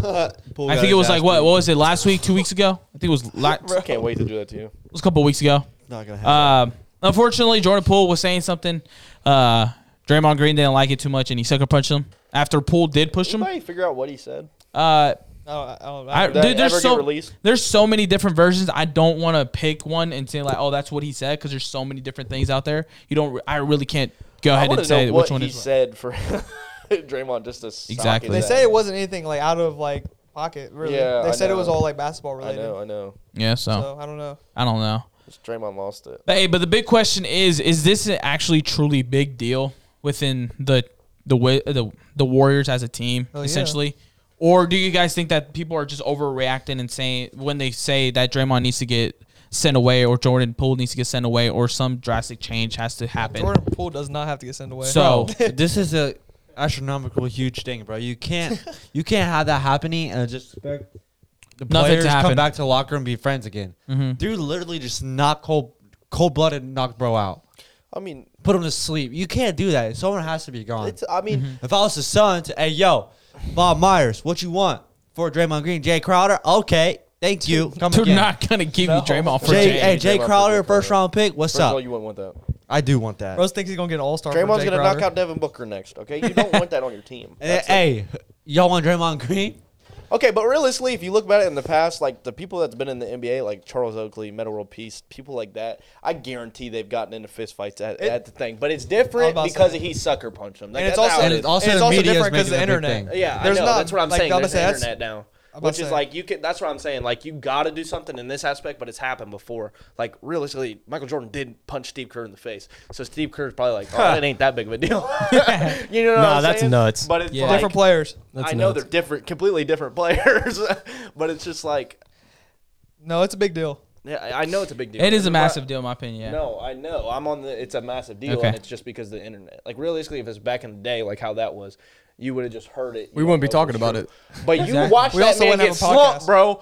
[SPEAKER 1] I think it was like what? What was it? Last week? Two weeks ago? I think it was last.
[SPEAKER 4] I can't wait to do that to you.
[SPEAKER 1] It was a couple weeks ago.
[SPEAKER 7] Not gonna happen.
[SPEAKER 1] Um, unfortunately, Jordan Poole was saying something. Uh, Draymond Green didn't like it too much, and he sucker punched him. After Poole did push him,
[SPEAKER 4] Anybody figure out what he said?
[SPEAKER 1] uh,
[SPEAKER 5] I don't, I don't,
[SPEAKER 1] I,
[SPEAKER 5] I don't,
[SPEAKER 4] that
[SPEAKER 1] dude,
[SPEAKER 4] ever
[SPEAKER 1] there's
[SPEAKER 4] get
[SPEAKER 1] so
[SPEAKER 4] released?
[SPEAKER 1] there's so many different versions. I don't want to pick one and say like, oh, that's what he said, because there's so many different things out there. You don't. re- I really can't go
[SPEAKER 4] I
[SPEAKER 1] ahead
[SPEAKER 4] want
[SPEAKER 1] and
[SPEAKER 4] to know
[SPEAKER 1] Oh, say
[SPEAKER 4] what
[SPEAKER 1] which one
[SPEAKER 4] he
[SPEAKER 1] is. what.
[SPEAKER 4] said for Draymond just to sock
[SPEAKER 1] Exactly.
[SPEAKER 5] they
[SPEAKER 4] his
[SPEAKER 5] said
[SPEAKER 4] ass.
[SPEAKER 5] it wasn't anything like out of like pocket. Really,
[SPEAKER 4] Yeah,
[SPEAKER 5] they
[SPEAKER 4] I
[SPEAKER 5] said it was
[SPEAKER 4] know.
[SPEAKER 5] all like basketball
[SPEAKER 4] I
[SPEAKER 5] related.
[SPEAKER 4] know. I know.
[SPEAKER 1] Yeah. So.
[SPEAKER 5] So I don't know.
[SPEAKER 1] I don't know.
[SPEAKER 4] Just Draymond lost it.
[SPEAKER 1] But hey, but the big question is: Is this an actually truly big deal within the the way the the Warriors as a team
[SPEAKER 5] Oh, yeah.
[SPEAKER 1] essentially? Or do you guys think that people are just overreacting and saying when they say that Draymond needs to get sent away or Jordan Poole needs to get sent away or some drastic change has to happen?
[SPEAKER 5] Jordan Poole does not have to get sent away.
[SPEAKER 1] So
[SPEAKER 2] this is a astronomical huge thing, bro. You can't you can't have that happening and just expect the
[SPEAKER 1] Nothing to
[SPEAKER 2] players
[SPEAKER 1] happen. Mm-hmm.
[SPEAKER 2] come back to the locker room and be friends again. Dude, literally just knock cold cold blooded knock bro out,
[SPEAKER 4] I mean,
[SPEAKER 2] put him to sleep. You can't do that. Someone has to be gone.
[SPEAKER 4] it's. I mean,
[SPEAKER 2] if I was the son, to, hey yo, Bob Myers, what you want for Draymond Green, Jay Crowder? Okay, thank you. Come
[SPEAKER 1] they're
[SPEAKER 2] again.
[SPEAKER 1] not gonna give you Draymond for
[SPEAKER 2] Jay,
[SPEAKER 1] Jay.
[SPEAKER 2] hey, Jay
[SPEAKER 4] Draymond for
[SPEAKER 2] Crowder,
[SPEAKER 4] Jay
[SPEAKER 2] first
[SPEAKER 4] Crowder.
[SPEAKER 2] round pick. What's
[SPEAKER 4] first of all,
[SPEAKER 2] up?
[SPEAKER 4] you wouldn't want that.
[SPEAKER 2] I do want that.
[SPEAKER 5] Rose thinks he's gonna get an All Star.
[SPEAKER 4] Draymond's gonna knock out Devin Booker next. Okay, you don't want that on your team.
[SPEAKER 2] Eh,
[SPEAKER 4] That's it.
[SPEAKER 2] hey, y'all want Draymond Green?
[SPEAKER 4] Okay, but realistically, if you look about it in the past, like the people that's been in the NBA, like Charles Oakley, Metal World Peace, people like that, I guarantee they've gotten into fistfights at, at the thing. But it's different
[SPEAKER 5] I was about to
[SPEAKER 4] because
[SPEAKER 5] say.
[SPEAKER 4] he sucker punched him. Like,
[SPEAKER 5] And it's
[SPEAKER 4] that's
[SPEAKER 5] also-
[SPEAKER 4] how
[SPEAKER 2] And
[SPEAKER 4] it
[SPEAKER 2] it's
[SPEAKER 4] is.
[SPEAKER 2] also
[SPEAKER 5] And it's
[SPEAKER 2] the
[SPEAKER 5] also
[SPEAKER 2] media is
[SPEAKER 5] different 'cause
[SPEAKER 2] making
[SPEAKER 5] of the
[SPEAKER 2] it a big
[SPEAKER 5] internet.
[SPEAKER 2] thing.
[SPEAKER 4] Yeah,
[SPEAKER 5] There's
[SPEAKER 4] I know.
[SPEAKER 5] not-
[SPEAKER 4] that's what I'm
[SPEAKER 5] like,
[SPEAKER 4] saying.
[SPEAKER 5] I'm about
[SPEAKER 4] There's
[SPEAKER 5] to say,
[SPEAKER 4] the
[SPEAKER 5] that's-
[SPEAKER 4] internet now,
[SPEAKER 5] I'm about
[SPEAKER 4] which
[SPEAKER 5] to
[SPEAKER 4] is
[SPEAKER 5] say.
[SPEAKER 4] like you can. That's what I'm saying. Like you got to do something in this aspect, but it's happened before. Like realistically, Michael Jordan did punch Steve Kerr in the face, so Steve Kerr's probably like, "Oh, that ain't that big of a deal." you know what
[SPEAKER 3] Nah,
[SPEAKER 4] I'm
[SPEAKER 3] that's
[SPEAKER 4] saying?
[SPEAKER 3] nuts.
[SPEAKER 4] But it's
[SPEAKER 1] Yeah.
[SPEAKER 4] like,
[SPEAKER 5] different players.
[SPEAKER 3] That's
[SPEAKER 4] I know
[SPEAKER 3] nuts.
[SPEAKER 4] they're different, completely different players, but it's just like
[SPEAKER 5] No, it's a big deal.
[SPEAKER 4] Yeah, I I know it's a big deal.
[SPEAKER 1] It is a
[SPEAKER 4] Everybody-
[SPEAKER 1] massive deal, in my opinion. Yeah.
[SPEAKER 4] No, I know. I'm on the. It's a massive deal,
[SPEAKER 1] Okay.
[SPEAKER 4] and it's just because of the internet. Like realistically, if it's back in the day, like how that was, you would have just heard it.
[SPEAKER 3] We
[SPEAKER 4] You
[SPEAKER 3] wouldn't be
[SPEAKER 4] don't know
[SPEAKER 3] talking
[SPEAKER 4] for
[SPEAKER 3] about
[SPEAKER 4] sure.
[SPEAKER 3] it.
[SPEAKER 4] But you watch
[SPEAKER 5] We
[SPEAKER 4] that
[SPEAKER 5] also
[SPEAKER 4] man
[SPEAKER 5] wouldn't
[SPEAKER 4] get
[SPEAKER 5] have a
[SPEAKER 4] slumped,
[SPEAKER 5] podcast.
[SPEAKER 4] bro.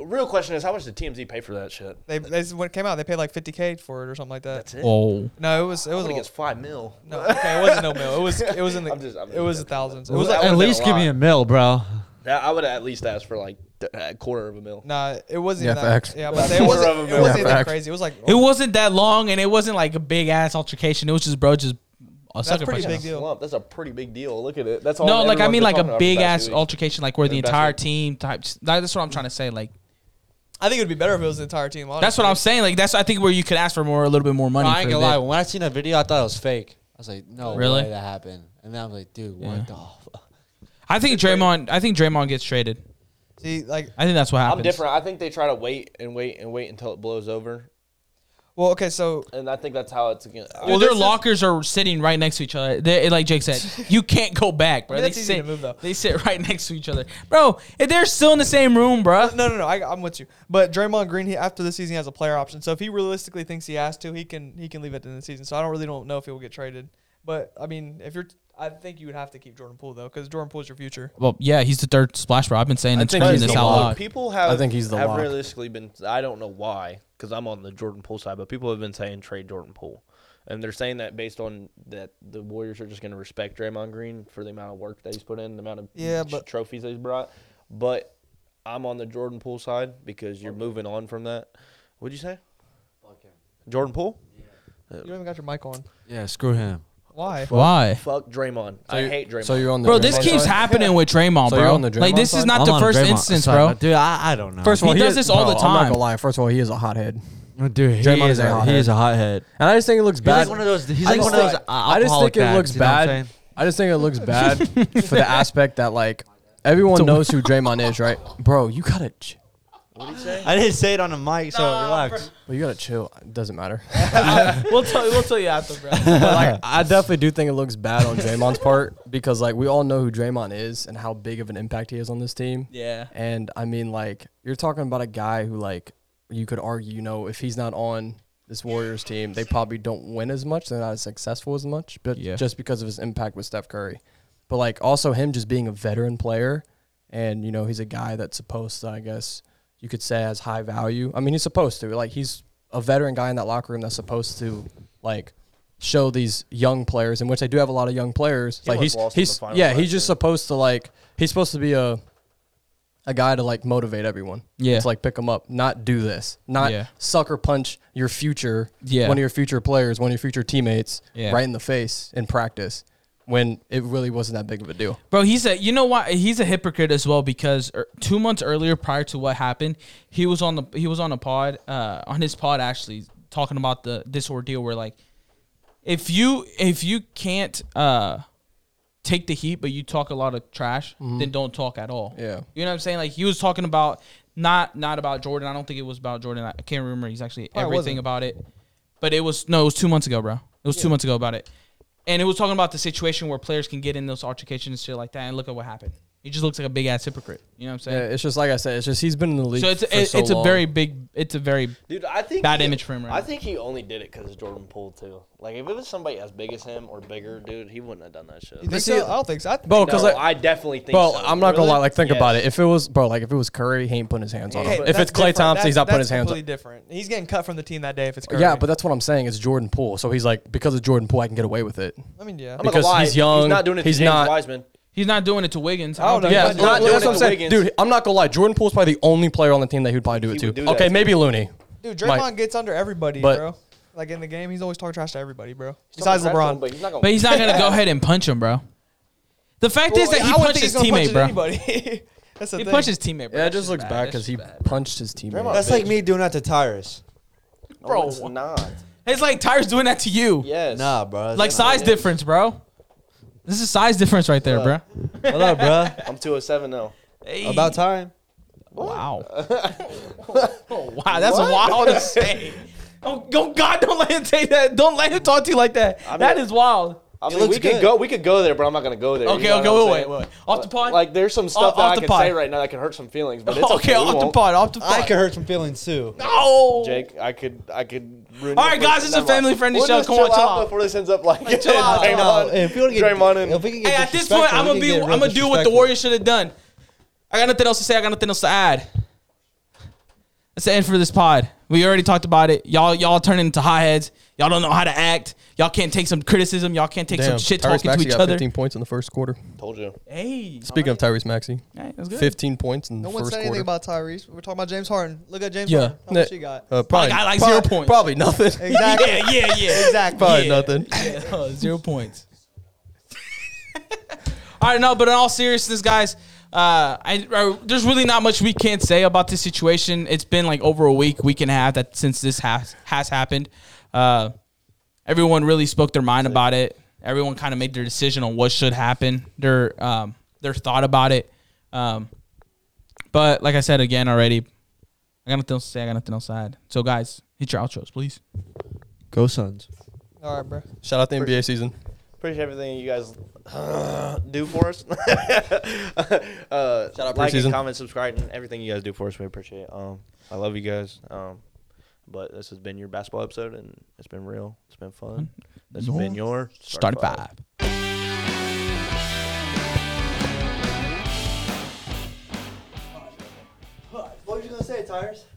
[SPEAKER 4] Real question is, how much did TMZ pay for that shit?
[SPEAKER 5] They, they when it came out, they paid like 50k for it or something like that.
[SPEAKER 4] That's it.
[SPEAKER 1] Oh.
[SPEAKER 5] no, it was it
[SPEAKER 4] it
[SPEAKER 5] was
[SPEAKER 4] was
[SPEAKER 5] a,
[SPEAKER 4] against five mil.
[SPEAKER 5] no. Okay, it wasn't no mil. It was it was in the
[SPEAKER 4] I'm just- I'm
[SPEAKER 5] it was
[SPEAKER 4] just-
[SPEAKER 5] thousands. It
[SPEAKER 4] Well,
[SPEAKER 5] was
[SPEAKER 4] that
[SPEAKER 5] like,
[SPEAKER 4] would've
[SPEAKER 2] At
[SPEAKER 4] been
[SPEAKER 2] least give
[SPEAKER 4] lot.
[SPEAKER 2] me a mill, bro.
[SPEAKER 4] That- I would have at least asked for like th- a quarter of a mil.
[SPEAKER 5] nah, it wasn't
[SPEAKER 3] Yeah,
[SPEAKER 5] that.
[SPEAKER 3] facts.
[SPEAKER 5] Yeah, but
[SPEAKER 4] Yeah,
[SPEAKER 5] it wasn't
[SPEAKER 4] four of 'em,
[SPEAKER 5] it
[SPEAKER 4] man.
[SPEAKER 5] wasn't
[SPEAKER 4] Yeah,
[SPEAKER 5] anything
[SPEAKER 3] facts.
[SPEAKER 5] crazy. It was like
[SPEAKER 1] It wasn't that long, and it wasn't like a big ass altercation. It was just bro, just a
[SPEAKER 5] that's
[SPEAKER 1] sucker
[SPEAKER 5] a pretty
[SPEAKER 1] punch.
[SPEAKER 5] big deal.
[SPEAKER 4] Slump. That's a pretty big deal. Look at it. That's all.
[SPEAKER 1] No, like I
[SPEAKER 4] Oh,
[SPEAKER 1] mean,
[SPEAKER 4] everyone's been
[SPEAKER 1] like
[SPEAKER 4] talking
[SPEAKER 1] a
[SPEAKER 4] about for the
[SPEAKER 1] big
[SPEAKER 4] past
[SPEAKER 1] ass
[SPEAKER 4] few weeks.
[SPEAKER 1] altercation, like where the
[SPEAKER 4] The best
[SPEAKER 1] entire
[SPEAKER 4] week.
[SPEAKER 1] team type. that- That's what I'm trying to say. Like
[SPEAKER 5] I think it would be better if it was the entire team. Honestly.
[SPEAKER 1] that's what I'm saying. Like that's I think where you could ask for more, a little bit more money.
[SPEAKER 2] I ain't
[SPEAKER 1] for
[SPEAKER 2] gonna lie.
[SPEAKER 1] that.
[SPEAKER 2] When I seen that video, I thought it was fake. I was like, no
[SPEAKER 1] Really?
[SPEAKER 2] way that happened. And then I was like, dude, what
[SPEAKER 1] Yeah.
[SPEAKER 2] the? Fuck?
[SPEAKER 1] I think Draymond. I think Draymond gets traded.
[SPEAKER 5] See, like,
[SPEAKER 1] I think that's what happens.
[SPEAKER 4] I'm different. I think they try to wait and wait and wait until it blows over,
[SPEAKER 5] well, okay, so
[SPEAKER 4] and I think that's how it's going.
[SPEAKER 1] Dude,
[SPEAKER 5] Well,
[SPEAKER 1] their
[SPEAKER 5] this is-
[SPEAKER 1] lockers are sitting right next to each other. They, like Jake said, you can't go back, bro.
[SPEAKER 5] I mean,
[SPEAKER 1] They
[SPEAKER 5] that's easy
[SPEAKER 1] sit,
[SPEAKER 5] to move, though.
[SPEAKER 1] they sit right next to each other, bro. If they're still in the same room, bro.
[SPEAKER 5] no, no, no, I, I'm with you. But Draymond Green, he, after this season, he has a player option. So if he realistically thinks he has to, he can he can leave at the end of the season. So I don't really don't know if he will get traded. But I mean, if you're, I think you would have to keep Jordan Poole though, because Jordan Poole's your future.
[SPEAKER 1] Well, yeah, he's the third splash, bro. I've been saying
[SPEAKER 3] I
[SPEAKER 1] and
[SPEAKER 3] think
[SPEAKER 1] screaming
[SPEAKER 3] he's
[SPEAKER 1] this
[SPEAKER 3] the
[SPEAKER 1] out
[SPEAKER 3] lock.
[SPEAKER 1] loud.
[SPEAKER 4] People have
[SPEAKER 3] I think he's the
[SPEAKER 4] have
[SPEAKER 3] lock.
[SPEAKER 4] realistically been. I don't know why, because I'm on the Jordan Poole side, but people have been saying trade Jordan Poole, and they're saying that based on that the Warriors are just going to respect Draymond Green for the amount of work that he's put in, the amount of
[SPEAKER 5] Yeah,
[SPEAKER 4] ch-
[SPEAKER 5] but-
[SPEAKER 4] trophies that he's brought. But I'm on the Jordan Poole side because you're moving on from that. What'd you say? Jordan Poole?
[SPEAKER 5] You don't even got your mic on.
[SPEAKER 2] Yeah, screw him.
[SPEAKER 5] Why?
[SPEAKER 1] Why?
[SPEAKER 4] Fuck Draymond.
[SPEAKER 3] So
[SPEAKER 4] I
[SPEAKER 3] you-
[SPEAKER 4] hate Draymond.
[SPEAKER 3] So you're on the
[SPEAKER 1] Bro, this
[SPEAKER 3] Draymond
[SPEAKER 1] keeps
[SPEAKER 3] side?
[SPEAKER 1] happening with Draymond,
[SPEAKER 3] So
[SPEAKER 1] bro.
[SPEAKER 3] you're on the
[SPEAKER 1] like
[SPEAKER 3] Draymond
[SPEAKER 1] this is
[SPEAKER 3] side?
[SPEAKER 1] not
[SPEAKER 2] I'm
[SPEAKER 1] the
[SPEAKER 2] on
[SPEAKER 1] first
[SPEAKER 2] Draymond
[SPEAKER 1] instance,
[SPEAKER 2] side,
[SPEAKER 1] bro.
[SPEAKER 2] Dude, I, I don't know.
[SPEAKER 3] First of all,
[SPEAKER 1] He does
[SPEAKER 3] is-
[SPEAKER 1] this all
[SPEAKER 3] bro,
[SPEAKER 1] the
[SPEAKER 3] I'm not
[SPEAKER 1] time.
[SPEAKER 3] gonna lie. First of all, he is a hothead,
[SPEAKER 2] dude, he
[SPEAKER 3] Draymond
[SPEAKER 2] is
[SPEAKER 3] is a
[SPEAKER 2] a,
[SPEAKER 3] hothead.
[SPEAKER 2] he is a hothead.
[SPEAKER 3] and I just think it looks
[SPEAKER 2] He's
[SPEAKER 3] bad.
[SPEAKER 2] like one of those. He's
[SPEAKER 3] I
[SPEAKER 2] like
[SPEAKER 3] just
[SPEAKER 2] one of those.
[SPEAKER 3] think-
[SPEAKER 2] uh,
[SPEAKER 3] I just think
[SPEAKER 2] alcoholic
[SPEAKER 3] it looks
[SPEAKER 2] dads, you know what I'm
[SPEAKER 3] bad.
[SPEAKER 2] saying?
[SPEAKER 3] I just think it looks bad for the aspect that like everyone knows who Draymond is, right? Bro, you gotta, ch-
[SPEAKER 2] I didn't say it on the mic, so relax.
[SPEAKER 3] well, you gotta chill. It doesn't matter.
[SPEAKER 1] we'll tell we'll tell you after, bro.
[SPEAKER 3] But, like, I definitely do think it looks bad on Draymond's part because like we all know who Draymond is and how big of an impact he is on this team.
[SPEAKER 1] yeah.
[SPEAKER 3] And I mean, like, you're talking about a guy who, like, you could argue, you know, if he's not on this Warriors team, they probably don't win as much. They're not as successful as much, but
[SPEAKER 1] Yeah.
[SPEAKER 3] just because of his impact with Steph Curry. But, like, also him just being a veteran player. And, you know, he's a guy that's supposed to, I guess, you could say has high value. I mean, he's supposed to. Like, he's a veteran guy in that locker room that's supposed to, like, show these young players, in which they do have a lot of young players.
[SPEAKER 4] He
[SPEAKER 3] like,
[SPEAKER 4] almost
[SPEAKER 3] he's,
[SPEAKER 4] lost in the
[SPEAKER 3] he's,
[SPEAKER 4] finals
[SPEAKER 3] yeah,
[SPEAKER 4] last
[SPEAKER 3] he's just
[SPEAKER 4] year.
[SPEAKER 3] supposed to, like, he's supposed to be a, a guy to like motivate everyone.
[SPEAKER 1] Yeah.
[SPEAKER 3] To like pick them up, not do this, not
[SPEAKER 1] Yeah.
[SPEAKER 3] sucker punch your future,
[SPEAKER 1] Yeah.
[SPEAKER 3] one of your future players, one of your future teammates
[SPEAKER 1] Yeah.
[SPEAKER 3] right in the face in practice when it really wasn't that big of a deal.
[SPEAKER 1] Bro, he's a you know what? He's a hypocrite as well because er, two months earlier, prior to what happened, he was on the he was on a pod uh, on his pod actually talking about the this ordeal where like if you if you can't uh take the heat but you talk a lot of trash, then don't talk at all.
[SPEAKER 3] Yeah.
[SPEAKER 1] you know what I'm saying? Like he was talking about not not about Jordan. I don't think it was about Jordan. I can't remember exactly everything about it, but it was no, it was two months ago, bro. It was two months ago about it, and it was talking about the situation where players can get in those altercations and shit like that. And look at what happened. He just looks like a big ass hypocrite. You know what I'm
[SPEAKER 3] Yeah,
[SPEAKER 1] saying?
[SPEAKER 3] Uh, it's just like I said, it's just he's been in the league.
[SPEAKER 1] so it's
[SPEAKER 3] for
[SPEAKER 1] it,
[SPEAKER 3] so
[SPEAKER 1] it's a
[SPEAKER 3] long.
[SPEAKER 1] very big. It's a very
[SPEAKER 4] Dude, I think
[SPEAKER 1] Bad
[SPEAKER 4] he-
[SPEAKER 1] image for him right
[SPEAKER 4] I
[SPEAKER 1] now.
[SPEAKER 4] think he only did it because Jordan Poole too. Like if it was somebody as big as him or bigger, dude, he wouldn't have done that shit.
[SPEAKER 5] You think
[SPEAKER 3] see,
[SPEAKER 5] so? I don't think so. I,
[SPEAKER 3] bro, because
[SPEAKER 4] No,
[SPEAKER 3] like.
[SPEAKER 4] I definitely think.
[SPEAKER 3] Bro,
[SPEAKER 4] so.
[SPEAKER 3] I'm not gonna lie. Like, think
[SPEAKER 4] Yes.
[SPEAKER 3] about it. If it was, bro, like if it was Curry, he ain't putting his hands on
[SPEAKER 5] Hey,
[SPEAKER 3] him.
[SPEAKER 5] but
[SPEAKER 3] If
[SPEAKER 5] that's
[SPEAKER 3] it's Clay
[SPEAKER 5] different.
[SPEAKER 3] Thompson,
[SPEAKER 5] That's-
[SPEAKER 3] he's not putting his
[SPEAKER 5] that's
[SPEAKER 3] hands on.
[SPEAKER 5] Completely different. He's getting cut from the team that day if it's Curry.
[SPEAKER 3] Yeah, but that's what I'm saying. It's Jordan Poole, so he's like, because of Jordan Poole, I can get away with it.
[SPEAKER 5] I mean, yeah.
[SPEAKER 4] I'm not
[SPEAKER 3] because
[SPEAKER 4] gonna lie.
[SPEAKER 3] he's young,
[SPEAKER 4] He's not doing it.
[SPEAKER 3] he's
[SPEAKER 4] to James
[SPEAKER 3] not-
[SPEAKER 4] Wiseman.
[SPEAKER 1] he's not doing it to Wiggins.
[SPEAKER 5] I don't know.
[SPEAKER 3] Yeah,
[SPEAKER 5] He's
[SPEAKER 3] not,
[SPEAKER 5] not
[SPEAKER 4] doing
[SPEAKER 3] that's
[SPEAKER 4] it
[SPEAKER 3] what I'm
[SPEAKER 4] to
[SPEAKER 3] saying,
[SPEAKER 4] Wiggins.
[SPEAKER 3] dude. I'm not gonna lie. Jordan Poole's probably the only player on the team that he'd probably do it
[SPEAKER 4] He
[SPEAKER 3] to.
[SPEAKER 4] would do that
[SPEAKER 3] okay,
[SPEAKER 4] to.
[SPEAKER 3] maybe Looney.
[SPEAKER 5] Dude,
[SPEAKER 3] Mike.
[SPEAKER 5] Draymond gets under everybody,
[SPEAKER 3] But-
[SPEAKER 5] bro. Like in the game, he's always talking trash to everybody, bro.
[SPEAKER 4] He's
[SPEAKER 5] Besides
[SPEAKER 4] not gonna
[SPEAKER 5] LeBron.
[SPEAKER 4] crack him, but he's not gonna.
[SPEAKER 1] But he's not gonna go ahead and punch him, bro. The fact
[SPEAKER 5] Well,
[SPEAKER 1] is that
[SPEAKER 5] I
[SPEAKER 1] he
[SPEAKER 5] wouldn't
[SPEAKER 1] punched
[SPEAKER 5] think he's
[SPEAKER 1] his
[SPEAKER 5] gonna punch
[SPEAKER 1] teammate, bro.
[SPEAKER 5] anybody. That's the
[SPEAKER 1] He
[SPEAKER 5] thing.
[SPEAKER 1] punched his teammate, bro.
[SPEAKER 3] Yeah, it
[SPEAKER 1] That's
[SPEAKER 3] just looks bad
[SPEAKER 1] that's
[SPEAKER 3] because he
[SPEAKER 1] just bad.
[SPEAKER 3] punched his teammate.
[SPEAKER 4] Draymond-
[SPEAKER 2] That's like me doing that to Tyrus.
[SPEAKER 4] bro,
[SPEAKER 1] bro.
[SPEAKER 4] Oh, it's not.
[SPEAKER 1] It's like Tyre's doing that to you.
[SPEAKER 4] Yes.
[SPEAKER 2] Nah, bro.
[SPEAKER 1] Like
[SPEAKER 2] That's-
[SPEAKER 1] size difference, bro. This is size difference right there, bro.
[SPEAKER 2] Hold up, bro.
[SPEAKER 4] I'm 207 now.
[SPEAKER 2] About time.
[SPEAKER 1] Wow. oh, wow, that's wild to say. Oh, go- God, don't let him take that. Don't let him talk to you like that.
[SPEAKER 4] I mean-
[SPEAKER 1] that is wild.
[SPEAKER 4] I
[SPEAKER 7] It
[SPEAKER 4] mean,
[SPEAKER 7] looks
[SPEAKER 4] we could
[SPEAKER 7] good.
[SPEAKER 4] go. We could go there, but I'm not gonna go there.
[SPEAKER 1] Okay,
[SPEAKER 4] you know
[SPEAKER 1] okay,
[SPEAKER 4] what I'm
[SPEAKER 1] wait, wait,
[SPEAKER 4] saying?
[SPEAKER 1] wait, wait. Off the pod?
[SPEAKER 4] Like, there's some stuff
[SPEAKER 1] Off-
[SPEAKER 4] that
[SPEAKER 1] off
[SPEAKER 4] I
[SPEAKER 1] the
[SPEAKER 4] can
[SPEAKER 1] pod.
[SPEAKER 4] say right now that can hurt some feelings, but it's
[SPEAKER 1] Okay,
[SPEAKER 4] okay. we
[SPEAKER 1] off the
[SPEAKER 4] won't.
[SPEAKER 1] pod, off the pod.
[SPEAKER 7] I could hurt some feelings too.
[SPEAKER 1] No,
[SPEAKER 4] Jake, I could, I could. Ruin
[SPEAKER 1] All right,
[SPEAKER 4] your-
[SPEAKER 1] guys, it's a
[SPEAKER 4] never mind.
[SPEAKER 1] family-friendly
[SPEAKER 4] We'll
[SPEAKER 1] show.
[SPEAKER 4] just
[SPEAKER 1] Come on,
[SPEAKER 4] chill
[SPEAKER 1] chill
[SPEAKER 4] out
[SPEAKER 1] out.
[SPEAKER 4] before this ends up like
[SPEAKER 1] Chill out, chill
[SPEAKER 4] Draymond,
[SPEAKER 7] No, if we don't get
[SPEAKER 4] Draymond and
[SPEAKER 7] if we can
[SPEAKER 1] Hey,
[SPEAKER 7] get
[SPEAKER 1] at this point,
[SPEAKER 7] disrespectful,
[SPEAKER 1] I'm
[SPEAKER 7] we
[SPEAKER 1] gonna
[SPEAKER 7] can
[SPEAKER 1] be,
[SPEAKER 7] get
[SPEAKER 1] I'm
[SPEAKER 7] real
[SPEAKER 1] gonna do what the
[SPEAKER 7] disrespectful.
[SPEAKER 1] Warriors should have done. I got nothing else to say. I got nothing else to add. That's the end for this pod. We already talked about it. Y'all, y'all turning into high heads. Y'all don't know how to act. Y'all can't take some criticism. Y'all can't take some
[SPEAKER 3] Damn,
[SPEAKER 1] shit
[SPEAKER 3] Tyrese
[SPEAKER 1] talking
[SPEAKER 3] Maxey
[SPEAKER 1] to each
[SPEAKER 3] got
[SPEAKER 1] other.
[SPEAKER 3] 15 points in the first quarter.
[SPEAKER 4] Told you.
[SPEAKER 1] Hey,
[SPEAKER 3] Speaking of Tyrese Maxey,
[SPEAKER 1] hey, that's good.
[SPEAKER 3] 15 points in the
[SPEAKER 5] No one
[SPEAKER 3] first
[SPEAKER 5] said
[SPEAKER 3] quarter.
[SPEAKER 5] anything about Tyrese. We're talking about James Harden. Look at James
[SPEAKER 1] Yeah.
[SPEAKER 5] Harden. How much
[SPEAKER 3] Ne-
[SPEAKER 5] he got?
[SPEAKER 3] Uh, probably,
[SPEAKER 1] I like
[SPEAKER 3] prob-
[SPEAKER 1] zero points.
[SPEAKER 3] Probably nothing.
[SPEAKER 5] Exactly.
[SPEAKER 1] yeah, yeah, yeah.
[SPEAKER 5] exactly.
[SPEAKER 3] probably
[SPEAKER 1] Yeah.
[SPEAKER 3] nothing.
[SPEAKER 1] Uh, zero points. all right, no, but in all seriousness, guys, uh, I, I- there's really not much we can say about this situation. It's been like over a week, week and a half that since this has has happened. Uh, everyone really spoke their mind about it. Everyone kind of made their decision on what should happen. Their um, their thought about it. Um, but like I said again already, I got nothing else to say. I got nothing else to add. So guys, hit your outros, please.
[SPEAKER 6] Go Suns.
[SPEAKER 5] All right, bro.
[SPEAKER 3] Shout out the NBA season.
[SPEAKER 4] Appreciate everything you guys do for us. uh,
[SPEAKER 3] Shout out
[SPEAKER 4] like
[SPEAKER 3] preseason.
[SPEAKER 4] and comment, subscribe, and everything you guys do for us. We appreciate. It. Um, I love you guys. Um, but this has been your basketball episode, and it's been real. It's been fun. This has been your
[SPEAKER 1] Start five.
[SPEAKER 5] What was you gonna say, Tyrese?